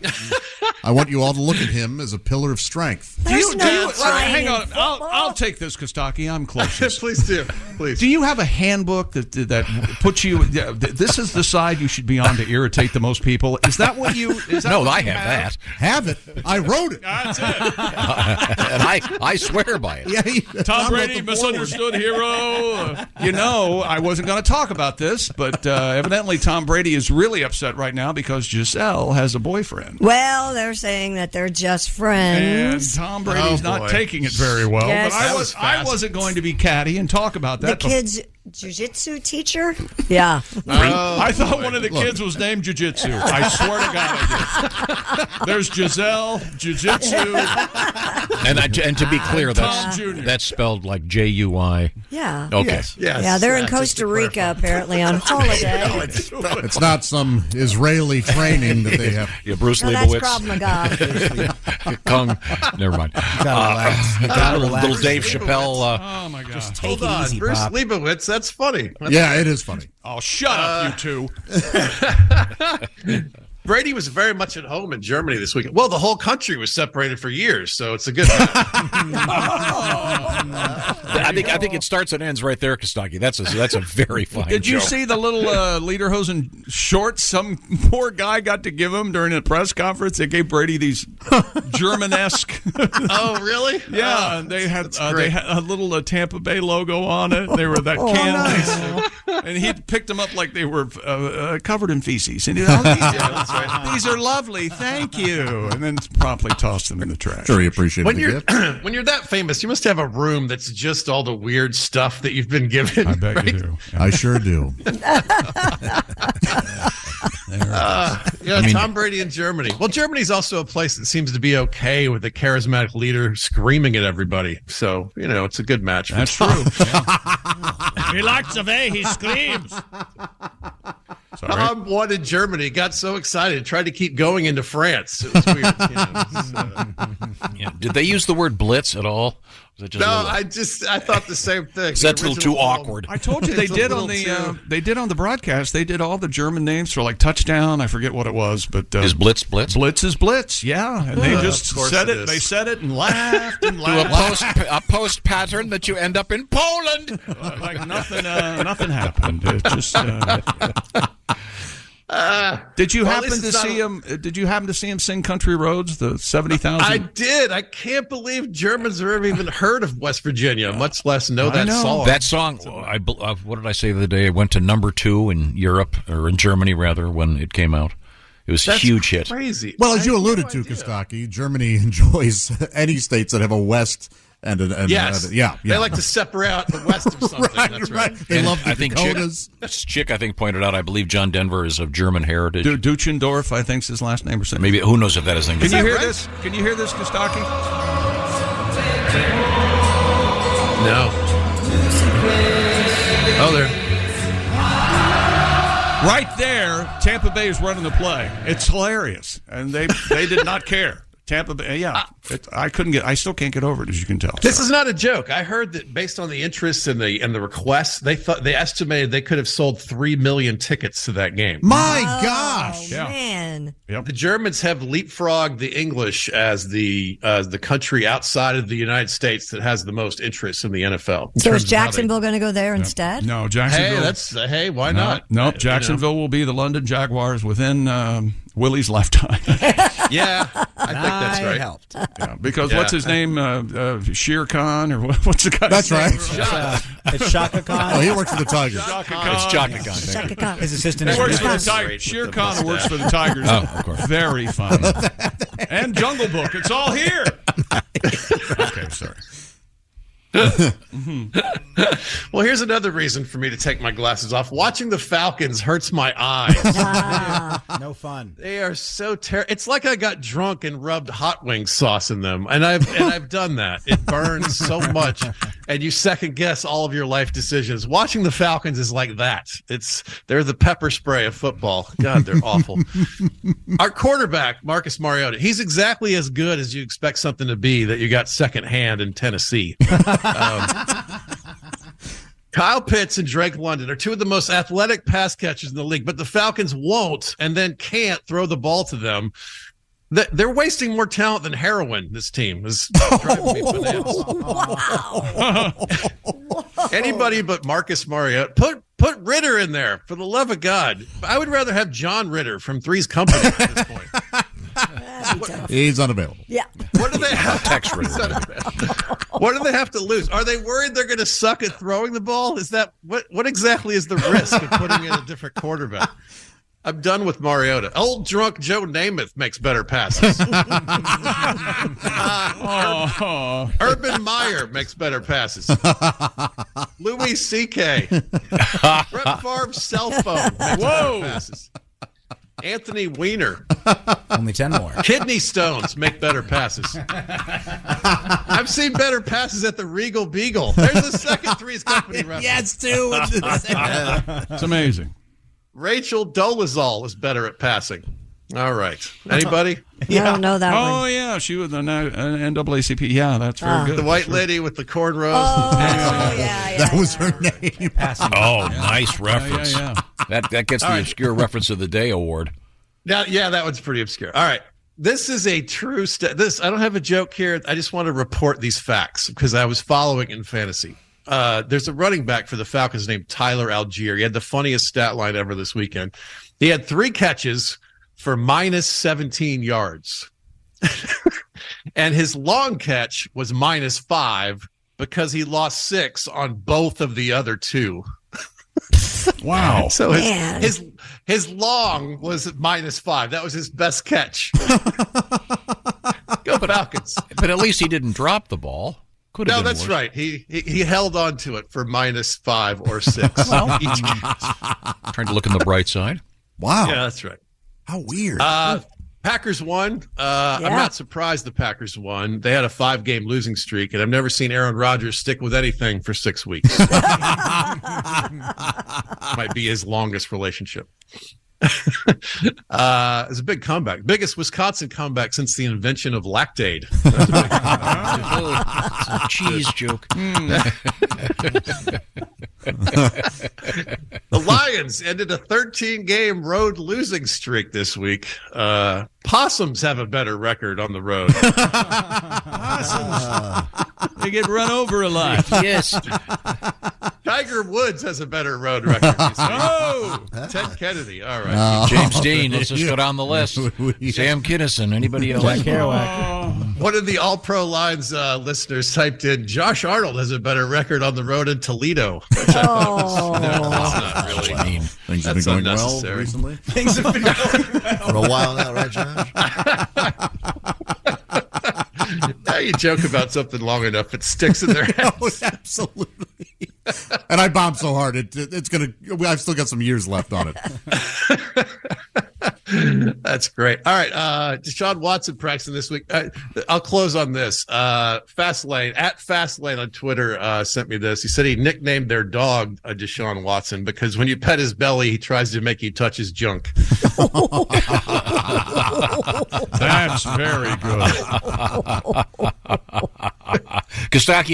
Speaker 11: I want you all to look at him as a pillar of strength.
Speaker 1: Do you, do
Speaker 10: no
Speaker 1: you-
Speaker 10: crying
Speaker 1: hang
Speaker 10: in
Speaker 1: on. I'll, I'll take this, Kostaki. I'm closest.
Speaker 16: Please do. Please.
Speaker 1: Do you have a handbook that that puts you? yeah, th- This is the side you should be on to irritate the most people. Is that what you? Is that
Speaker 9: No,
Speaker 1: what
Speaker 9: I
Speaker 1: you
Speaker 9: have that.
Speaker 11: Have it. I wrote it.
Speaker 9: and I, I swear by it.
Speaker 1: Tom Brady, misunderstood hero. Uh, You know, I wasn't going to talk about this, but uh, evidently Tom Brady is really upset right now because Giselle has a boyfriend.
Speaker 10: Well, they're saying that they're just friends.
Speaker 1: And Tom Brady's
Speaker 16: Oh,
Speaker 1: not taking it very well.
Speaker 10: Yes.
Speaker 1: But I
Speaker 10: Oh, That
Speaker 1: was,
Speaker 10: was
Speaker 1: I
Speaker 10: fast.
Speaker 1: wasn't going to be catty and talk about
Speaker 10: the
Speaker 1: that. bef-
Speaker 10: kid's jujitsu teacher. Yeah.
Speaker 1: I thought one of the kids was named Jiu Jitsu. I swear to God, I did. There's Giselle, Jiu Jitsu.
Speaker 9: And, I, and to be clear, that's,
Speaker 1: Ah, Tom Jr..
Speaker 9: that's spelled like J U I.
Speaker 10: Yeah.
Speaker 9: Okay.
Speaker 10: Yeah, they're in Costa Rica apparently on holiday.
Speaker 11: It's not some Israeli training that they have.
Speaker 9: Yeah, Bruce
Speaker 10: No, that's
Speaker 9: Leibowitz.
Speaker 10: Krav Maga.
Speaker 9: Kung. Never mind.
Speaker 1: uh,
Speaker 11: gotta relax. You gotta
Speaker 9: little,
Speaker 11: relax.
Speaker 9: little Dave
Speaker 11: Bruce
Speaker 9: Chappelle. Uh,
Speaker 1: Oh my God! Just
Speaker 16: Hold on, Bruce Leibowitz. That's funny. That's
Speaker 11: Yeah, it is funny.
Speaker 1: Oh, shut up, you two.
Speaker 16: Uh, Brady was very much at home in Germany this weekend. Well, the whole country was separated for years, so it's a good.
Speaker 9: I think I think it starts and ends right there, Kostaki. That's a that's a very fine.
Speaker 1: Did you
Speaker 9: joke.
Speaker 1: see the little uh, lederhosen shorts some poor guy got to give him during a press conference? They gave Brady these Germanesque.
Speaker 11: Uh,
Speaker 16: oh, really?
Speaker 1: Yeah, and they had uh, they had a little uh, Tampa Bay logo on it. They were that can, and he picked them up like they were uh, uh, covered in feces. And he, oh, these, these are lovely, thank you. And then promptly tossed them in the trash.
Speaker 11: Sure, he appreciated
Speaker 16: when
Speaker 11: the
Speaker 16: you're
Speaker 11: gift.
Speaker 16: when you're that famous, you must have a room that's just all the weird stuff that you've been given. I bet you do.
Speaker 11: I sure do.
Speaker 16: Uh, yeah,
Speaker 11: I mean-
Speaker 16: Tom Brady in Germany. Well, Germany's also a place that seems to be okay with a charismatic leader screaming at everybody. So you know, it's a good match. That's true.
Speaker 27: He likes the way he screams.
Speaker 16: Tom wanted Germany, got so excited, tried to keep going into France. It was weird. you know, so.
Speaker 9: Yeah. Did they use the word blitz at all? Was it just
Speaker 16: no,
Speaker 9: a little-
Speaker 16: I just I thought the same thing.
Speaker 9: Is that a little too awkward?
Speaker 1: I told you they
Speaker 16: It's a
Speaker 1: did on
Speaker 16: little
Speaker 1: the
Speaker 16: too-
Speaker 1: uh, they did on the broadcast. They did all the German names for like touchdown. I forget what it was, but uh, is
Speaker 9: blitz blitz
Speaker 1: blitz is blitz. Yeah, and they
Speaker 9: Uh,
Speaker 1: just
Speaker 9: of course
Speaker 1: said
Speaker 9: it
Speaker 1: it.
Speaker 9: is.
Speaker 1: they said it and laughed and
Speaker 9: Do a
Speaker 1: laughed.
Speaker 9: post a post pattern that you end up in Poland.
Speaker 1: like nothing uh, nothing happened. It just. Uh, did you
Speaker 16: well, at
Speaker 1: happen
Speaker 16: least
Speaker 1: to
Speaker 16: it's not
Speaker 1: see
Speaker 16: a-
Speaker 1: him? uh, Did you happen to see him sing "Country Roads"? The seventy
Speaker 16: I
Speaker 1: thousand.
Speaker 16: did. I can't believe Germans have ever even heard of West Virginia, much less know that song.
Speaker 9: That song. I, bel- uh, what did I say the other day? It went to number two in Europe or in Germany rather when it came out. It was a huge hit.
Speaker 16: Crazy.
Speaker 11: Well, as you alluded to, Kostaki, Germany enjoys any states that have a west and an and
Speaker 16: yes.
Speaker 11: uh, yeah, yeah.
Speaker 16: They like to separate out the West of something. That's right.
Speaker 11: They
Speaker 9: And
Speaker 11: love the
Speaker 9: I think
Speaker 11: Dakotas.
Speaker 9: Chick, Chick, I think pointed out. I believe John Denver is of German heritage.
Speaker 1: Du- Duchendorf, I think's his last name or something.
Speaker 9: Maybe who knows if that is. Can
Speaker 1: Can you hear this? Can you hear this, Kostaki? Uh.
Speaker 16: No. Oh, there.
Speaker 1: Right there, Tampa Bay is running the play. It's hilarious, and they they did not care. Tampa Bay, yeah, it, I couldn't get. I still can't get over it, as you can tell.
Speaker 16: Uh, This is not a joke. I heard that based on the interest and the and the requests, they thought they estimated they could have sold three million tickets to that game.
Speaker 11: My gosh,
Speaker 10: Oh, man!
Speaker 16: The Germans have leapfrogged the English as the as the country outside of the United States that has the most interest in the NFL. In terms of how
Speaker 10: So is
Speaker 16: they-
Speaker 10: Jacksonville going to go there instead?
Speaker 1: No, Jacksonville.
Speaker 16: Hey, that's uh, hey. Why
Speaker 1: No,
Speaker 16: not?
Speaker 1: Nope. Jacksonville will be the London Jaguars within um, Willie's lifetime.
Speaker 16: Yeah, I think that's
Speaker 1: I
Speaker 16: right.
Speaker 1: helped. Yeah, because what's his name? Uh, uh, Shere Khan or what, what's the guy?
Speaker 11: That's right.
Speaker 23: It's Shaka Khan.
Speaker 11: Oh, he works for the Tigers.
Speaker 1: It's Chaka Khan.
Speaker 23: Shaka Khan. His
Speaker 1: He
Speaker 23: assistant is
Speaker 1: works for the
Speaker 23: Rufus.
Speaker 1: Tigers. Shere Khan works for the
Speaker 23: mustache.
Speaker 1: Tigers.
Speaker 23: Oh, of course.
Speaker 1: Very fun. and Jungle Book. It's all here. okay, sorry.
Speaker 16: well, here's another reason for me to take my glasses off. Watching the Falcons hurts my eyes.
Speaker 8: No fun.
Speaker 16: they are so terrible. It's like I got drunk and rubbed hot wing sauce in them, and I've and I've done that. It burns so much, and you second guess all of your life decisions. Watching the Falcons is like that. It's they're the pepper spray of football. God, they're awful. Our quarterback, Marcus Mariota, he's exactly as good as you expect something to be that you got secondhand in Tennessee. Um, Kyle Pitts and Drake London are two of the most athletic pass catchers in the league, but the Falcons won't and then can't throw the ball to them. Th- They're wasting more talent than heroin. This team is driving me bananas. Anybody but Marcus Mariota. Put put Ritter in there for the love of God. I would rather have John Ritter from Three's Company at this point.
Speaker 11: He's unavailable.
Speaker 10: Yeah.
Speaker 16: What do they have?
Speaker 9: Text Ritter.
Speaker 16: What do they have to lose? Are they worried they're going to suck at throwing the ball? Is that what? What exactly is the risk of putting in a different quarterback? I'm done with Mariota. Old drunk Joe Namath makes better passes.
Speaker 1: oh.
Speaker 16: Urban Meyer makes better passes. Louis C.K. Brett Favre's cell phone makes
Speaker 1: Whoa.
Speaker 16: better passes. Anthony Weiner.
Speaker 23: Only 10 more.
Speaker 16: Kidney stones make better passes. I've seen better passes at the Regal Beagle. There's a second threes company reference.
Speaker 23: Yes, two. What's this?
Speaker 1: It's amazing.
Speaker 16: Rachel Dolezal is better at passing. All right. Anybody?
Speaker 1: Oh, yeah. She was an uh, an NAACP. Yeah, that's very
Speaker 16: Ah.
Speaker 1: good.
Speaker 16: The white
Speaker 1: Sure.
Speaker 16: lady with the cornrows.
Speaker 11: that was her name.
Speaker 9: Oh, nice
Speaker 16: Yeah, yeah,
Speaker 9: reference.
Speaker 16: yeah.
Speaker 9: That that gets
Speaker 16: All
Speaker 9: the
Speaker 16: right.
Speaker 9: obscure reference of the day award.
Speaker 16: Now, yeah, that one's pretty obscure. All right. This is a true st- this I don't have a joke here. I just want to report these facts because I was following in fantasy. uh, there's a running back for the Falcons named Tyler Algier. He had the funniest stat line ever this weekend. He had three catches for minus 17 yards. and his long catch was minus five because he lost six on both of the other two.
Speaker 1: Wow.
Speaker 16: So his,
Speaker 1: Man.
Speaker 16: his his long was minus five. That was his best catch. Go Falcons.
Speaker 9: But at least he didn't drop the ball. Could
Speaker 16: no,
Speaker 9: have been
Speaker 16: that's
Speaker 9: worse.
Speaker 16: right. He, he he held on to it for minus five or six.
Speaker 9: Well.
Speaker 16: Each game.
Speaker 9: Trying to look on the bright side. Wow.
Speaker 16: Yeah, that's right.
Speaker 9: How weird.
Speaker 16: Uh, Packers won. Uh,
Speaker 9: Yeah.
Speaker 16: I'm not surprised the Packers won. They had a five game losing streak, and I've never seen Aaron Rodgers stick with anything for six weeks. Might be his longest relationship. uh, it's a big comeback, biggest Wisconsin comeback since the invention of Lactaid. That's a big comeback.
Speaker 9: It's a cheese joke. Hmm.
Speaker 16: the Lions ended a 13 game road losing streak this week. Uh, possums have a better record on the road.
Speaker 1: They get run over a lot.
Speaker 16: Yes. Tiger Woods has a better road record. this week.
Speaker 1: Oh!
Speaker 16: Ted Kennedy. All right.
Speaker 9: Uh, James Dean. Let's just go down the list. Sam Kinison. Anybody else?
Speaker 16: Oh. One of the All Pro Lines uh, listeners typed in Josh Arnold has a better record on the road in Toledo. Which I thought
Speaker 7: Oh.
Speaker 16: was, no, Oh. that's not really.
Speaker 11: Things have been
Speaker 16: That's
Speaker 11: going well
Speaker 16: unnecessary.
Speaker 11: recently.
Speaker 16: Things have been going well.
Speaker 11: For a while now, right, Josh?
Speaker 16: now you joke about something long enough, it sticks in their head.
Speaker 11: Oh, absolutely. and I bombed so hard, it, it- it's gonna. I've still got some years left on it.
Speaker 16: That's great. All right. Uh, Deshaun Watson practicing this week. Uh, I'll close on this. Uh, Fastlane at Fastlane on Twitter uh, sent me this. He said he nicknamed their dog uh, Deshaun Watson because when you pet his belly, he tries to make you touch his junk.
Speaker 1: That's very
Speaker 9: Kostaki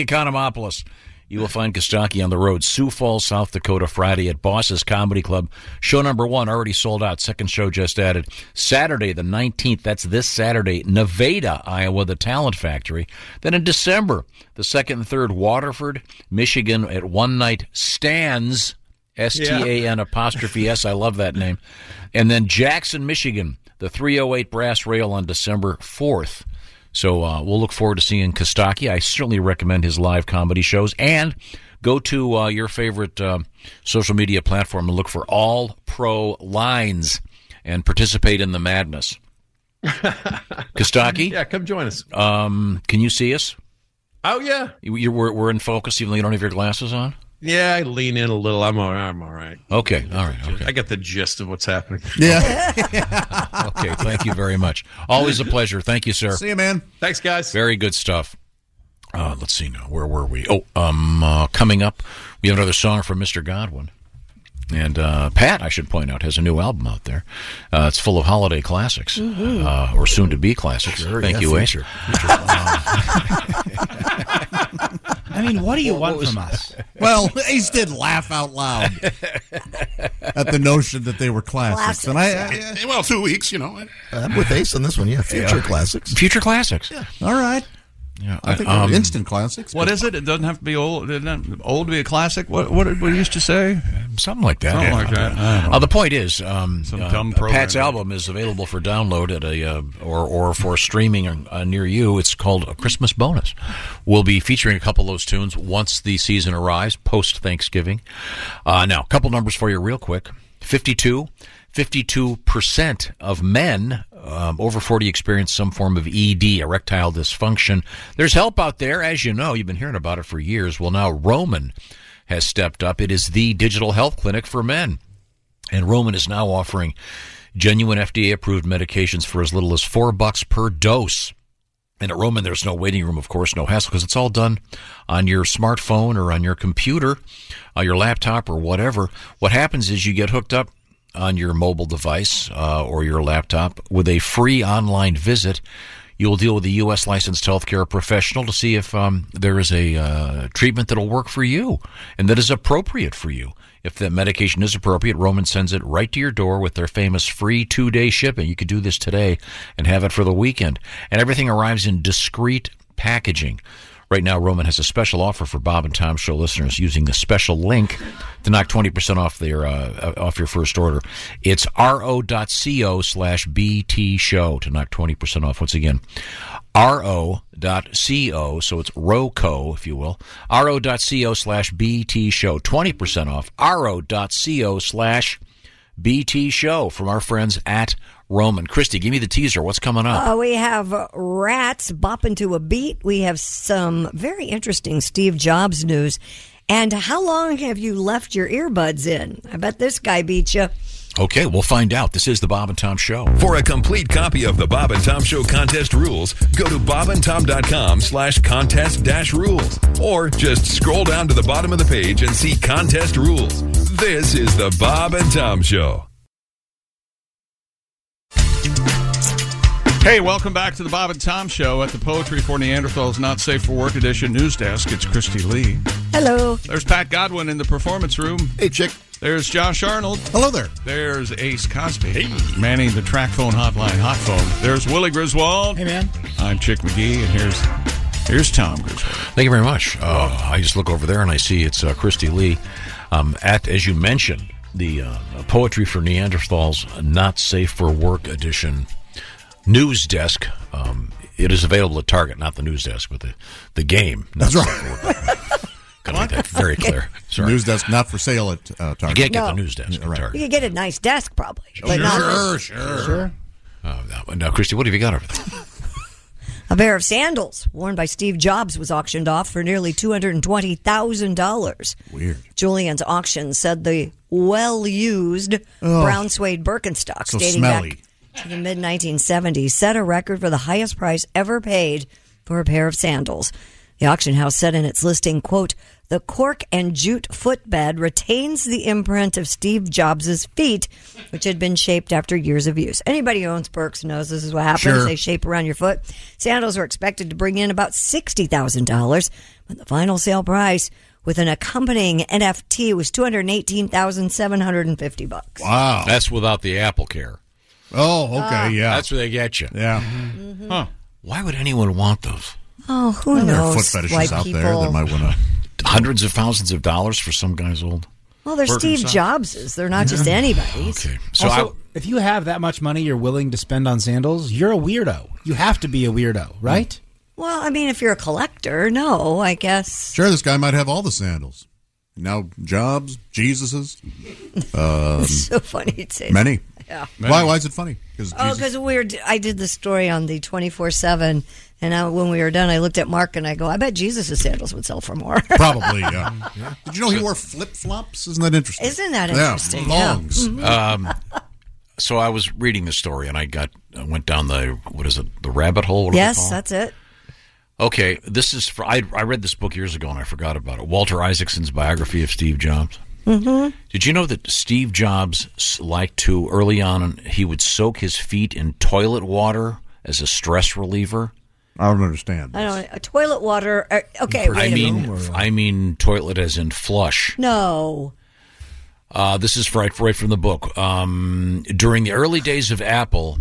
Speaker 9: Economopoulos. You will find Kostaki on the road, Sioux Falls, South Dakota, Friday at Boss's Comedy Club. Show number one already sold out. Second show just added. Saturday, the 19th, that's this Saturday, Nevada, Iowa, the Talent Factory. Then in December, the second and third, Waterford, Michigan at one night stands. S T A N apostrophe S. I love that name. And then Jackson, Michigan, the 308 Brass Rail on December 4th. So uh, we'll look forward to seeing Kostaki. I certainly recommend his live comedy shows. And go to uh, your favorite uh, social media platform and look for All Pro Lines and participate in the madness. Kostaki?
Speaker 16: Yeah, come join us.
Speaker 9: Um, can you see us?
Speaker 16: Oh, yeah.
Speaker 9: You, you, we're, we're in focus even though you don't have your glasses on?
Speaker 16: Yeah, I lean in a little. I'm all right. I'm all right.
Speaker 9: Okay, all right.
Speaker 16: I got the gist of what's happening.
Speaker 9: okay, thank you very much. Always a pleasure. Thank you, sir.
Speaker 11: you, man.
Speaker 16: Thanks, guys.
Speaker 9: Very good stuff. Uh, let's see now. Where were we? Oh, um, uh, coming up, we have another song from Mr. Godwin. And uh, Pat, I should point out, has a new album out there. Uh, it's full of holiday classics,
Speaker 3: Mhm.
Speaker 9: uh, or soon to be classics.
Speaker 3: Sure,
Speaker 9: Thank
Speaker 3: yeah,
Speaker 9: you, Ace.
Speaker 3: future.
Speaker 11: I mean, what do you want
Speaker 8: from us?
Speaker 11: Well, Ace did laugh out loud at the notion that they were classics, and I, I
Speaker 7: Eh, well, two weeks, you know.
Speaker 17: I'm with Ace on this one. Yeah, future
Speaker 9: Yeah.
Speaker 17: classics.
Speaker 9: Future classics.
Speaker 11: All right.
Speaker 9: Yeah,
Speaker 11: I think
Speaker 1: um,
Speaker 11: instant classics.
Speaker 1: What is it? It doesn't have to be old. It doesn't old to be a classic. What what did we used to say?
Speaker 9: Something like that.
Speaker 1: Something like that. I don't know.
Speaker 9: Uh, the point is, um, uh,
Speaker 1: dumb program.
Speaker 9: Pat's album is available for download at a uh, or or for streaming uh, near you. It's called a Christmas bonus. We'll be featuring a couple of those tunes once the season arrives, post Thanksgiving. Uh, now, a couple numbers for you, real quick. 52. 52% of men um, over 40 experience some form of ED, erectile dysfunction. There's help out there, as you know. You've been hearing about it for years. Well, now Roman has stepped up. It is the digital health clinic for men. And Roman is now offering genuine FDA approved medications for as little as four bucks per dose. And at Roman, there's no waiting room, of course, no hassle, because it's all done on your smartphone or on your computer, uh, your laptop, or whatever. What happens is you get hooked up on your mobile device uh, or your laptop with a free online visit. You'll deal with a U.S. licensed healthcare professional to see if um, there is a uh, treatment that'll work for you and that is appropriate for you. If that medication is appropriate, Roman sends it right to your door with their famous free two day shipping. You could do this today and have it for the weekend. And everything arrives in discreet packaging. Right now, Roman has a special offer for Bob and Tom Show listeners using the special link to knock 20% off their uh, off your first order. It's ro.co slash BT show to knock 20% off. Once again, ro.co, so it's roco, if you will, ro.co slash BT show. 20% off, ro.co slash BT show from our friends at Roman. Christy, give me the teaser. What's coming up?
Speaker 10: Uh, we have rats bopping to a beat. We have some very interesting Steve Jobs news. And how long have you left your earbuds in? I bet this guy beat you.
Speaker 9: Okay, we'll find out. This is the Bob and Tom Show.
Speaker 15: For a complete copy of the Bob and Tom Show contest rules, go to bobandtom.com slash contest dash rules. Or just scroll down to the bottom of the page and see contest rules. This is the Bob and Tom Show.
Speaker 1: Hey, welcome back to the Bob and Tom Show at the Poetry for Neanderthals Not Safe for Work Edition News Desk. It's Christy Lee.
Speaker 10: Hello.
Speaker 1: There's Pat Godwin in the performance room.
Speaker 14: Hey, chick.
Speaker 1: There's Josh Arnold.
Speaker 14: Hello there.
Speaker 1: There's Ace Cosby. Hey. Manning the track phone hotline, hot phone. There's Willie Griswold. Hey,
Speaker 8: man.
Speaker 1: I'm Chick McGee, and here's here's Tom Griswold.
Speaker 9: Thank you very much. Uh, I just look over there and I see it's uh, Christy Lee um, at, as you mentioned, the uh, Poetry for Neanderthals Not Safe for Work edition news desk. Um, it is available at Target, not the news desk, but the, the game. Not
Speaker 11: That's
Speaker 9: Safe
Speaker 11: right.
Speaker 9: for Work. Gotta make that very clear. Sorry.
Speaker 11: News desk not for sale at uh, Target.
Speaker 9: You can't get the news desk at Target.
Speaker 10: You could get a nice desk probably.
Speaker 11: Sure,
Speaker 10: not-
Speaker 11: sure.
Speaker 10: sure.
Speaker 9: Uh, now- now, Christy, what have you got over there?
Speaker 10: A pair of sandals worn by Steve Jobs was auctioned off for nearly $220,000.
Speaker 11: Weird.
Speaker 10: Julian's auction said the well used
Speaker 11: Oh.
Speaker 10: brown suede Birkenstocks
Speaker 11: So
Speaker 10: dating
Speaker 11: smelly.
Speaker 10: back to the mid 1970s set a record for the highest price ever paid for a pair of sandals. The auction house said in its listing, quote, the cork and jute footbed retains the imprint of Steve Jobs' feet, which had been shaped after years of use. Anybody who owns Birks knows this is what happens.
Speaker 4: Sure.
Speaker 10: They shape around your foot. Sandals are expected to bring in about $60,000, but the final sale price with an accompanying NFT was 218,750 bucks.
Speaker 9: Wow. That's without the Apple Care.
Speaker 11: Oh,
Speaker 10: okay, Ah. yeah.
Speaker 9: That's where they get you.
Speaker 11: Yeah.
Speaker 9: Huh. Why would anyone want those?
Speaker 10: Oh, who
Speaker 11: Well,
Speaker 10: knows?
Speaker 11: there are foot fetishes
Speaker 10: why
Speaker 11: out
Speaker 10: people...
Speaker 11: there that might want to.
Speaker 9: Hundreds of thousands of dollars for some guy's old.
Speaker 10: Well, they're
Speaker 9: Birkenstock.
Speaker 10: Steve Jobs's. They're not just
Speaker 8: Yeah.
Speaker 10: anybody's.
Speaker 9: Okay.
Speaker 8: So also, if you have that much money you're willing to spend on sandals, you're a weirdo. You have to be a weirdo, right?
Speaker 10: Well, I mean, if you're a collector, no, I guess.
Speaker 11: Sure, this guy might have all the sandals. Now, Jobs, Jesus's. Um,
Speaker 10: so funny you'd say that.
Speaker 11: Many.
Speaker 10: Yeah.
Speaker 11: Why? Why is it funny? Because
Speaker 10: Oh, because we're. I did the story on the twenty four seven, and I, when we were done, I looked at Mark and I go, "I bet Jesus' sandals would sell for more."
Speaker 11: Probably, yeah. Did you know he wore flip flops? Isn't that interesting?
Speaker 10: Isn't that
Speaker 11: Yeah,
Speaker 10: interesting?
Speaker 11: longs.
Speaker 10: Yeah. Mhm.
Speaker 9: Um, so I was reading this story and I got I went down the what is it the rabbit hole? What do they
Speaker 10: yes,
Speaker 9: call it?
Speaker 10: that's it.
Speaker 9: Okay, this is for I, I read this book years ago and I forgot about it. Walter Isaacson's biography of Steve Jobs.
Speaker 10: Mm-hmm.
Speaker 9: Did you know that Steve Jobs s- liked to early on he would soak his feet in toilet water as a stress reliever?
Speaker 11: I don't understand.
Speaker 10: I don't. A toilet water. Or, okay, wait
Speaker 9: I
Speaker 10: a
Speaker 9: mean,
Speaker 10: minute.
Speaker 9: I mean toilet as in flush.
Speaker 10: No.
Speaker 9: Uh, this is right, right from the book. Um, during the early days of Apple,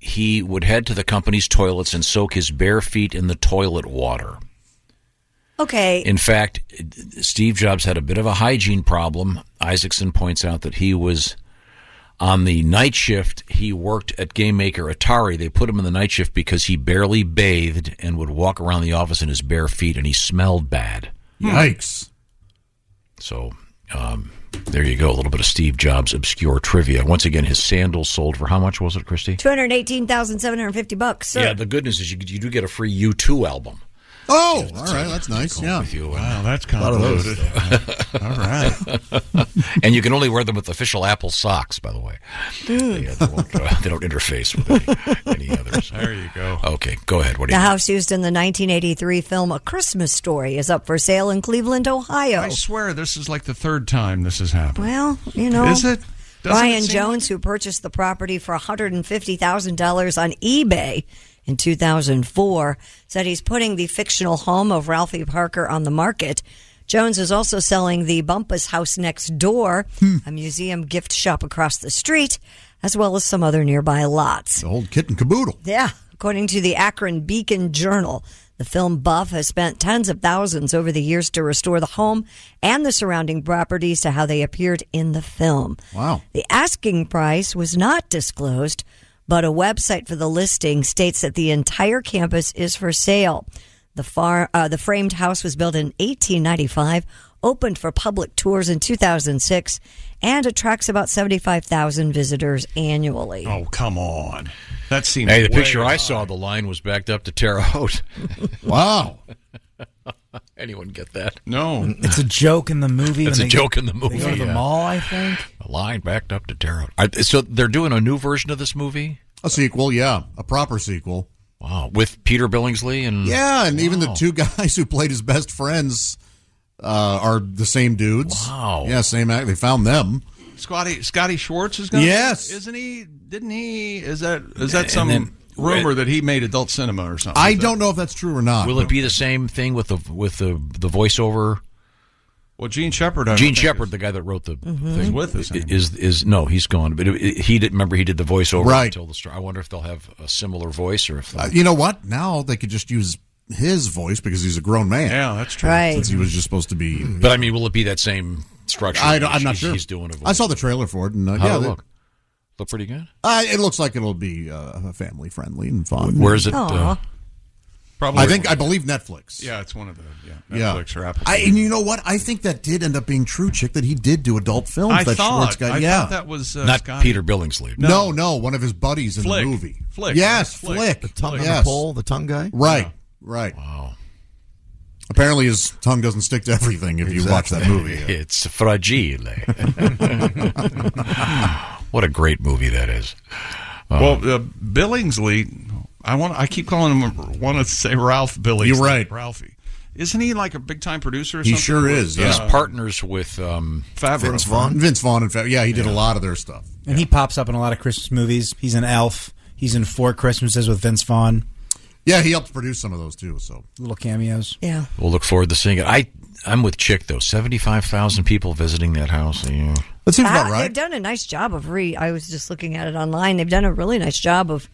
Speaker 9: he would head to the company's toilets and soak his bare feet in the toilet water.
Speaker 10: Okay.
Speaker 9: In fact, Steve Jobs had a bit of a hygiene problem. Isaacson points out that he was on the night shift. He worked at game maker Atari. They put him in the night shift because he barely bathed and would walk around the office in his bare feet, and he smelled bad.
Speaker 11: Yikes!
Speaker 9: So um, there you go. A little bit of Steve Jobs obscure trivia. Once again, his sandals sold for how much was it, Christy?
Speaker 10: Two hundred eighteen thousand seven hundred fifty bucks. sir.
Speaker 9: Yeah, the good news is you, you do get a free U2 album.
Speaker 11: Oh, all right, that's nice. Yeah.
Speaker 9: uh,
Speaker 1: Wow, that's
Speaker 11: A lot of those.
Speaker 9: convoluted.
Speaker 11: All right.
Speaker 9: and you can only wear them with official Apple socks, by the way. They, uh, they won't, uh, they don't interface with any, any others. There
Speaker 1: you go.
Speaker 9: Okay, go ahead. What do
Speaker 10: The
Speaker 9: you
Speaker 10: house used in the 1983 film A Christmas Story is up for sale in Cleveland, Ohio.
Speaker 1: I swear this is like the third time this has happened.
Speaker 10: Well, you know,
Speaker 1: Is it? Doesn't it
Speaker 10: Ryan
Speaker 1: seem-
Speaker 10: Jones, who purchased the property for $150,000 on eBay in 2004, said he's putting the fictional home of Ralphie Parker on the market. Jones is also selling the Bumpus house next door,
Speaker 1: Hmm.
Speaker 10: a museum gift shop across the street, as well as some other nearby lots.
Speaker 11: Old kit and caboodle.
Speaker 10: Yeah, according to the Akron Beacon Journal, The film buff has spent tens of thousands over the years to restore the home and the surrounding properties to how they appeared in the film.
Speaker 11: Wow.
Speaker 10: The asking price was not disclosed, but a website for the listing states that the entire campus is for sale. The far uh, the framed house was built in 1895, opened for public tours in 2006, and attracts about 75,000 visitors annually.
Speaker 1: Oh, come on. That seems.
Speaker 9: Hey, the
Speaker 1: way
Speaker 9: picture I
Speaker 1: off.
Speaker 9: saw, the line was backed up to Terre Haute.
Speaker 11: wow.
Speaker 9: Anyone get that?
Speaker 1: No.
Speaker 9: It's a joke in the movie. It's
Speaker 20: when
Speaker 9: a
Speaker 20: they-
Speaker 9: joke in the
Speaker 20: they
Speaker 9: movie.
Speaker 20: go to the mall, I think.
Speaker 9: A line backed up to Terre Haute. Are- So they're doing a new version of this movie?
Speaker 11: A sequel, yeah. A proper sequel.
Speaker 9: Wow. With Peter Billingsley and.
Speaker 11: Yeah, and even the
Speaker 9: Wow.
Speaker 11: two guys who played his best friends uh, are the same dudes.
Speaker 1: Wow.
Speaker 11: Yeah, same act. They found them.
Speaker 1: Scotty Scotty Schwartz is going.
Speaker 11: Yes.
Speaker 1: isn't he? Didn't he? Is that is that
Speaker 9: And
Speaker 1: some
Speaker 9: then-
Speaker 1: rumor that he made adult cinema or something?
Speaker 11: I don't know if that's true or not.
Speaker 9: Will it be the same thing with the with the the voiceover?
Speaker 1: Well, Gene Shepard. I don't
Speaker 9: Gene
Speaker 1: think
Speaker 9: Shepard, the guy that wrote the
Speaker 11: Mm-hmm.
Speaker 1: Mhm.
Speaker 9: thing,
Speaker 1: He's with us
Speaker 9: Is is no, he's gone. But it, it- he did. Remember, he did the voiceover
Speaker 11: Right.
Speaker 9: until the story. I wonder if they'll have a similar voice or if
Speaker 11: Uh, you know what? Now they could just use his voice because he's a grown man.
Speaker 1: Yeah, that's
Speaker 9: true.
Speaker 10: Right.
Speaker 11: Since he was just supposed to be.
Speaker 9: But I mean, will it be that same structure?
Speaker 11: I don't, I'm not
Speaker 9: He's-
Speaker 11: sure.
Speaker 9: He's doing a voice.
Speaker 11: I saw the trailer for it, and uh,
Speaker 9: How'd
Speaker 11: yeah,
Speaker 9: it
Speaker 11: they-
Speaker 9: look? Look pretty good.
Speaker 11: Uh, it looks like it'll be uh, family friendly and fun.
Speaker 9: Where is it, Aw. uh,
Speaker 11: I think I believe Netflix.
Speaker 1: Yeah, it's one of the yeah,
Speaker 11: yeah.
Speaker 1: Netflix or Apple.
Speaker 11: I, and you know what? I think that did end up being true, chick. That he did do adult films.
Speaker 1: I
Speaker 11: that
Speaker 1: thought-
Speaker 11: Schwartz guy.
Speaker 1: I
Speaker 11: yeah,
Speaker 1: thought that was, uh, Not Scotty. Peter
Speaker 9: Billingsley.
Speaker 11: No. no, one of his buddies in
Speaker 1: Flick.
Speaker 11: the movie.
Speaker 1: Flick.
Speaker 11: Yes,
Speaker 1: Flick.
Speaker 11: Flick.
Speaker 1: The tongue on the
Speaker 11: yes.
Speaker 1: pole,
Speaker 17: the tongue guy?
Speaker 11: Right. Right.
Speaker 9: Wow.
Speaker 11: Apparently, his tongue doesn't stick to everything if you watch that movie.
Speaker 9: it's fragile. what a great movie that is. Uh,
Speaker 1: well, uh, Billingsley. I want. I keep calling him. Want to say Ralph Billingsley?
Speaker 9: You're right.
Speaker 1: Ralphie. Isn't he like a big time producer? or
Speaker 11: He
Speaker 1: something? uh,
Speaker 11: sure is, yeah.
Speaker 9: He's partners with um,
Speaker 1: Favreau.
Speaker 11: Vince Vaughn. Vince Vaughn, in fact, yeah, he did a lot of their stuff.
Speaker 8: And he pops up in a lot of Christmas movies. He's an elf. He's in Four Christmases with Vince Vaughn.
Speaker 11: Yeah, he helped produce some of those too. So
Speaker 8: Little cameos.
Speaker 10: Yeah.
Speaker 9: We'll look forward to seeing it. I I'm with Chick though. Seventy five thousand people visiting that house. Yeah.
Speaker 11: That
Speaker 10: Uh, They've done a nice job of re. I was just looking at it online. They've done a really nice job of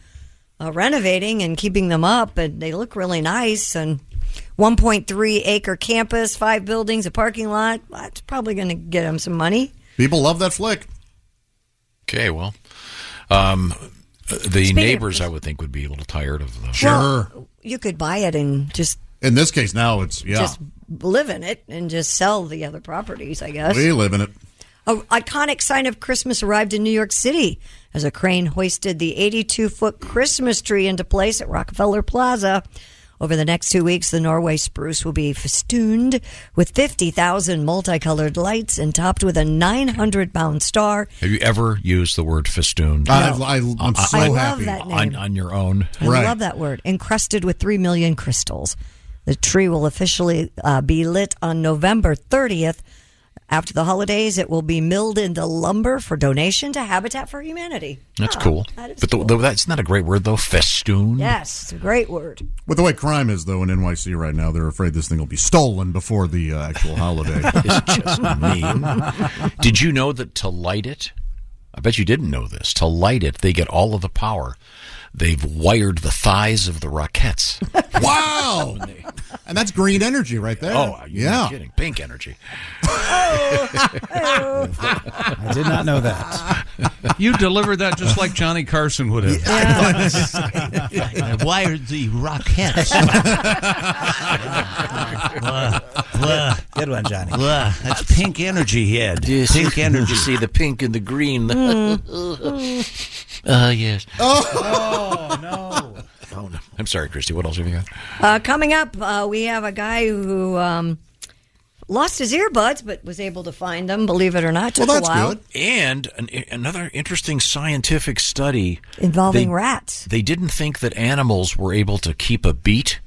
Speaker 10: uh, renovating and keeping them up, and they look really nice. And 1.3 acre campus, five buildings, a parking lot. That's probably going to get them some money.
Speaker 11: People love that flick.
Speaker 9: Okay, well, um, the
Speaker 10: Speaking of-
Speaker 9: neighbors I would think would be a little tired of the
Speaker 10: Well, you could buy it and just
Speaker 11: In this case, now it's yeah.
Speaker 10: just live in it and just sell the other properties. I guess.
Speaker 11: we live in it.
Speaker 10: A iconic sign of Christmas arrived in New York City as a crane hoisted the 82 foot Christmas tree into place at Rockefeller Plaza. Over the next two weeks, the Norway spruce will be festooned with 50,000 multicolored lights and topped with a 900 pound star.
Speaker 9: Have you ever used the word festoon?
Speaker 10: I- No. I- I'm
Speaker 9: On-
Speaker 10: so I love happy. that
Speaker 9: on,
Speaker 10: name.
Speaker 9: on your own.
Speaker 10: I love that word. Encrusted with 3 million crystals. The tree will officially uh, be lit on November 30th. After the holidays, it will be milled into lumber for donation to Habitat for Humanity.
Speaker 9: That's
Speaker 10: Ah,
Speaker 9: cool.
Speaker 10: that is
Speaker 9: but the, the- that's not a great word though. Festoon.
Speaker 10: Yes, it's a great word.
Speaker 11: With the way crime is though in NYC right now, they're afraid this thing will be stolen before the uh, actual holiday.
Speaker 9: It's just mean. Did you know that to light it? I bet you didn't know this. To light it, they get all of the power. They've wired the thighs of the Rockettes.
Speaker 11: wow, and that's green energy right there.
Speaker 9: Oh, you're
Speaker 11: yeah.
Speaker 9: not kidding. Pink energy.
Speaker 8: I did not know that.
Speaker 1: You delivered that just like Johnny Carson would have.
Speaker 27: I wired the Rockettes. Blah, blah.
Speaker 8: Good one, Johnny.
Speaker 27: Blah. That's pink energy head. Pink energy.
Speaker 9: see the pink and the green.
Speaker 10: Mm.
Speaker 9: Uh, yes.
Speaker 10: Oh.
Speaker 9: Oh, no. I'm sorry, Christy. What else have you got?
Speaker 10: Uh, coming up, uh, we have a guy who um, lost his earbuds but was able to find them, believe it or not. Took a while.
Speaker 9: And an, another interesting scientific study
Speaker 10: Involving
Speaker 9: They-
Speaker 10: rats.
Speaker 9: They didn't think that animals were able to keep a beat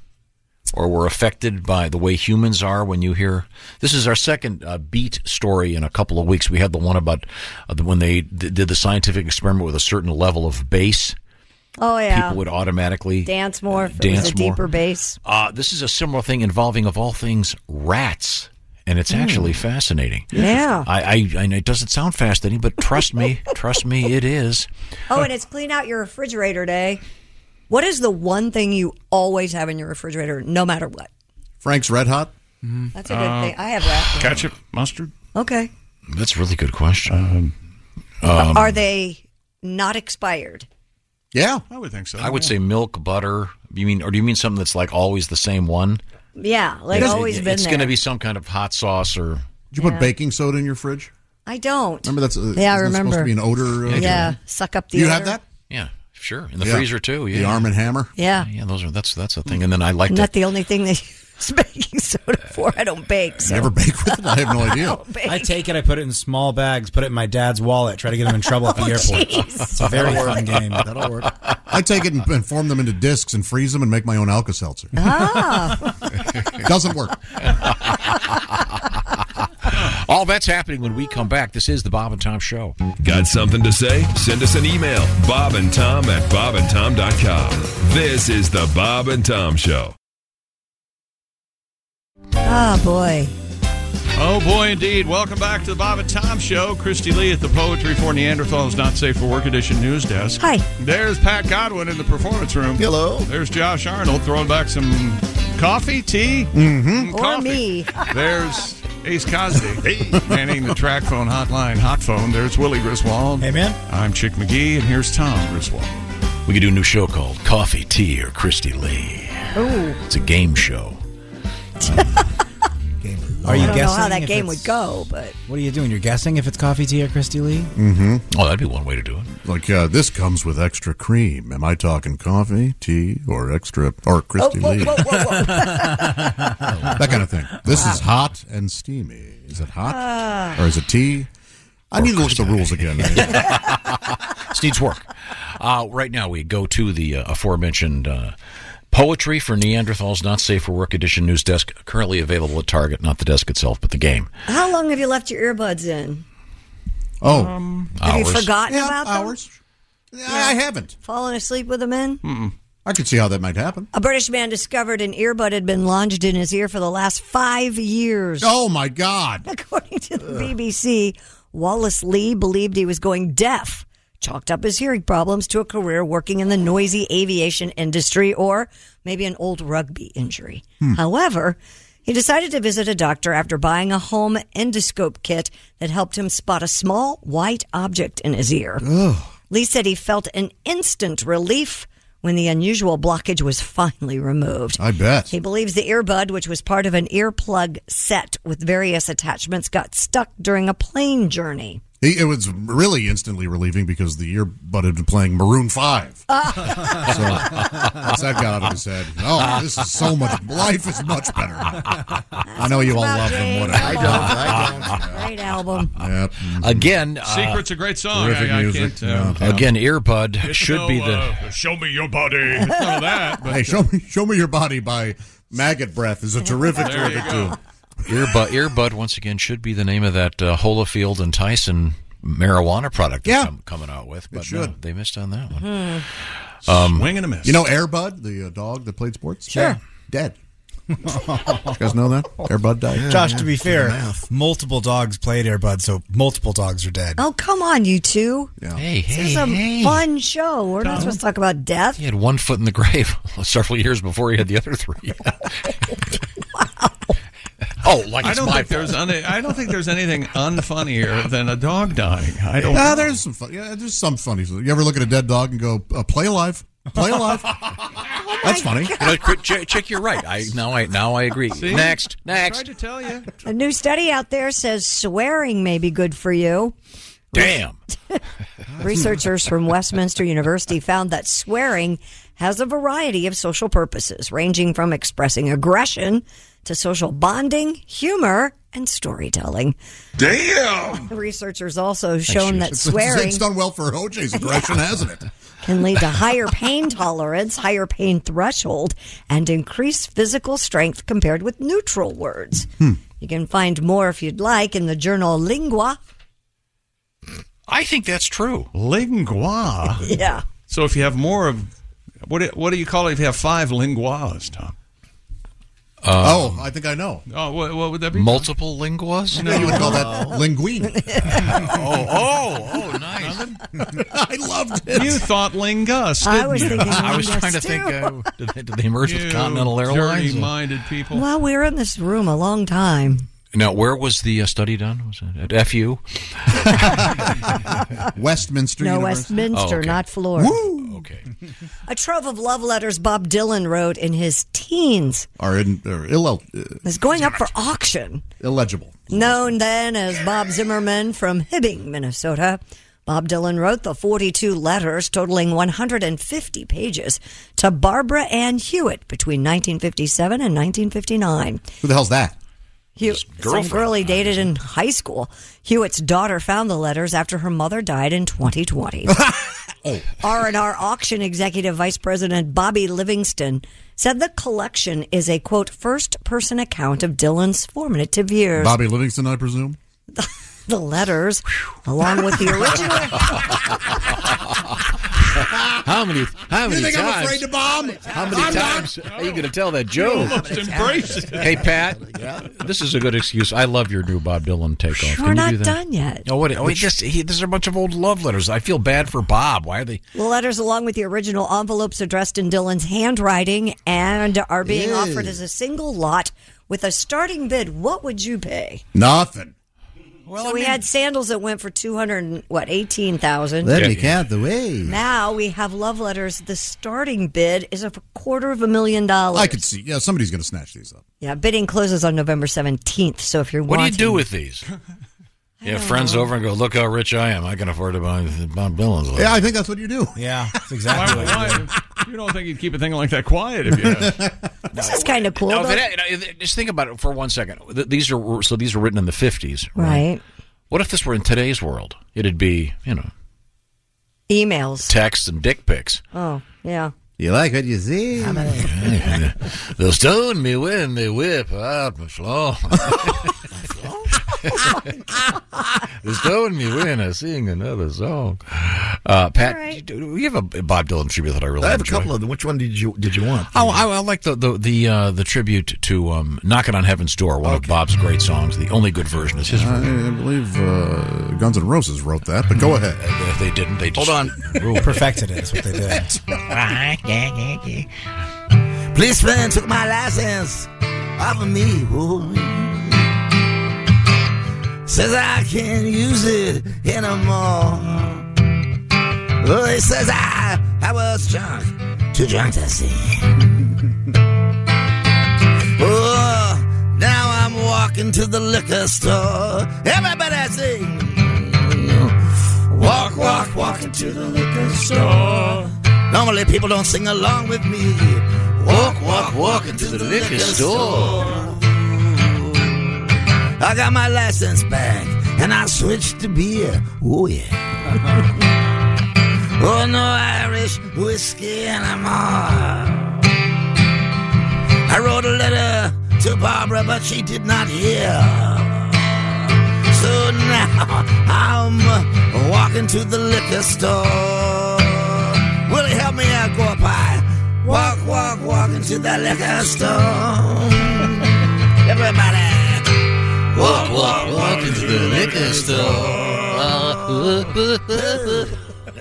Speaker 9: or were affected by the way humans are when you hear. This is our second uh, beat story in a couple of weeks. We had the one about uh, the, when they d- did the scientific experiment with a certain level of bass.
Speaker 10: Oh, yeah.
Speaker 9: People would automatically
Speaker 10: dance more. if it
Speaker 9: dance
Speaker 10: was a
Speaker 9: more.
Speaker 10: deeper bass.
Speaker 9: Uh, this is a similar thing involving, of all things, rats. And it's
Speaker 10: Hmm.
Speaker 9: actually fascinating.
Speaker 10: Yeah.
Speaker 9: I, I, I know it doesn't sound fascinating, but trust me, trust me, it is.
Speaker 10: Oh, and it's clean out your refrigerator day. What is the one thing you always have in your refrigerator, no matter what?
Speaker 11: Frank's Red Hot. Mm-hmm.
Speaker 10: That's a good
Speaker 11: Uh,
Speaker 10: thing. I have that.
Speaker 1: Ketchup, mustard.
Speaker 10: Okay.
Speaker 9: That's a really good question.
Speaker 11: Um,
Speaker 9: Um,
Speaker 10: Are they not expired?
Speaker 11: Yeah,
Speaker 1: I would think so.
Speaker 9: I would say milk, butter. You mean, or do you mean something that's like always the same one?
Speaker 10: Yeah, like
Speaker 9: It's-
Speaker 10: always been
Speaker 9: It's
Speaker 10: there.
Speaker 9: going to be some kind of hot sauce or.
Speaker 11: Did you
Speaker 10: Yeah.
Speaker 11: put baking soda in your fridge?
Speaker 10: I don't.
Speaker 11: Remember that's uh, isn't it
Speaker 10: yeah, I remember.
Speaker 11: supposed to be an odor. Uh,
Speaker 10: yeah, suck up the.
Speaker 11: You
Speaker 10: odor.
Speaker 11: have that?
Speaker 9: Yeah, sure. In the
Speaker 11: Yeah.
Speaker 9: freezer too. Yeah.
Speaker 11: The Arm and Hammer.
Speaker 10: Yeah.
Speaker 9: Yeah, those are that's that's a thing. And then I like
Speaker 10: Not
Speaker 9: to
Speaker 10: the only thing they use baking soda for. I don't bake. So.
Speaker 11: Never bake with it. I have no idea.
Speaker 10: I
Speaker 26: take it. I put it in small bags. Put it in my dad's wallet. Try to get him in trouble at the
Speaker 11: Oh,
Speaker 26: airport.
Speaker 11: jeez.
Speaker 26: It's a very
Speaker 11: That'll
Speaker 26: fun
Speaker 11: work.
Speaker 26: game.
Speaker 11: That'll work. I take it and, and form them into discs and freeze them and make my own Alka Seltzer.
Speaker 10: Ah.
Speaker 11: Doesn't work.
Speaker 9: All that's happening when we come back. This is the Bob and Tom Show.
Speaker 15: Got something to say? Send us an email, Bob and Tom at bobandtom.com. This is the Bob and Tom Show.
Speaker 10: Ah, boy.
Speaker 1: Oh boy, indeed. Welcome back to the Bob and Tom Show. Christy Lee at the Poetry for Neanderthals Not Safe for Work Edition news desk.
Speaker 10: Hi.
Speaker 1: There's Pat Godwin in the performance room. Hello. There's Josh Arnold throwing back some coffee, tea, mm-hmm.
Speaker 10: Or me.
Speaker 1: There's Ace Cosby manning the track phone hotline, hot phone. There's Willie Griswold. Hey, man. I'm Chick McGee, and here's Tom Griswold.
Speaker 9: We could do a new show called Coffee, Tea, or Christy Lee.
Speaker 10: Ooh.
Speaker 9: It's a game show.
Speaker 26: Are you
Speaker 10: I don't
Speaker 26: guessing?
Speaker 10: know how that
Speaker 26: if
Speaker 10: game
Speaker 26: it's-
Speaker 10: would go, but
Speaker 26: What are you doing? You're guessing if it's coffee tea or Christy Lee?
Speaker 11: Mm-hmm.
Speaker 9: Oh, that'd be one way to do it.
Speaker 11: Like uh, this comes with extra cream. Am I talking coffee, tea, or extra or Christy
Speaker 10: Oh, whoa,
Speaker 11: Lee?
Speaker 10: whoa, whoa, whoa.
Speaker 11: that kind of thing. This is hot and steamy. Is it hot
Speaker 10: Ah.
Speaker 11: or is it tea? I need to look at the rules again.
Speaker 9: Steve's work. Uh, right now, we go to the uh, aforementioned uh, Poetry for Neanderthals Not Safe for Work Edition news desk, currently available at Target, not the desk itself, but the game.
Speaker 10: How long have you left your earbuds in?
Speaker 11: Oh,
Speaker 10: Have you
Speaker 9: Hours.
Speaker 10: forgotten
Speaker 11: Yeah,
Speaker 10: about
Speaker 11: hours. them? I haven't.
Speaker 10: Fallen asleep with them in?
Speaker 11: I could see how that might happen.
Speaker 10: A British man discovered an earbud had been lodged in his ear for the last five years.
Speaker 11: Oh, my God.
Speaker 10: According to the BBC, Wallace Lee believed he was going deaf, chalked up his hearing problems to a career working in the noisy aviation industry or maybe an old rugby injury.
Speaker 4: Hmm.
Speaker 10: However, he decided to visit a doctor after buying a home endoscope kit that helped him spot a small white object in his ear. Lee said he felt an instant relief when the unusual blockage was finally removed.
Speaker 11: I bet.
Speaker 10: He believes the earbud, which was part of an earplug set with various attachments, got stuck during a plane journey.
Speaker 11: He, it was really instantly relieving because the earbud had been playing Maroon 5. so once that got out of his head, oh, this is so much, life is much better. I know you all
Speaker 10: About
Speaker 11: love him.
Speaker 10: James
Speaker 11: Whatever.
Speaker 10: Bond. Great album.
Speaker 11: Yep.
Speaker 9: Again, uh,
Speaker 1: Secret's a great song.
Speaker 9: terrific
Speaker 1: I, I
Speaker 9: music.
Speaker 1: can't. Uh,
Speaker 9: Yeah. Again, earbud should be the.
Speaker 1: Oh, show me your body. None of that. But
Speaker 11: Hey, show me, show me your body by Maggot Breath is a terrific,
Speaker 1: There you
Speaker 11: terrific
Speaker 1: go.
Speaker 11: tune.
Speaker 9: Earbud, earbud once again should be the name of that uh, Holofield and Tyson marijuana product that's
Speaker 11: Yeah.
Speaker 9: com- coming out with, but
Speaker 11: should.
Speaker 9: no, they missed on that one.
Speaker 11: Hmm.
Speaker 9: Um,
Speaker 1: Swing and a miss.
Speaker 11: You know Airbud, the uh, dog that played sports?
Speaker 9: Sure.
Speaker 11: Dead. you guys know that? Airbud died.
Speaker 26: Josh, to be fair,
Speaker 11: Yeah.
Speaker 26: multiple dogs played Airbud, so multiple dogs are dead.
Speaker 10: Oh, come on, you two.
Speaker 9: Hey,
Speaker 10: This is a fun show. We're not supposed to talk about death.
Speaker 9: He had one foot in the grave several years before he had the other three. Oh, like
Speaker 1: I
Speaker 9: it's
Speaker 1: don't
Speaker 9: my
Speaker 1: think there's any, I don't think there's anything unfunnier than a dog dying. I don't.
Speaker 11: Ah, there's some fun. Yeah, there's some funny. You ever look at a dead dog and go, uh, "Play alive, play alive." That's funny.
Speaker 9: You know, quick, check, check, you're right. I now I now I agree.
Speaker 1: See?
Speaker 9: Next,
Speaker 1: I
Speaker 9: next.
Speaker 1: tried to tell you.
Speaker 10: A new study out there says swearing may be good for you.
Speaker 9: Damn.
Speaker 10: Researchers from Westminster University found that swearing has a variety of social purposes, ranging from expressing aggression to social bonding, humor, and storytelling.
Speaker 11: Damn.
Speaker 10: Researchers also shown that
Speaker 11: It's-
Speaker 10: swearing
Speaker 11: It's done well for OJ's aggression, hasn't it?
Speaker 10: can lead to higher pain tolerance, higher pain threshold, and increased physical strength compared with neutral words.
Speaker 11: Hmm.
Speaker 10: You can find more if you'd like in the journal Lingua.
Speaker 9: I think that's true.
Speaker 1: Lingua.
Speaker 10: Yeah.
Speaker 1: So if you have more of what do- what do you call it? If you have five linguas, Tom.
Speaker 11: oh, I think I know.
Speaker 1: Oh, what, what would that be?
Speaker 9: Uh, Multiple linguas?
Speaker 11: No, you would call that linguine.
Speaker 9: oh, oh, oh, nice.
Speaker 11: I loved it.
Speaker 1: You thought lingus.
Speaker 10: I
Speaker 1: didn't
Speaker 10: was
Speaker 1: you?
Speaker 10: thinking
Speaker 9: I was
Speaker 10: lingus,
Speaker 9: trying to think.
Speaker 10: too.
Speaker 9: Uh, did, they, did they merge
Speaker 1: You
Speaker 9: with Continental Airlines?
Speaker 1: Dirty-minded people.
Speaker 10: Well, we were in this room a long time.
Speaker 9: Now, where was the uh, study done? Was it at FU?
Speaker 11: Westminster.
Speaker 10: No,
Speaker 11: University.
Speaker 10: Westminster,
Speaker 9: Oh, okay.
Speaker 10: not Florida.
Speaker 9: Okay.
Speaker 10: A trove of love letters Bob Dylan wrote in his teens
Speaker 11: Are in or ill, uh,
Speaker 10: is going up for auction.
Speaker 11: illegible.
Speaker 10: Known then as Bob Zimmerman from Hibbing, Minnesota, Bob Dylan wrote the 42 letters totaling 150 pages to Barbara Ann Hewitt between 1957 and 1959.
Speaker 11: Who the hell's that?
Speaker 10: Hew- some
Speaker 11: girlfriend.
Speaker 10: girl he dated in high school. Hewitt's daughter found the letters after her mother died in 2020. R&R auction executive vice president Bobby Livingston said the collection is a quote first person account of Dylan's formative years.
Speaker 11: Bobby Livingston, I presume.
Speaker 10: The letters along with the original
Speaker 9: How many? How many
Speaker 14: You think
Speaker 9: times?
Speaker 14: I'm afraid to bomb?
Speaker 9: How many
Speaker 14: I'm not.
Speaker 9: times are you going to tell that joke?
Speaker 1: embrace it.
Speaker 9: Hey, Pat, this is a good excuse. I love your new Bob Dylan takeoff. Can
Speaker 10: We're
Speaker 9: you
Speaker 10: not
Speaker 9: do that?
Speaker 10: done yet.
Speaker 9: Oh, what? Oh, he just he, there's a bunch of old love letters. I feel bad for Bob. Why are they?
Speaker 10: The letters, along with the original envelopes addressed in Dylan's handwriting, and are being
Speaker 9: Ew.
Speaker 10: offered as a single lot with a starting bid. What would you pay?
Speaker 11: Nothing.
Speaker 10: so we had sandals that went for two hundred and what eighteen thousand.
Speaker 3: Let me count the ways.
Speaker 10: Now we have love letters. The starting bid is of a quarter of a million dollars.
Speaker 11: I could see. Yeah, somebody's going to snatch these up.
Speaker 10: Yeah, bidding closes on November seventeenth. So if you're
Speaker 9: What do you
Speaker 10: wanting,
Speaker 9: do with these? You have friends over and go, look how rich I am. I can afford to buy Bob Dylan's. letter."
Speaker 11: Yeah, I think that's what you do.
Speaker 23: Yeah, that's
Speaker 1: Why, why- you don't think he'd keep a thing like that quiet if you had.
Speaker 10: this is kind of cool.
Speaker 9: No, if
Speaker 10: though.
Speaker 9: it- you know, if it- just think about it for one second. Th- These are so these were written in the fifties,
Speaker 10: right?
Speaker 9: What if this were in today's world? It'd be you know
Speaker 10: Emails.
Speaker 9: texts and dick pics.
Speaker 10: Oh yeah.
Speaker 9: You like what you see? They'll stone me when they whip out my flaw. They'll stone me when I sing another song. Uh, Pat, do do you have a Bob Dylan tribute that I really
Speaker 17: I have a
Speaker 9: enjoy?
Speaker 17: couple of them. Which one did you did you want?
Speaker 9: Oh, I, I like the the the, uh, the tribute to um, "Knocking on Heaven's Door," one of Bob's great songs. The only good version is his
Speaker 11: I,
Speaker 9: version.
Speaker 11: I believe uh, Guns N' Roses wrote that, but go ahead.
Speaker 9: If they didn't, they just
Speaker 17: Hold on.
Speaker 23: Perfected it is what they did.
Speaker 17: Policeman took my license off of me. boy. Says I can't use it anymore. Oh, he says I, I was drunk, too drunk to see. oh, now I'm walking to the liquor store. Everybody sing. Walk, walk, walk into the liquor store. Normally people don't sing along with me. Walk, walk, walk into the liquor store. I got my license back and I switched to beer. Oh yeah. oh no Irish whiskey anymore. I wrote a letter to Barbara, but she did not hear. So now I'm walking to the liquor store. Will you help me out, Gorpai? Walk, walk, walk into the liquor store. Everybody. Walk, walk, walk into the liquor store.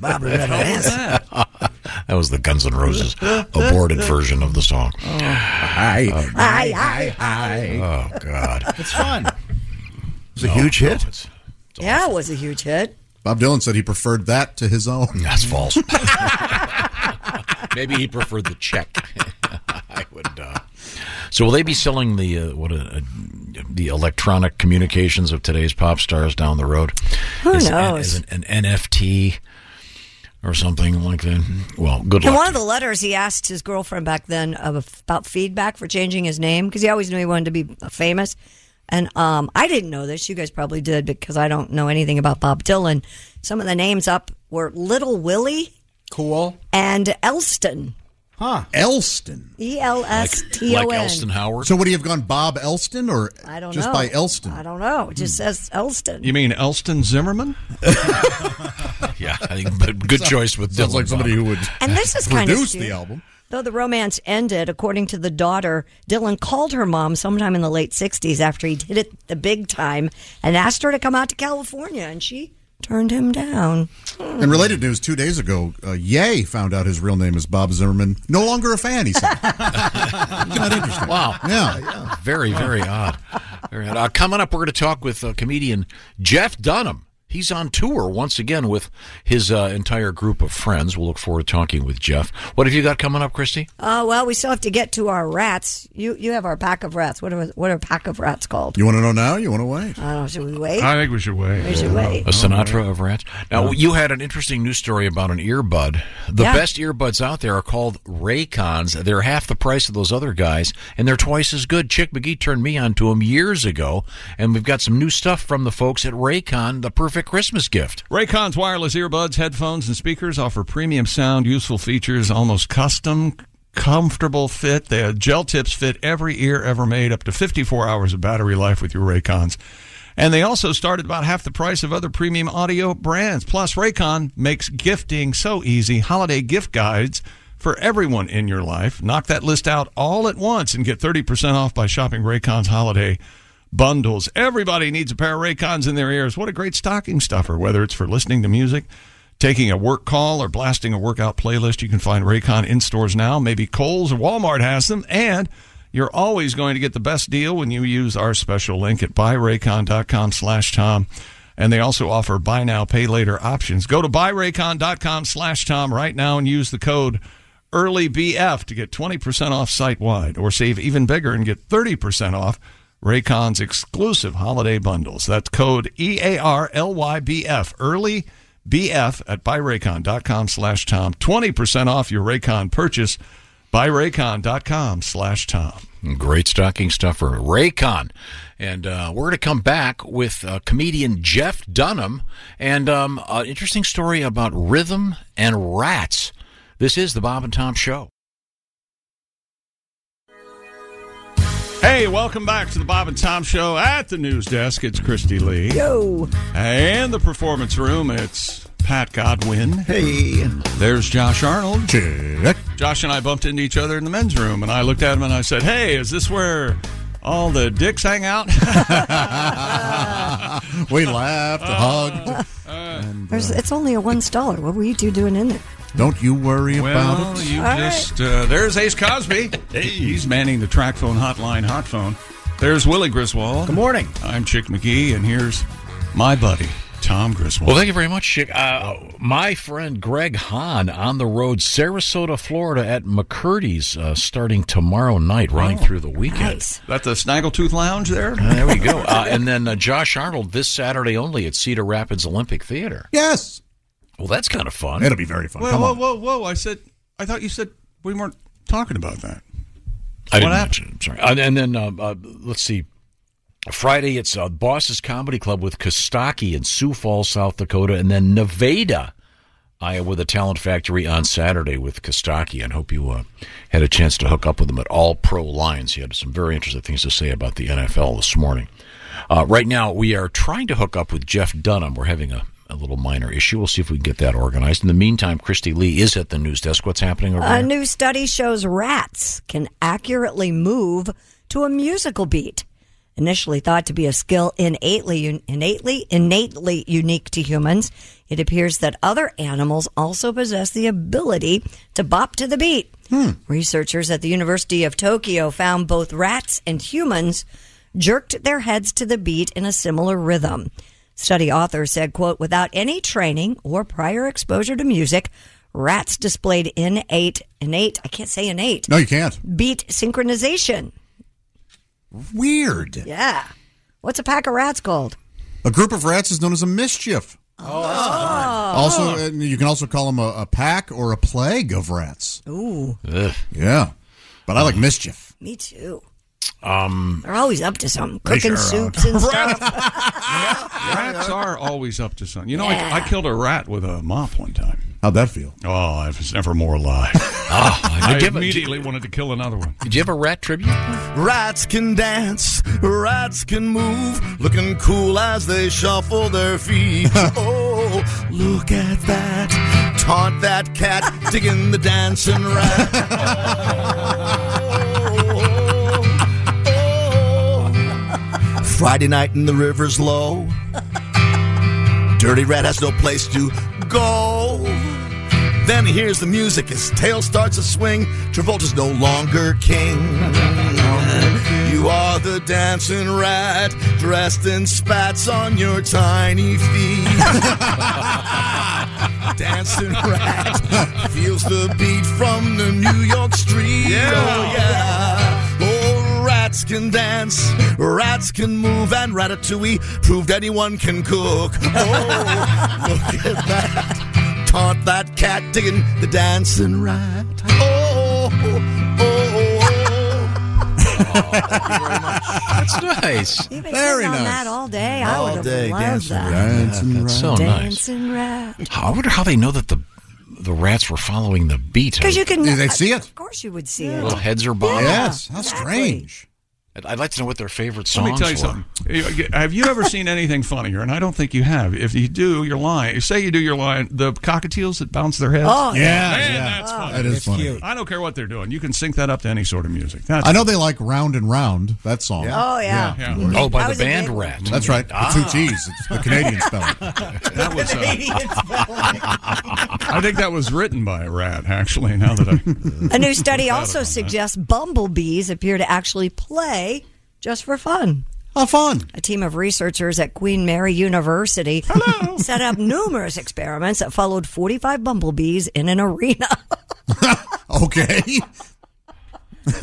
Speaker 17: Barbara never answered.
Speaker 9: that was the Guns N' Roses aborted version of the song.
Speaker 7: Oh,
Speaker 11: Oh.
Speaker 9: Hi,
Speaker 10: Aye, aye,
Speaker 9: Oh God,
Speaker 10: It's fun.
Speaker 11: It's a huge hit.
Speaker 10: yeah, it was a huge hit.
Speaker 11: Bob Dylan said he preferred that to his own.
Speaker 9: That's false. maybe he preferred the check. I would. Uh... So will they be selling the uh, what uh, the electronic communications of today's pop stars down the road?
Speaker 10: Who
Speaker 9: As-
Speaker 10: knows?
Speaker 9: As an, an NFT or something like that. Well, good
Speaker 10: In
Speaker 9: luck.
Speaker 10: one of the letters, he asked his girlfriend back then of, about feedback for changing his name because he always knew he wanted to be famous. And um, I didn't know this. You guys probably did because I don't know anything about Bob Dylan. Some of the names up were Little Willie. Cool. And Elston. Huh.
Speaker 11: Elston.
Speaker 10: E L S T O N.
Speaker 9: Howard.
Speaker 11: So would he have gone Bob Elston or
Speaker 10: I don't
Speaker 11: just
Speaker 10: know.
Speaker 11: by Elston? Hmm.
Speaker 10: I don't know. It just says Elston.
Speaker 1: You mean Elston Zimmerman?
Speaker 9: yeah, I think but good choice with
Speaker 11: Sounds
Speaker 9: Dylan
Speaker 11: like somebody
Speaker 9: Bob.
Speaker 11: who would
Speaker 10: And this is kind of
Speaker 11: produce
Speaker 10: cute.
Speaker 11: the album.
Speaker 10: Though the romance ended, according to the daughter, Dylan called her mom sometime in the late 60s after he did it the big time and asked her to come out to California, and she turned him down.
Speaker 11: In related news, two days ago, uh, Yay found out his real name is Bob Zimmerman. No longer a fan, he said.
Speaker 9: Not interesting. Wow.
Speaker 11: Yeah.
Speaker 9: Very, very odd. Very odd. Uh, coming up, we're going to talk with uh, comedian Jeff Dunham. He's on tour once again with his uh, entire group of friends. We'll look forward to talking with Jeff. What have you got coming up, Christy?
Speaker 10: Oh, well, we still have to get to our rats. You you have our pack of rats. What are, what are pack of rats called?
Speaker 11: You want to know now? You want to wait?
Speaker 10: I don't know. Should we wait?
Speaker 1: I think we should wait.
Speaker 10: We should wait.
Speaker 9: A Sinatra of rats. Now, you had an interesting news story about an earbud. The
Speaker 10: Yeah.
Speaker 9: best earbuds out there are called Raycons. They're half the price of those other guys, and they're twice as good. Chick McGee turned me on to them years ago, and we've got some new stuff from the folks at Raycon, the perfect Christmas gift.
Speaker 1: Raycon's wireless earbuds, headphones, and speakers offer premium sound, useful features, almost custom, comfortable fit. Their gel tips fit every ear ever made, up to 54 hours of battery life with your Raycons. And they also start at about half the price of other premium audio brands. Plus, Raycon makes gifting so easy. Holiday gift guides for everyone in your life. Knock that list out all at once and get 30% off by shopping Raycon's holiday bundles. Everybody needs a pair of Raycons in their ears. What a great stocking stuffer, whether it's for listening to music, taking a work call, or blasting a workout playlist. You can find Raycon in stores now. Maybe Kohl's or Walmart has them. And you're always going to get the best deal when you use our special link at buyraycon.com slash Tom. And they also offer buy now, pay later options. Go to buyraycon.com slash Tom right now and use the code EARLYBF to get 20% off site wide or save even bigger and get 30% off Raycon's exclusive holiday bundles. That's code E A R L Y B F, early BF at buyraycon.com slash Tom. 20% off your Raycon purchase, buyraycon.com slash Tom.
Speaker 9: Great stocking stuffer, Raycon. And uh, we're going to come back with uh, comedian Jeff Dunham and um, an interesting story about rhythm and rats. This is the Bob and Tom Show.
Speaker 1: Hey, welcome back to the Bob and Tom Show at the news desk. It's Christy Lee.
Speaker 10: Yo.
Speaker 1: And the performance room, it's Pat Godwin. Hey. There's Josh Arnold. Josh and I bumped into each other in the men's room, and I looked at him and I said, Hey, is this where all the dicks hang out? Uh.
Speaker 11: we laughed, hugged.
Speaker 10: There's, it's only a one staller. What were you two doing in there?
Speaker 11: Don't you worry
Speaker 1: Well,
Speaker 11: about it.
Speaker 1: you just uh, there's Ace Cosby. hey, he's manning the track phone hotline hot phone. There's Willie Griswold. Good morning. I'm Chick McGee, and here's my buddy Tom Griswold.
Speaker 9: Well, thank you very much, Chick. Uh, my friend Greg Hahn on the road, Sarasota, Florida, at McCurdy's uh, starting tomorrow night,
Speaker 11: Oh,
Speaker 9: running through the weekend.
Speaker 1: That's the Snaggletooth Lounge there.
Speaker 9: Uh, there we go. Uh, and then uh, Josh Arnold this Saturday only at Cedar Rapids Olympic Theater.
Speaker 11: Yes.
Speaker 9: Well, that's kind of fun.
Speaker 11: It'll be very fun.
Speaker 1: Whoa, whoa, whoa, whoa! I said, I thought you said we weren't talking about that.
Speaker 9: I
Speaker 1: What
Speaker 9: didn't
Speaker 1: happened?
Speaker 9: mention it. I'm sorry. And, and then um, uh, let's see. Friday, it's uh, Boss's Comedy Club with Kostaki in Sioux Falls, South Dakota, and then Nevada, Iowa, the Talent Factory on Saturday with Kostaki. And hope you uh, had a chance to hook up with him at All Pro Lines. He had some very interesting things to say about the NFL this morning. Uh, right now, we are trying to hook up with Jeff Dunham. We're having a, a little minor issue. We'll see if we can get that organized. In the meantime, Christy Lee is at the news desk. What's happening over
Speaker 10: A
Speaker 9: there?
Speaker 10: new study shows rats can accurately move to a musical beat. Initially thought to be a skill innately, innately, innately unique to humans, it appears that other animals also possess the ability to bop to the beat. Researchers at the University of Tokyo found both rats and humans jerked their heads to the beat in a similar rhythm. Study author said, quote, without any training or prior exposure to music, rats displayed innate, innate, I can't say innate,
Speaker 11: No, you can't.
Speaker 10: beat synchronization.
Speaker 11: Weird.
Speaker 10: Yeah. What's a pack of rats called?
Speaker 11: A group of rats is known as a mischief. Also,
Speaker 10: Oh.
Speaker 11: and you can also call them a, a pack or a plague of rats.
Speaker 10: Ooh,
Speaker 11: Yeah, but I like mischief.
Speaker 10: me too.
Speaker 9: Um,
Speaker 10: They're always up to something,
Speaker 11: They sure
Speaker 10: cooking
Speaker 11: are.
Speaker 10: soups and stuff.
Speaker 1: Rats are always up to something. You know,
Speaker 10: Yeah.
Speaker 1: I, I killed a rat with a mop one time.
Speaker 11: How'd that feel? Ah,
Speaker 1: Oh, I was never more alive.
Speaker 9: I,
Speaker 1: I
Speaker 9: give a-
Speaker 1: immediately wanted to kill another one.
Speaker 9: Did you have a rat tribute?
Speaker 17: Rats can dance, rats can move, looking cool as they shuffle their feet. oh, look at that. Taunt that cat,
Speaker 14: digging the dancing rack. Friday night and the river's low. Dirty rat has no place to go. Then he hears the music, his tail starts to swing. Travolta's no longer king. You are the dancing rat, dressed in spats on your tiny feet. dancing rat feels the beat from the New York street.
Speaker 7: Yeah.
Speaker 14: Oh yeah. Oh, rats can dance, rats can move, and ratatouille proved anyone can cook. Oh, look at that. Taunt that cat digging the dancing rat. Oh, oh, oh,
Speaker 9: That's nice.
Speaker 10: You've been
Speaker 14: Very
Speaker 10: sitting
Speaker 14: nice.
Speaker 10: on that all day. I
Speaker 9: All
Speaker 10: would have
Speaker 9: day,
Speaker 10: loved
Speaker 9: dancing
Speaker 10: that.
Speaker 9: rat. Dancing Yeah, that's rat. so nice.
Speaker 10: Dancing rat.
Speaker 9: I wonder how they know that the the rats were following the beat.
Speaker 10: Because you can.
Speaker 9: Do they see it?
Speaker 10: Of course, you would see it.
Speaker 9: Little heads are bobbing.
Speaker 10: Yeah, Yes, how exactly.
Speaker 9: strange. I'd, I'd like to know what their favorite
Speaker 1: Let
Speaker 9: songs
Speaker 1: me tell you
Speaker 9: were.
Speaker 1: something. You- Have you ever seen anything funnier? And I don't think you have. If you do, you're lying. Say you do, you're lying. The cockatiels that bounce their heads.
Speaker 11: Oh, yeah. Yeah,
Speaker 1: Man,
Speaker 11: yeah.
Speaker 1: that's
Speaker 11: Oh,
Speaker 1: funny.
Speaker 11: that is It's funny. cute.
Speaker 1: I don't care what they're doing. You can sync that up to any sort of music. That's
Speaker 11: I know they like Round and Round, that song.
Speaker 1: Oh, yeah. Yeah. Oh, by That the was a band big one. Rat.
Speaker 11: That's right.
Speaker 1: Ah.
Speaker 11: The two G's. It's the Canadian spelling.
Speaker 1: That was. Uh, I think that was written by a rat, actually. Now that I.
Speaker 10: A new study
Speaker 1: Thought
Speaker 10: also
Speaker 1: about that.
Speaker 10: suggests bumblebees appear to actually play just for fun.
Speaker 11: How fun!
Speaker 10: A team of researchers at Queen Mary University set up numerous experiments that followed 45 bumblebees in an arena.
Speaker 11: okay.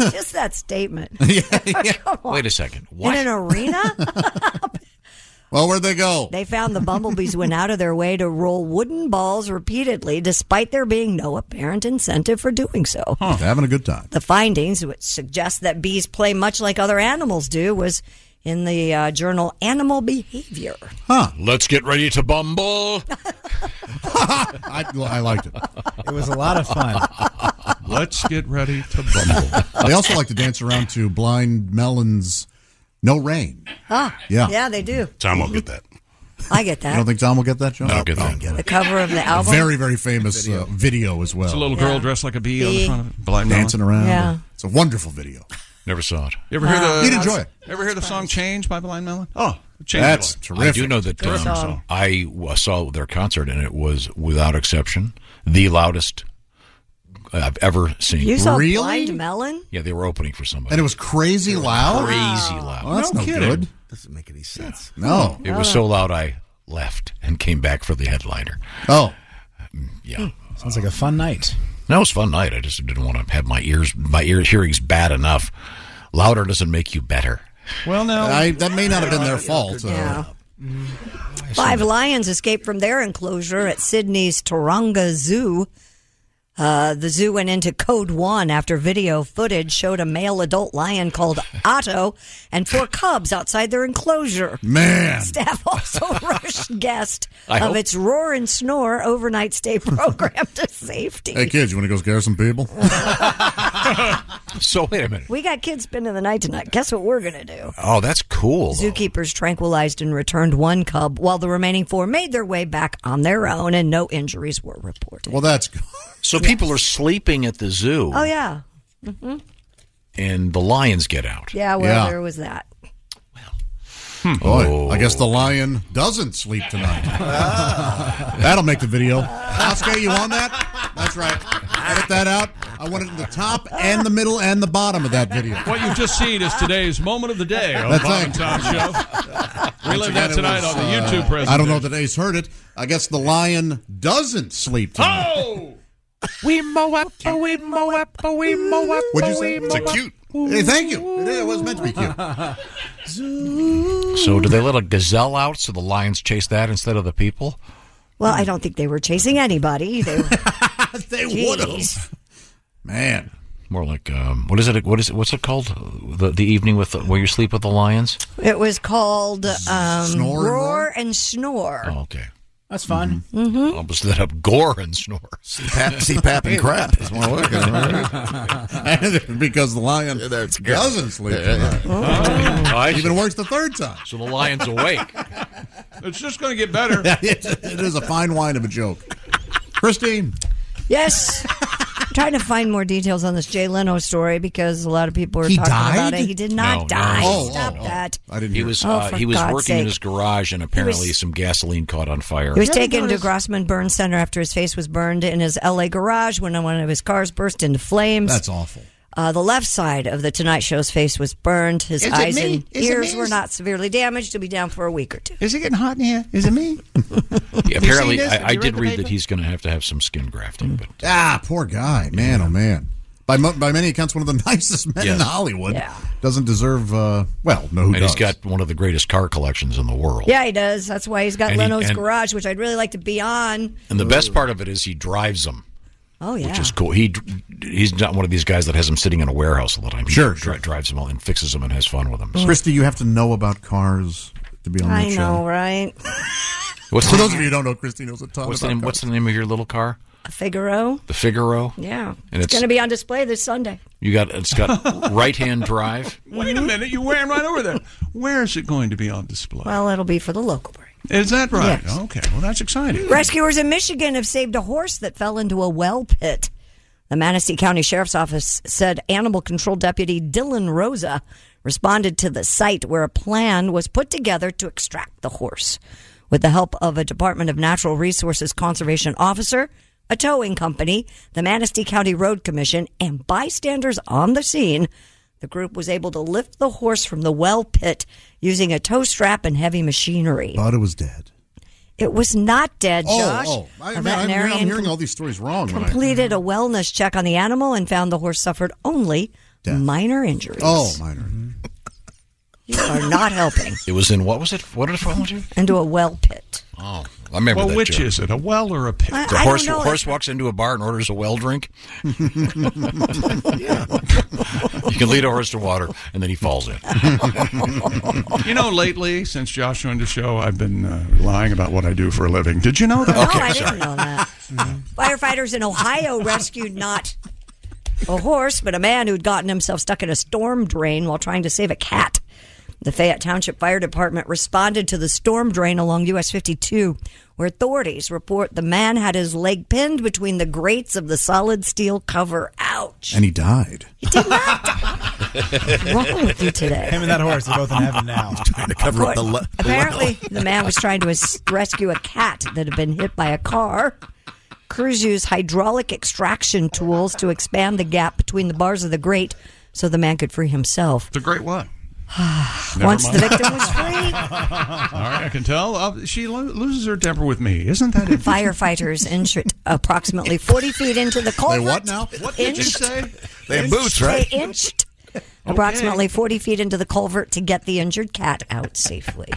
Speaker 10: just that statement. Come on.
Speaker 9: Wait a second.
Speaker 10: In an arena?
Speaker 11: well, where'd they go?
Speaker 10: They found the bumblebees went out of their way to roll wooden balls repeatedly, despite there being no apparent incentive for doing so.
Speaker 11: Just having a good time.
Speaker 10: The findings, which suggest that bees play much like other animals do, was in the uh, journal Animal Behavior.
Speaker 11: Huh.
Speaker 9: Let's get ready to bumble.
Speaker 11: I, I liked it.
Speaker 28: It was a lot of fun.
Speaker 1: Let's get ready to bumble.
Speaker 11: They also like to dance around to Blind Melon's No Rain.
Speaker 10: Ah,
Speaker 11: Yeah.
Speaker 10: yeah, they do.
Speaker 11: Tom will get that.
Speaker 10: I get
Speaker 11: You don't
Speaker 10: that.
Speaker 11: think Tom will get that, Joe? No, get that.
Speaker 10: The cover of the album.
Speaker 11: Very, very famous video, uh, video as well.
Speaker 1: It's a little girl dressed like a bee on the
Speaker 10: Bee.
Speaker 1: front of it. Blind
Speaker 11: dancing
Speaker 1: Melon.
Speaker 11: around.
Speaker 10: Yeah.
Speaker 11: It's a wonderful video.
Speaker 9: Never saw it.
Speaker 1: You ever hear
Speaker 11: Wow.
Speaker 1: the?
Speaker 11: You'd enjoy it.
Speaker 1: Ever hear the song "Change" by Blind Melon? Oh, change.
Speaker 9: That's
Speaker 1: Boy.
Speaker 9: terrific. I do know that
Speaker 1: Terrific
Speaker 9: um,
Speaker 1: song.
Speaker 9: I w- saw their concert, and it was without exception the loudest I've ever seen.
Speaker 10: You saw Blind Melon?
Speaker 9: Yeah, they were opening for somebody.
Speaker 11: And it was crazy loud?
Speaker 9: Crazy loud.
Speaker 11: Well, that's no, good.
Speaker 14: Doesn't make any sense.
Speaker 11: No.
Speaker 9: It
Speaker 10: Oh.
Speaker 9: was so loud I left and came back for the headliner.
Speaker 11: Oh.
Speaker 9: Yeah.
Speaker 28: Sounds like a fun night.
Speaker 9: No, it was a fun night. I just didn't want to have my ears, my ear hearing's bad enough. Louder doesn't make you better.
Speaker 1: Well, no.
Speaker 11: I, that may not have been their fault. uh,
Speaker 10: Yeah. Five lions escaped from their enclosure at Sydney's Taronga Zoo. Uh, the zoo went into code one after video footage showed a male adult lion called Otto and four cubs outside their enclosure.
Speaker 11: Man.
Speaker 10: Staff also rushed guests
Speaker 11: I
Speaker 10: of
Speaker 11: hope-
Speaker 10: its roar and snore overnight stay program to safety.
Speaker 11: Hey, kids, you want to go scare some people?
Speaker 9: so, wait a minute.
Speaker 10: We got kids spending the night tonight. Guess what we're going to do?
Speaker 9: Oh, that's cool.
Speaker 10: Zookeepers tranquilized and returned one cub, while the remaining four made their way back on their own, and no injuries were reported.
Speaker 11: Well, that's good.
Speaker 9: So people are sleeping at the zoo,
Speaker 10: Oh yeah, hmm
Speaker 9: and the lions get out.
Speaker 10: yeah. Well,
Speaker 11: Yeah.
Speaker 10: there was that.
Speaker 11: Hmm. Boy, I guess the lion doesn't sleep tonight. That'll make the video. Oscar, you on that? That's right. Edit that out. I want it in the top and the middle and the bottom of that video.
Speaker 1: What you've just seen is today's moment of the day on
Speaker 11: That's
Speaker 1: Bob
Speaker 11: right.
Speaker 1: and Tom Show. We
Speaker 11: Once
Speaker 1: live
Speaker 11: again,
Speaker 1: that
Speaker 11: it
Speaker 1: tonight
Speaker 11: was,
Speaker 1: on the
Speaker 11: uh,
Speaker 1: YouTube presentation.
Speaker 11: I don't know that Ace heard it. I guess the lion doesn't sleep tonight.
Speaker 1: Oh!
Speaker 7: We mow up,
Speaker 10: oh,
Speaker 7: we mow up, we mow up,
Speaker 11: What'd you say?
Speaker 7: we mow up.
Speaker 11: Hey, thank you. It, it was meant to be cute.
Speaker 9: So do they let a gazelle out so the lions chase that instead of the people?
Speaker 10: Well, I don't think they were chasing anybody. They were,
Speaker 11: they
Speaker 9: would've.
Speaker 11: Man,
Speaker 9: more like um, what is it? What is it? What's it called? The the evening with the, where you sleep with the lions?
Speaker 10: It was called um,
Speaker 9: Snore and
Speaker 10: roar,
Speaker 9: Roar?
Speaker 10: and snore.
Speaker 9: Oh, okay.
Speaker 28: That's fun.
Speaker 10: Mm-hmm.
Speaker 9: I'll just let up gore and snore.
Speaker 14: CPAP, CPAP and crap is
Speaker 11: more like it, right? because the lion doesn't sleep tonight.
Speaker 9: Oh,
Speaker 11: Even worse the third time.
Speaker 9: So the lion's awake.
Speaker 1: It's just going to get better.
Speaker 11: it is a fine wine of a joke. Christine.
Speaker 10: Yes. I'm trying to find more details on this Jay Leno story because a lot of people are
Speaker 9: He
Speaker 10: talking about
Speaker 9: died?
Speaker 10: it. He did
Speaker 9: No,
Speaker 10: not
Speaker 9: no.
Speaker 10: die.
Speaker 9: Oh,
Speaker 10: Stop that.
Speaker 11: I didn't.
Speaker 9: He was
Speaker 10: Oh,
Speaker 9: uh,
Speaker 10: for
Speaker 9: he was
Speaker 10: God's
Speaker 9: working in
Speaker 10: sake.
Speaker 9: his garage, and apparently some gasoline caught on fire.
Speaker 10: He was taken to Grossman Burn Center after his face was burned in his L.A. garage when one of his cars burst into flames.
Speaker 9: That's awful.
Speaker 10: Uh, the left side of the Tonight Show's face was burned. His
Speaker 21: Is it
Speaker 10: eyes
Speaker 21: me?
Speaker 10: and
Speaker 21: Is it
Speaker 10: ears
Speaker 21: me?
Speaker 10: were not severely damaged. He'll be down for a week or two.
Speaker 21: Is it getting hot in here? Is it me?
Speaker 9: Yeah,
Speaker 21: you seen
Speaker 9: apparently,
Speaker 21: this? Have
Speaker 9: I, I
Speaker 21: you read
Speaker 9: did
Speaker 21: the
Speaker 9: read
Speaker 21: paper?
Speaker 9: that he's going to have to have some skin
Speaker 10: Mm.
Speaker 9: grafting. But
Speaker 11: Ah, poor guy, man, oh man. By mo- by many accounts, one of the nicest men in
Speaker 9: Yes.
Speaker 11: Hollywood. Doesn't deserve. Uh, well, no, who
Speaker 9: and he's
Speaker 11: does?
Speaker 9: got one of the greatest car collections in the world.
Speaker 10: Yeah, he does. That's why he's got
Speaker 9: And he-
Speaker 10: Leno's
Speaker 9: and-
Speaker 10: garage, which I'd really like to be on.
Speaker 9: And the best part of it is he drives them,
Speaker 10: Oh yeah.
Speaker 9: which is cool. He d- he's not one of these guys that has them sitting in a warehouse all the time. He
Speaker 11: Sure,
Speaker 9: dri- drives them all and fixes them and has fun with them.
Speaker 11: Christy, you have to know about cars to be on
Speaker 10: I
Speaker 11: that
Speaker 10: know,
Speaker 11: show.
Speaker 10: right?
Speaker 9: What's
Speaker 11: For those of you who don't know, Christy knows a ton
Speaker 9: What's the
Speaker 11: about
Speaker 9: name? What's the name of your little car?
Speaker 10: A Figaro.
Speaker 9: The Figaro.
Speaker 10: Yeah.
Speaker 9: And
Speaker 10: it's
Speaker 9: it's,
Speaker 10: going to be on display this Sunday. Mm-hmm.
Speaker 9: you got it's got right hand drive.
Speaker 1: Wait a minute, you ran right over there. Where is it going to be on display?
Speaker 10: Well, it'll be for the local.
Speaker 1: Is that right?
Speaker 10: Yes.
Speaker 1: Okay, well that's exciting.
Speaker 10: Rescuers in Michigan have saved a horse that fell into a well pit. The Manistee County Sheriff's Office said animal control deputy Dylan Rosa responded to the site where a plan was put together to extract the horse. With the help of a Department of Natural Resources conservation officer, a towing company, the Manistee County Road Commission, and bystanders on the scene, the group was able to lift the horse from the well pit using a tow strap and heavy machinery.
Speaker 11: Thought it was dead.
Speaker 10: It was not dead,
Speaker 11: Oh,
Speaker 10: Josh.
Speaker 11: oh. I,
Speaker 10: A
Speaker 11: man, I'm, hearing- I'm
Speaker 10: veterinarian
Speaker 11: hearing all these stories wrong. when I-
Speaker 10: completed a wellness check on the animal and found the horse suffered only minor injuries.
Speaker 11: Oh, minor.
Speaker 10: You are not helping.
Speaker 9: It was in what was it? What did it fall into?
Speaker 10: Into a well pit.
Speaker 9: Oh, I remember
Speaker 1: Well,
Speaker 9: that.
Speaker 1: which
Speaker 9: joke.
Speaker 1: is it, a well or a pit?
Speaker 10: I-
Speaker 9: the
Speaker 10: I
Speaker 9: horse
Speaker 10: don't know.
Speaker 9: horse walks into a bar and orders a well drink. You can lead a horse to water, and then he falls in.
Speaker 1: you know, lately, since Josh joined the show, I've been uh, lying about what I do for a living. Did you know that?
Speaker 10: no, I didn't know that. Firefighters in Ohio rescued not a horse, but a man who'd gotten himself stuck in a storm drain while trying to save a cat. The Fayette Township Fire Department responded to the storm drain along US 52, where authorities report the man had his leg pinned between the grates of the solid steel cover. Ouch.
Speaker 11: And he died.
Speaker 10: wrong with you today?
Speaker 26: Him and that horse are both in heaven now.
Speaker 17: trying to cover up the. Le-
Speaker 10: Apparently, the man was trying to es- rescue a cat that had been hit by a car. Crews used hydraulic extraction tools to expand the gap between the bars of the grate so the man could free himself.
Speaker 1: The great what? Never
Speaker 10: Once
Speaker 1: mind.
Speaker 10: the victim was free,
Speaker 1: All right, I can tell. Uh, she lo- loses her temper with me. Isn't that it?
Speaker 10: firefighters inched approximately 40 feet into the culvert.
Speaker 1: what now? What did you say?
Speaker 17: They have boots, right?
Speaker 10: They inched approximately 40 feet into the culvert to get the injured cat out safely.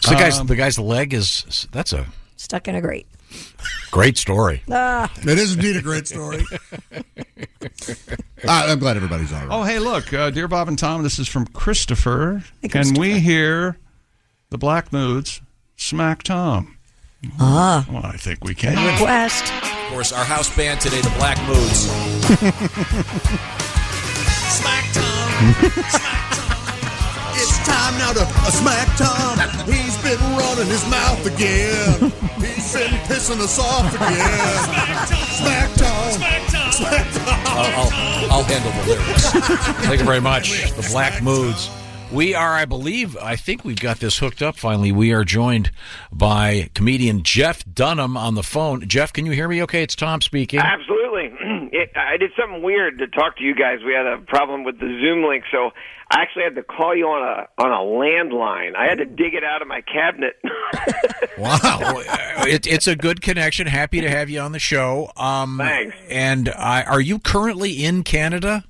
Speaker 9: So the
Speaker 1: Um,
Speaker 9: guy's the guy's leg is that's a
Speaker 10: Stuck in a grate.
Speaker 9: great story.
Speaker 10: Ah.
Speaker 11: It is indeed a great story. I, Ah, I'm glad everybody's all right.
Speaker 1: Oh, hey, look, uh, dear Bob and Tom, this is from Christopher. Can we hear the Black Moods smack Tom?
Speaker 10: Ah.
Speaker 1: Well, I think we can.
Speaker 10: Request.
Speaker 3: Of course, our house band today, the Black Moods.
Speaker 29: Smack Tom.
Speaker 17: Smack Tom. It's time now to uh, smack Tom. He's been running his mouth again. He's been pissing us off again. Smack Tom. Smack Tom. Smack Tom.
Speaker 9: I'll, I'll, I'll handle the lyrics. Thank you very much. The Black Moods. We are, I believe, I think we've got this hooked up finally. We are joined by comedian Jeff Dunham on the phone. Jeff, can you hear me okay? It's Tom speaking.
Speaker 18: Absolutely. It, I did something weird to talk to you guys. We had a problem with the Zoom link, so I actually had to call you on a on a landline. I had to dig it out of my cabinet.
Speaker 9: Wow. it, it's a good connection. Happy to have you on the show. Um, Thanks. And I, are you currently in Canada?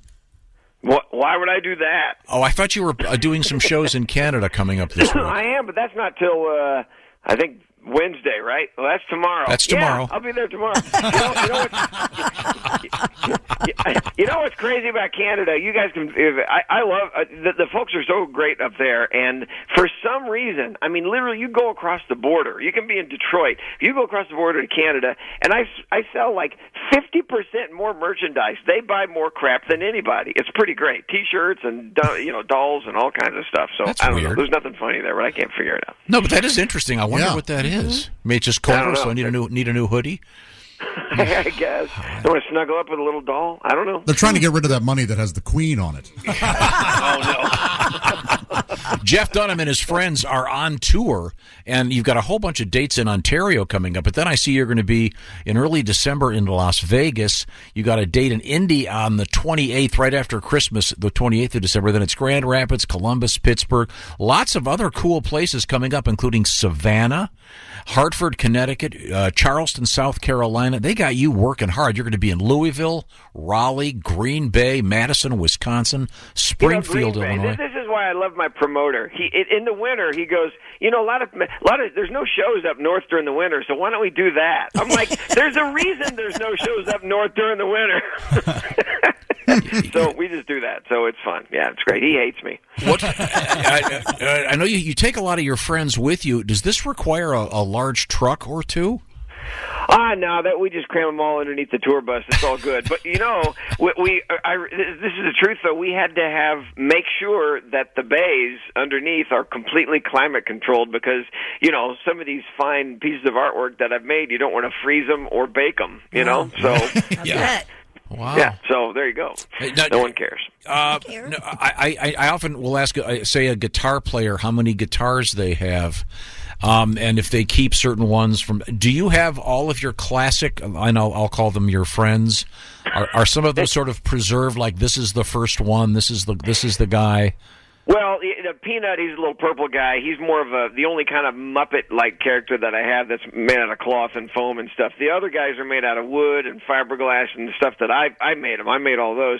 Speaker 18: What, why would I do that?
Speaker 9: Oh, I thought you were uh, doing some shows in Canada coming up this week.
Speaker 18: I am, but that's not till uh, I think Wednesday, right? Well, that's tomorrow.
Speaker 9: That's
Speaker 18: Yeah,
Speaker 9: tomorrow.
Speaker 18: I'll be there tomorrow. you, know, you, know what's, you know what's crazy about Canada? You guys can. If, I, I love uh, the, the folks are so great up there, and for some reason, I mean, literally, you go across the border. You can be in Detroit. You go across the border to Canada, and I s I sell like fifty percent more merchandise. They buy more crap than anybody. It's pretty great. T-shirts and do- you know dolls and all kinds of stuff. So I don't know.
Speaker 9: weird.
Speaker 18: There's nothing funny there, but I can't figure it out.
Speaker 9: No, but that is interesting. I wonder
Speaker 18: Yeah.
Speaker 9: what that is.
Speaker 18: Mhm.
Speaker 9: I mean, it's just
Speaker 18: I don't
Speaker 9: colder,
Speaker 18: know.
Speaker 9: so I need a new need a new hoodie.
Speaker 18: I guess. I want to snuggle up with a little doll. I don't know.
Speaker 11: They're trying to get rid of that money that has the queen on it.
Speaker 9: Jeff Dunham and his friends are on tour, and you've got a whole bunch of dates in Ontario coming up. But then I see you're going to be in early December in Las Vegas. You got a date in Indy on the 28th, right after Christmas, the 28th of December. Then it's Grand Rapids, Columbus, Pittsburgh. Lots of other cool places coming up, including Savannah, Hartford, Connecticut, uh, Charleston, South Carolina. They got you working hard. You're going to be in Louisville, Raleigh, Green Bay, Madison, Wisconsin, Springfield,
Speaker 18: Green Bay.
Speaker 9: Illinois.
Speaker 18: This, this is why I love my promoter. He it, in the winter he goes, you know, a lot of a lot of there's no shows up north during the winter, so why don't we do that? I'm like, there's a reason there's no shows up north during the winter. so we just do that. So it's fun. Yeah, it's great. He hates me.
Speaker 9: What? I, Uh, I- I know you, you take a lot of your friends with you. Does this require a, a large truck or two?
Speaker 18: Ah, no, that we just cram them all underneath the tour bus. It's all good. But you know, we, we I, this is the truth though. We had to have make sure that the bays underneath are completely climate controlled because you know some of these fine pieces of artwork that I've made, you don't want to freeze them or bake them. You know, so
Speaker 9: yeah. Wow.
Speaker 18: yeah. So there you go.
Speaker 9: now-
Speaker 18: no one cares.
Speaker 9: Uh, no, I, I, I often will ask, uh, say, a guitar player how many guitars they have, um, and if they keep certain ones from. Do you have all of your classic? I know I'll call them your friends. Are, are some of those sort of preserved? Like this is the first one. This is the this is the guy.
Speaker 18: Well, y- the Peanut, he's a little purple guy. He's more of a the only kind of Muppet-like character that I have that's made out of cloth and foam and stuff. The other guys are made out of wood and fiberglass and stuff that I I made them. I made all those.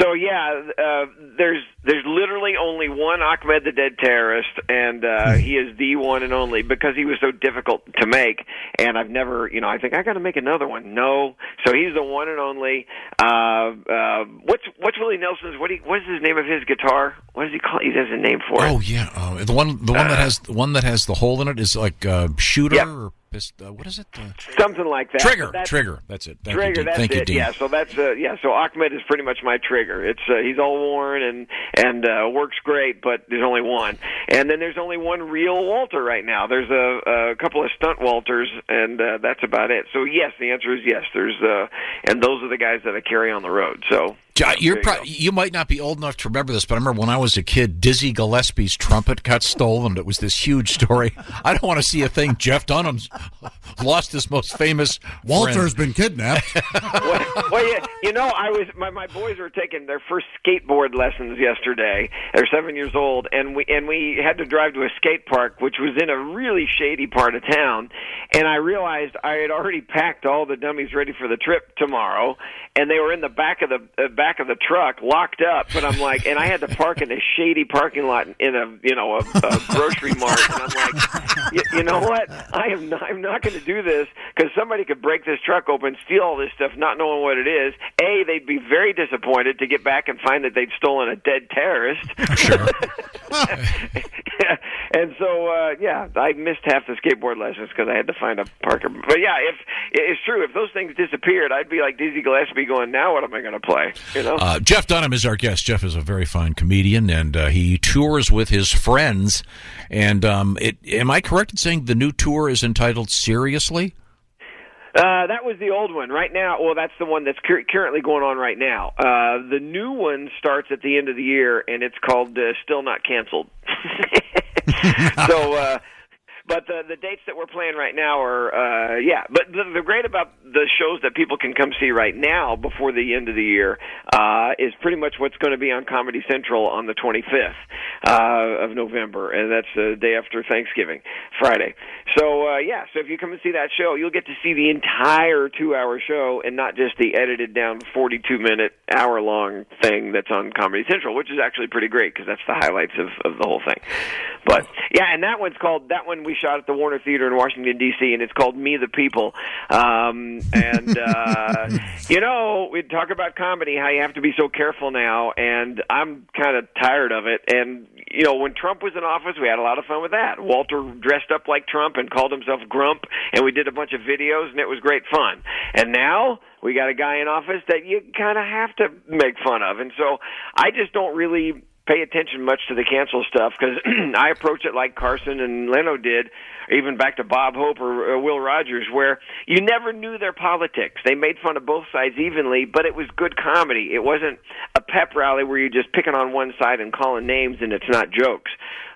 Speaker 18: So yeah, uh, there's there's literally only one Ahmed the Dead Terrorist, and uh, he is the one and only because he was so difficult to make. And I've never, you know, I think I got to make another one. No, so he's the one and only. Uh, uh, what's what's Willie Nelson's? What he, what's his name of his guitar? What does he call? He has a name for it.
Speaker 9: Oh yeah, uh, the one the one that has the one that has the hole in it is like uh, shooter or pist- uh, what is it? Uh,
Speaker 18: Something like that.
Speaker 9: Trigger,
Speaker 18: But that's-
Speaker 9: trigger. That's it. Thank you,
Speaker 18: trigger.
Speaker 9: Dean.
Speaker 18: That's
Speaker 9: Thank you,
Speaker 18: it.
Speaker 9: Dean.
Speaker 18: yeah. So that's uh, yeah. So Ahmed is pretty much my trigger. It's uh, he's all worn and and uh, works great, but there's only one. And then there's only one real Walter right now. There's a, a couple of stunt Walters, and uh, that's about it. So yes, the answer is yes. There's uh, and those are the guys that I carry on the road. So
Speaker 9: John,
Speaker 18: there
Speaker 9: you're
Speaker 18: you
Speaker 9: pro-
Speaker 18: go.
Speaker 9: you might not be old enough to remember this, but I remember when I was a kid, Dizzy Gillespie's trumpet got stolen. It was this huge story. I don't want to see a thing. Jeff Dunham's lost his most famous.
Speaker 11: Walter's
Speaker 9: friend.
Speaker 11: been kidnapped.
Speaker 18: well, well, yeah, you know, I was my my boys were taking their first skateboard lessons yesterday. They're seven years old, and we and we had to drive to a skate park, which was in a really shady part of town. And I realized I had already packed all the dummies ready for the trip tomorrow, and they were in the back of the uh, back of the truck, locked up. But I'm like, and I had to park in a shady parking lot in a you know a, a grocery mart, and I'm like you, you know what? I am not, I'm not going to do this because somebody could break this truck open, steal all this stuff, not knowing what it is. A, they'd be very disappointed to get back and find that they'd stolen a dead terrorist. and so, uh, yeah, I missed half the skateboard lessons because I had to find a Parker. But yeah, if it's true, if those things disappeared, I'd be like Dizzy Gillespie going, now what am I going to play? You know?
Speaker 9: Uh, Jeff Dunham is our guest. Jeff is a very fine comedian, and uh, he tours with his friends. And um, it, am I correct in saying the new tour is entitled "Seriously"?
Speaker 18: Uh, that was the old one. Right now, well, that's the one that's cur- currently going on right now. Uh, the new one starts at the end of the year, and it's called uh, "Still Not Cancelled." so, uh, but the the dates that we're playing right now are uh, yeah. But the, the great about the shows that people can come see right now before the end of the year uh, is pretty much what's going to be on Comedy Central on the 25th uh, of November, and that's the day after Thanksgiving, Friday. So uh, yeah, so if you come and see that show, you'll get to see the entire two-hour show and not just the edited down 42-minute hour-long thing that's on Comedy Central, which is actually pretty great because that's the highlights of, of the whole thing. But yeah, and that one's called that one we shot at the Warner Theater in Washington D.C. and it's called Me the People. Um, and uh, you know, we talk about comedy how you have to be so careful now, and I'm kind of tired of it. And you know, when Trump was in office, we had a lot of fun with that. Walter dressed up like Trump and called himself Grump, and we did a bunch of videos, and it was great fun. And now we got a guy in office that you kind of have to make fun of. And so I just don't really pay attention much to the cancel stuff because I approach it like Carson and Leno did, or even back to Bob Hope or, or Will Rogers, where you never knew their politics. They made fun of both sides evenly, but it was good comedy. It wasn't a pep rally where you're just picking on one side and calling names and it's not jokes.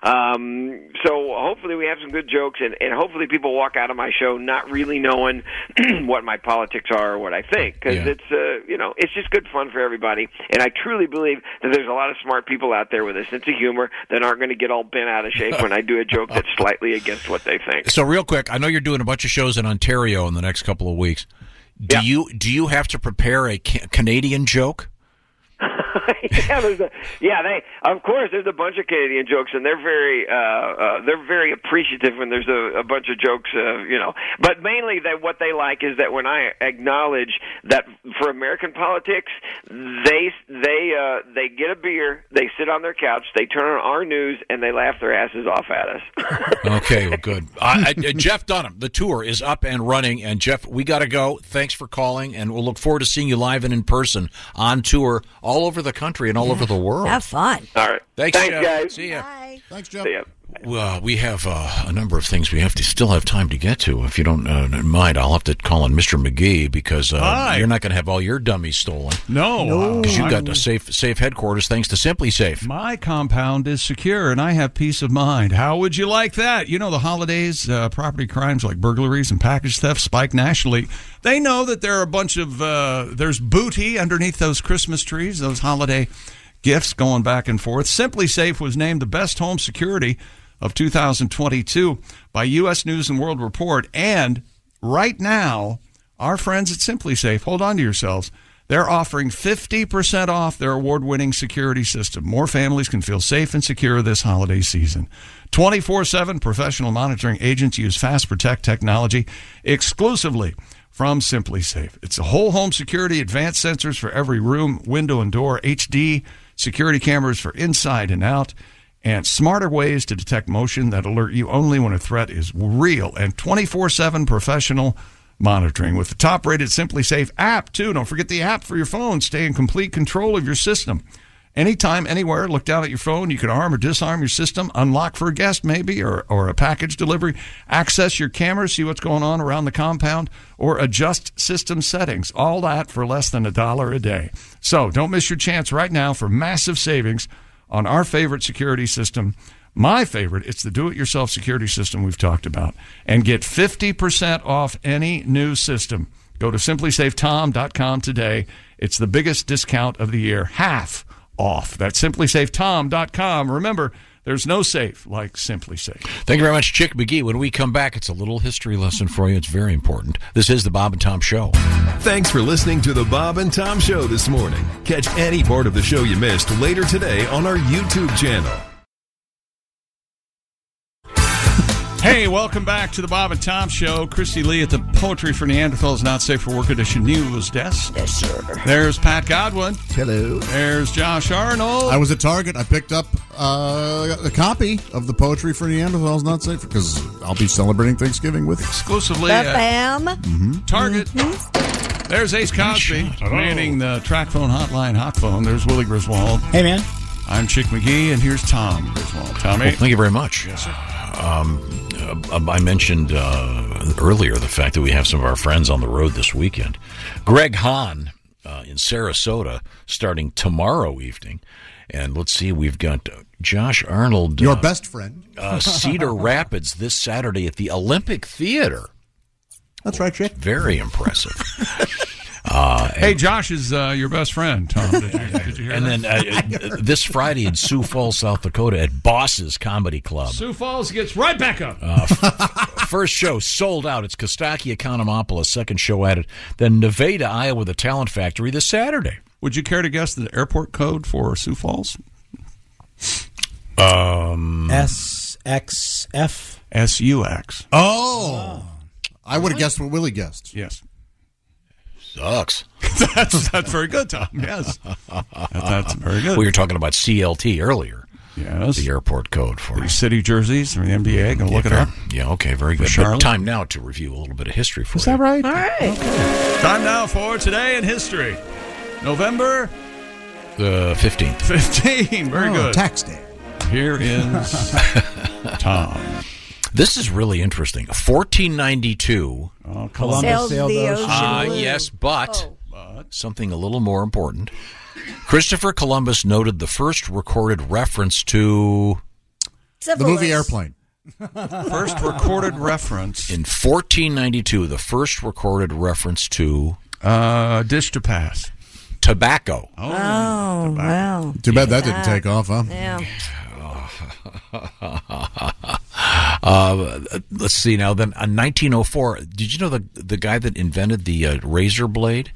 Speaker 18: Um, so hopefully we have some good jokes and, and hopefully people walk out of my show not really knowing what my politics are or what I think because
Speaker 2: Yeah.
Speaker 18: it's uh, you know it's just good fun for everybody and I truly believe that there's a lot of smart people out there with a sense of humor that aren't going to get all bent out of shape when I do a joke that's slightly against what they think.
Speaker 9: So real quick, I know you're doing a bunch of shows in Ontario in the next couple of weeks. Do you do you have to prepare a ca- Canadian joke?
Speaker 18: yeah, there's a, yeah, they of course there's a bunch of Canadian jokes, and they're very uh, uh, they're very appreciative when there's a, a bunch of jokes, uh, you know. But mainly, that what they like is that when I acknowledge that for American politics, they they uh, they get a beer, they sit on their couch, they turn on our news, and they laugh their asses off at us.
Speaker 9: Okay, well, good. I, I, Jeff Dunham, the tour is up and running, and Jeff, we got to go. Thanks for calling, and we'll look forward to seeing you live and in person on tour all over the country and all over the world.
Speaker 10: Have fun.
Speaker 18: All right,
Speaker 9: thanks,
Speaker 10: Thanks,
Speaker 9: Jeff.
Speaker 10: guys.
Speaker 9: See ya.
Speaker 11: Thanks, Jeff.
Speaker 9: Well, we have uh, a number of things we have to still have time to get to. If you don't uh, mind, I'll have to call on Mr. McGee because uh,
Speaker 1: Hi.
Speaker 9: you're not going to have all your dummies stolen.
Speaker 1: No.
Speaker 9: because you've got
Speaker 1: I'm-
Speaker 9: a safe safe headquarters thanks to Simply Safe.
Speaker 1: My compound is secure and I have peace of mind. How would you like that? You know, the holidays, uh, property crimes like burglaries and package theft spike nationally. They know that there are a bunch of, uh, there's booty underneath those Christmas trees, those holiday gifts going back and forth. Simply Safe was named the best home security of 2022 by U.S. News and World Report. And right now, our friends at Simply Safe, hold on to yourselves. They're offering 50% off their award winning security system. More families can feel safe and secure this holiday season. 24 7 professional monitoring agents use Fast Protect technology exclusively from Simply Safe. It's a whole home security, advanced sensors for every room, window, and door, HD security cameras for inside and out and smarter ways to detect motion that alert you only when a threat is real and 24-7 professional monitoring with the top-rated simply safe app too don't forget the app for your phone stay in complete control of your system anytime anywhere look down at your phone you can arm or disarm your system unlock for a guest maybe or, or a package delivery access your camera see what's going on around the compound or adjust system settings all that for less than a dollar a day so don't miss your chance right now for massive savings on our favorite security system. My favorite, it's the do it yourself security system we've talked about. And get 50% off any new system. Go to simplysafetom.com today. It's the biggest discount of the year, half off. That's simplysafetom.com. Remember, there's no safe like Simply Safe.
Speaker 9: Thank you very much, Chick McGee. When we come back, it's a little history lesson for you. It's very important. This is the Bob and Tom
Speaker 1: Oh.
Speaker 9: Show.
Speaker 15: Thanks for listening to the Bob and Tom Show this morning. Catch any part of the show you missed later today on our YouTube channel.
Speaker 1: Hey, welcome back to the Bob and Tom Show. Christy Lee at the Poetry for Neanderthals Not Safe for Work Edition News Desk. Yes, sir. There's Pat Godwin. Hello. There's Josh Arnold.
Speaker 11: I was at Target. I picked up uh, a copy of the poetry for Neanderthals not safe because I'll be celebrating Thanksgiving with it.
Speaker 1: exclusively
Speaker 10: Ba-
Speaker 1: at
Speaker 10: bam.
Speaker 1: Target.
Speaker 10: Mm-hmm.
Speaker 1: There's Ace Cosby manning the track phone hotline, hot phone. There's Willie Griswold. Hey, man. I'm Chick McGee, and here's Tom Griswold. Tommy.
Speaker 9: Well, thank you very much. Um, uh, I mentioned uh, earlier the fact that we have some of our friends on the road this weekend. Greg Hahn uh, in Sarasota starting tomorrow evening. And let's see, we've got uh, Josh Arnold.
Speaker 11: Your
Speaker 9: uh,
Speaker 11: best friend.
Speaker 9: uh, Cedar Rapids this Saturday at the Olympic Theater.
Speaker 11: That's right, Chick.
Speaker 9: Very impressive. Uh,
Speaker 1: Hey, Josh is uh, your best friend, Tom. Did you, did you hear
Speaker 9: and
Speaker 1: that?
Speaker 9: then uh, this Friday in Sioux Falls, South Dakota, at Boss's Comedy Club.
Speaker 1: Sioux Falls gets right back up.
Speaker 9: Uh, First show sold out. It's Kostaki Economopoulos. Second show added. Then Nevada, Iowa, the Talent Factory this Saturday.
Speaker 1: Would you care to guess the airport code for Sioux Falls?
Speaker 9: Um,
Speaker 26: SXF.
Speaker 1: SUX.
Speaker 11: Oh. I would have guessed what Willie guessed.
Speaker 1: Yes.
Speaker 9: Sucks.
Speaker 1: that's that's very good, Tom. Yes. that's very good.
Speaker 9: We were talking about CLT earlier.
Speaker 1: Yes.
Speaker 9: The airport code for
Speaker 1: These city jerseys from the NBA. Go look it
Speaker 9: yeah,
Speaker 1: up.
Speaker 9: Yeah, okay, very
Speaker 1: For
Speaker 9: good. But
Speaker 1: Charlotte.
Speaker 9: time now to review a little bit of history for you.
Speaker 1: right? All right. Time now for Today in History. November
Speaker 9: The Uh, fifteenth.
Speaker 1: 15. Very
Speaker 9: Oh,
Speaker 1: good.
Speaker 9: tax
Speaker 1: day. Here is Tom.
Speaker 9: This is really interesting. 1492.
Speaker 1: Oh, Columbus Sailed sailed the the ocean
Speaker 9: Ah,
Speaker 1: blue.
Speaker 9: yes, but
Speaker 10: Oh,
Speaker 9: something a little more important. Christopher Columbus noted the first recorded reference to
Speaker 10: Syphilis.
Speaker 1: First recorded reference
Speaker 9: in 1492. The first recorded reference to
Speaker 1: uh, dish to pass
Speaker 9: tobacco.
Speaker 10: Oh, wow.
Speaker 11: Too bad that didn't take off, huh?
Speaker 10: Yeah.
Speaker 9: uh, let's see now. Then, in 1904, did you know the the guy that invented the uh, razor blade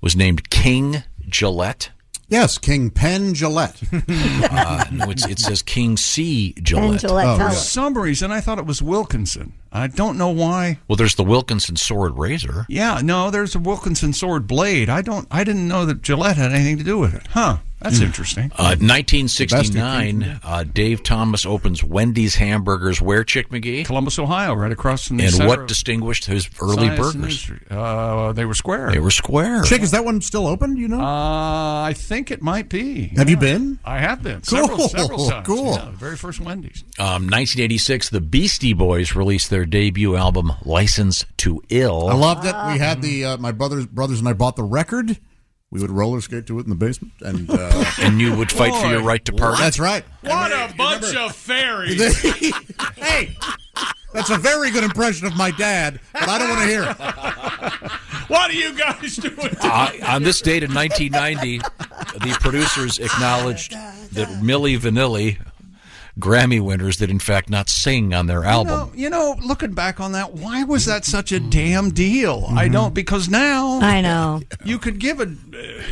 Speaker 9: was named King Gillette?
Speaker 11: Yes, King Penn Gillette.
Speaker 9: Uh, no, it's, it says King C Gillette.
Speaker 1: For some reason, I thought it was Wilkinson. I don't know why.
Speaker 9: Well, there's the Wilkinson sword razor.
Speaker 1: Yeah, no, there's a Wilkinson sword blade. I don't. I didn't know that Gillette had anything to do with it. Huh? That's interesting.
Speaker 9: Uh,
Speaker 1: Best you
Speaker 9: 1969, uh, Dave Thomas opens Wendy's Hamburgers. Where, Chick McGee?
Speaker 1: Columbus, Ohio, right across from the
Speaker 9: And
Speaker 1: center
Speaker 9: what
Speaker 1: of
Speaker 9: distinguished his early
Speaker 1: Science and
Speaker 9: burgers?
Speaker 1: Industry. Uh, they were square.
Speaker 9: They were square.
Speaker 11: Chick, is that one still open? Do you know?
Speaker 1: Uh, I think it might be.
Speaker 11: Have you been?
Speaker 1: I have been.
Speaker 11: Cool.
Speaker 1: Several, several times.
Speaker 11: Cool.
Speaker 1: Yeah, the very first Wendy's.
Speaker 9: Um, 1986, the Beastie Boys released their debut album, License to Ill.
Speaker 11: I loved it. We
Speaker 9: Mm-hmm.
Speaker 11: had the uh, my brothers brothers and I bought the record. We would roller skate to it in the basement, and uh,
Speaker 9: And you would fight for your right to party.
Speaker 11: That's right.
Speaker 1: What a bunch of fairies!
Speaker 11: hey, that's a very good impression of my dad, but I don't want to hear it.
Speaker 1: What are you guys doing?
Speaker 9: Uh, on this date in 1990, the producers acknowledged that Milli Vanilli, Grammy winners, did in fact not sing on their album. Hmm.
Speaker 1: You know, you know, looking back on that, why was that such a damn deal?
Speaker 9: Mm-hmm.
Speaker 1: I don't because now
Speaker 10: I know
Speaker 1: you could give a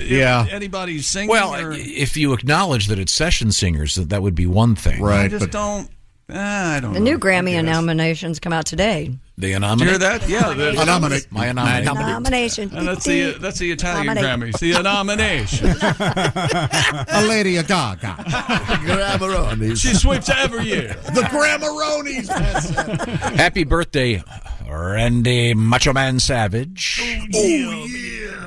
Speaker 9: Yeah.
Speaker 1: anybody singing.
Speaker 9: Well,
Speaker 1: or,
Speaker 9: if you acknowledge that it's session singers, that that would be one thing.
Speaker 1: I just don't. ah, I don't.
Speaker 10: The
Speaker 1: know.
Speaker 10: new Grammy
Speaker 9: Yes.
Speaker 10: nominations come out today.
Speaker 9: They anominate.
Speaker 1: Hear that? Yeah, the-
Speaker 9: I nominate. My anominate.
Speaker 10: Nomination.
Speaker 1: And that's the that's the Italian
Speaker 10: Nominate.
Speaker 1: Grammys, the nomination.
Speaker 11: A lady of Gaga.
Speaker 14: Grammaronis.
Speaker 1: She sweeps every year.
Speaker 14: The Grammaronis.
Speaker 11: Oh,
Speaker 14: That's it.
Speaker 9: Happy birthday, Randy Macho Man Savage.
Speaker 27: Oh,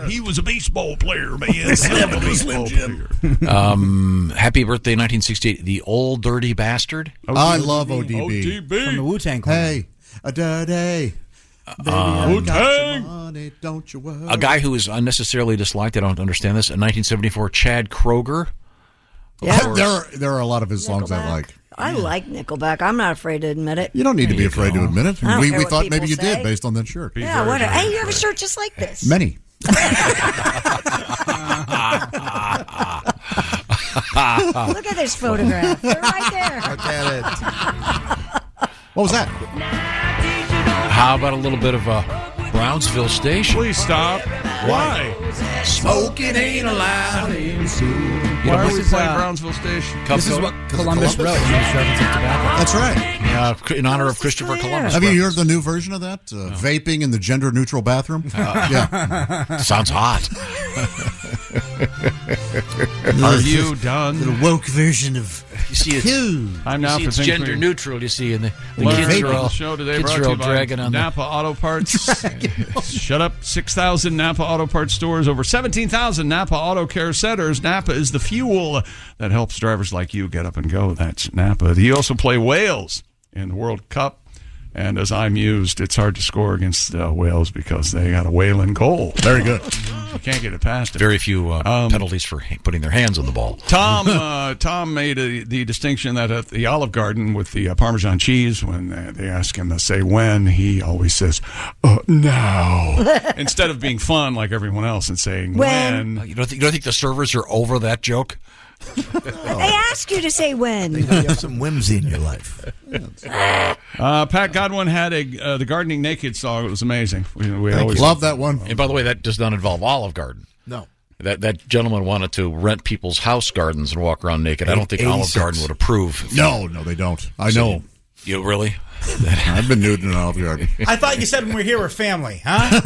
Speaker 27: He was a baseball player, man.
Speaker 9: Slim
Speaker 27: He was a
Speaker 9: Slim
Speaker 27: baseball
Speaker 9: Jim.
Speaker 27: player.
Speaker 9: um, happy birthday, 1968. The old dirty bastard.
Speaker 11: I love ODB.
Speaker 1: From
Speaker 11: the Wu Tang Clan. Hey, a dirty. Baby,
Speaker 9: Um,
Speaker 11: I got
Speaker 9: Wu-Tang.
Speaker 11: your money, don't you worry.
Speaker 9: A guy who is unnecessarily disliked. I don't understand this. In 1974, Chad Kroger.
Speaker 11: Yeah. there are there are a lot of his songs I like.
Speaker 10: I like Nickelback. I'm not afraid to admit it.
Speaker 11: You don't need to be afraid to admit it.
Speaker 10: I don't
Speaker 11: We,
Speaker 10: care
Speaker 11: we
Speaker 10: what
Speaker 11: thought
Speaker 10: people
Speaker 11: maybe you
Speaker 10: say.
Speaker 11: did based on that shirt.
Speaker 10: Yeah, what? A, hey, you have a shirt just like this.
Speaker 11: Many.
Speaker 10: Look at this photograph. They're right there. Look
Speaker 9: at
Speaker 10: it.
Speaker 11: What was that?
Speaker 9: How about a little bit of a Brownsville station?
Speaker 1: Please stop. Why?
Speaker 9: Smoking ain't allowed in school. You know,
Speaker 1: Why are
Speaker 9: this
Speaker 1: we
Speaker 9: is,
Speaker 1: playing
Speaker 9: uh,
Speaker 1: Brownsville Station?
Speaker 9: This is what Columbus Columbus? wrote.
Speaker 11: That's right.
Speaker 9: Uh, in honor of Christopher Columbus.
Speaker 11: Have you heard the new version of that? Uh, Vaping in the gender neutral bathroom?
Speaker 9: Uh,
Speaker 11: yeah.
Speaker 9: Sounds hot.
Speaker 1: Are you done?
Speaker 9: The
Speaker 1: woke version of
Speaker 9: You see, it's,
Speaker 1: I'm
Speaker 9: you
Speaker 1: now
Speaker 9: see
Speaker 1: for
Speaker 9: it's
Speaker 1: Think
Speaker 9: gender
Speaker 1: Green.
Speaker 9: neutral. You see, and the, the
Speaker 1: Learn
Speaker 9: kids
Speaker 1: from
Speaker 9: are all,
Speaker 1: the show today
Speaker 9: kids
Speaker 1: brought
Speaker 9: are
Speaker 1: to
Speaker 9: all
Speaker 1: you by
Speaker 9: dragging on
Speaker 1: Napa Auto Parts. Shut up. 6,000 Napa Auto Parts stores, over 17,000 Napa Auto Care centers. Napa is the fuel that helps drivers like you get up and go. That's Napa. You also play Wales in the World Cup. And as I'm used, it's hard to score against uh, Wales because they got a whaling goal.
Speaker 11: Very good.
Speaker 1: You can't get it past it.
Speaker 9: the very few uh,
Speaker 16: Um,
Speaker 9: penalties for ha- putting their hands on the ball.
Speaker 1: Tom uh, Tom made a, the distinction that at the Olive Garden with the uh, Parmesan cheese, when uh, they ask him to say when, he always says uh, now instead of being fun like everyone else and saying when.
Speaker 9: Oh, You don't, think, you don't think the servers are over that joke?
Speaker 10: They ask you to say when.
Speaker 1: some whimsy in your life. uh, Pat Godwin had a uh, the gardening naked song. It was amazing. We, we always
Speaker 11: that one.
Speaker 9: And by the way, that does not involve Olive Garden.
Speaker 11: No.
Speaker 9: That that gentleman wanted to rent people's house gardens and walk around naked. I don't think Olive
Speaker 11: 86.
Speaker 9: Garden would approve.
Speaker 11: No, no, they don't. I
Speaker 9: So-
Speaker 11: know.
Speaker 9: You really?
Speaker 11: I've been nude in an Olive Garden.
Speaker 26: I thought you said when we're here we're family, huh?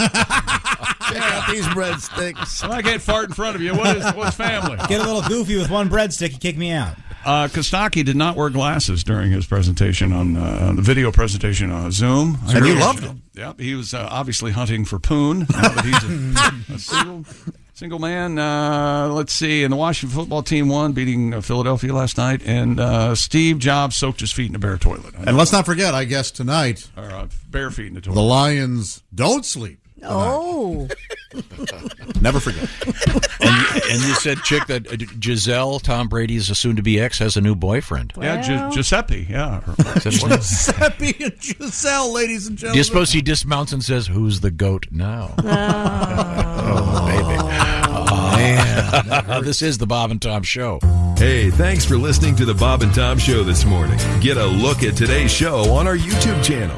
Speaker 11: Check out these breadsticks.
Speaker 1: I can't fart in front of you. What is what's family?
Speaker 26: Get a little goofy with one breadstick, you kick me out.
Speaker 1: Uh, Kostaki did not wear glasses during his presentation on uh, the video presentation on Zoom. uh, I
Speaker 11: And you
Speaker 1: heard-
Speaker 11: loved him.
Speaker 1: Yep, he was uh, obviously hunting for Poon. Now that he's a, a single, Single man. Uh, let's see. And the Washington football team won, beating uh, Philadelphia last night. And uh, Steve Jobs soaked his feet in a bear toilet.
Speaker 16: And let's not forget, I guess tonight,
Speaker 1: Or, uh, bare feet in the toilet.
Speaker 16: the Lions don't sleep.
Speaker 7: Oh.
Speaker 16: Never forget.
Speaker 9: and, and you said, chick, that uh, Giselle, Tom Brady's soon-to-be ex, has a new boyfriend.
Speaker 1: Yeah, Gi- Well. Giuseppe. Yeah.
Speaker 16: Giuseppe and Giselle, ladies and
Speaker 9: Do you suppose he dismounts and says, "Who's the goat now?" oh, baby. Oh, this is the Bob and Tom Show.
Speaker 15: Hey, thanks for listening to the Bob and Tom Show this morning. Get a look at today's show on our YouTube channel.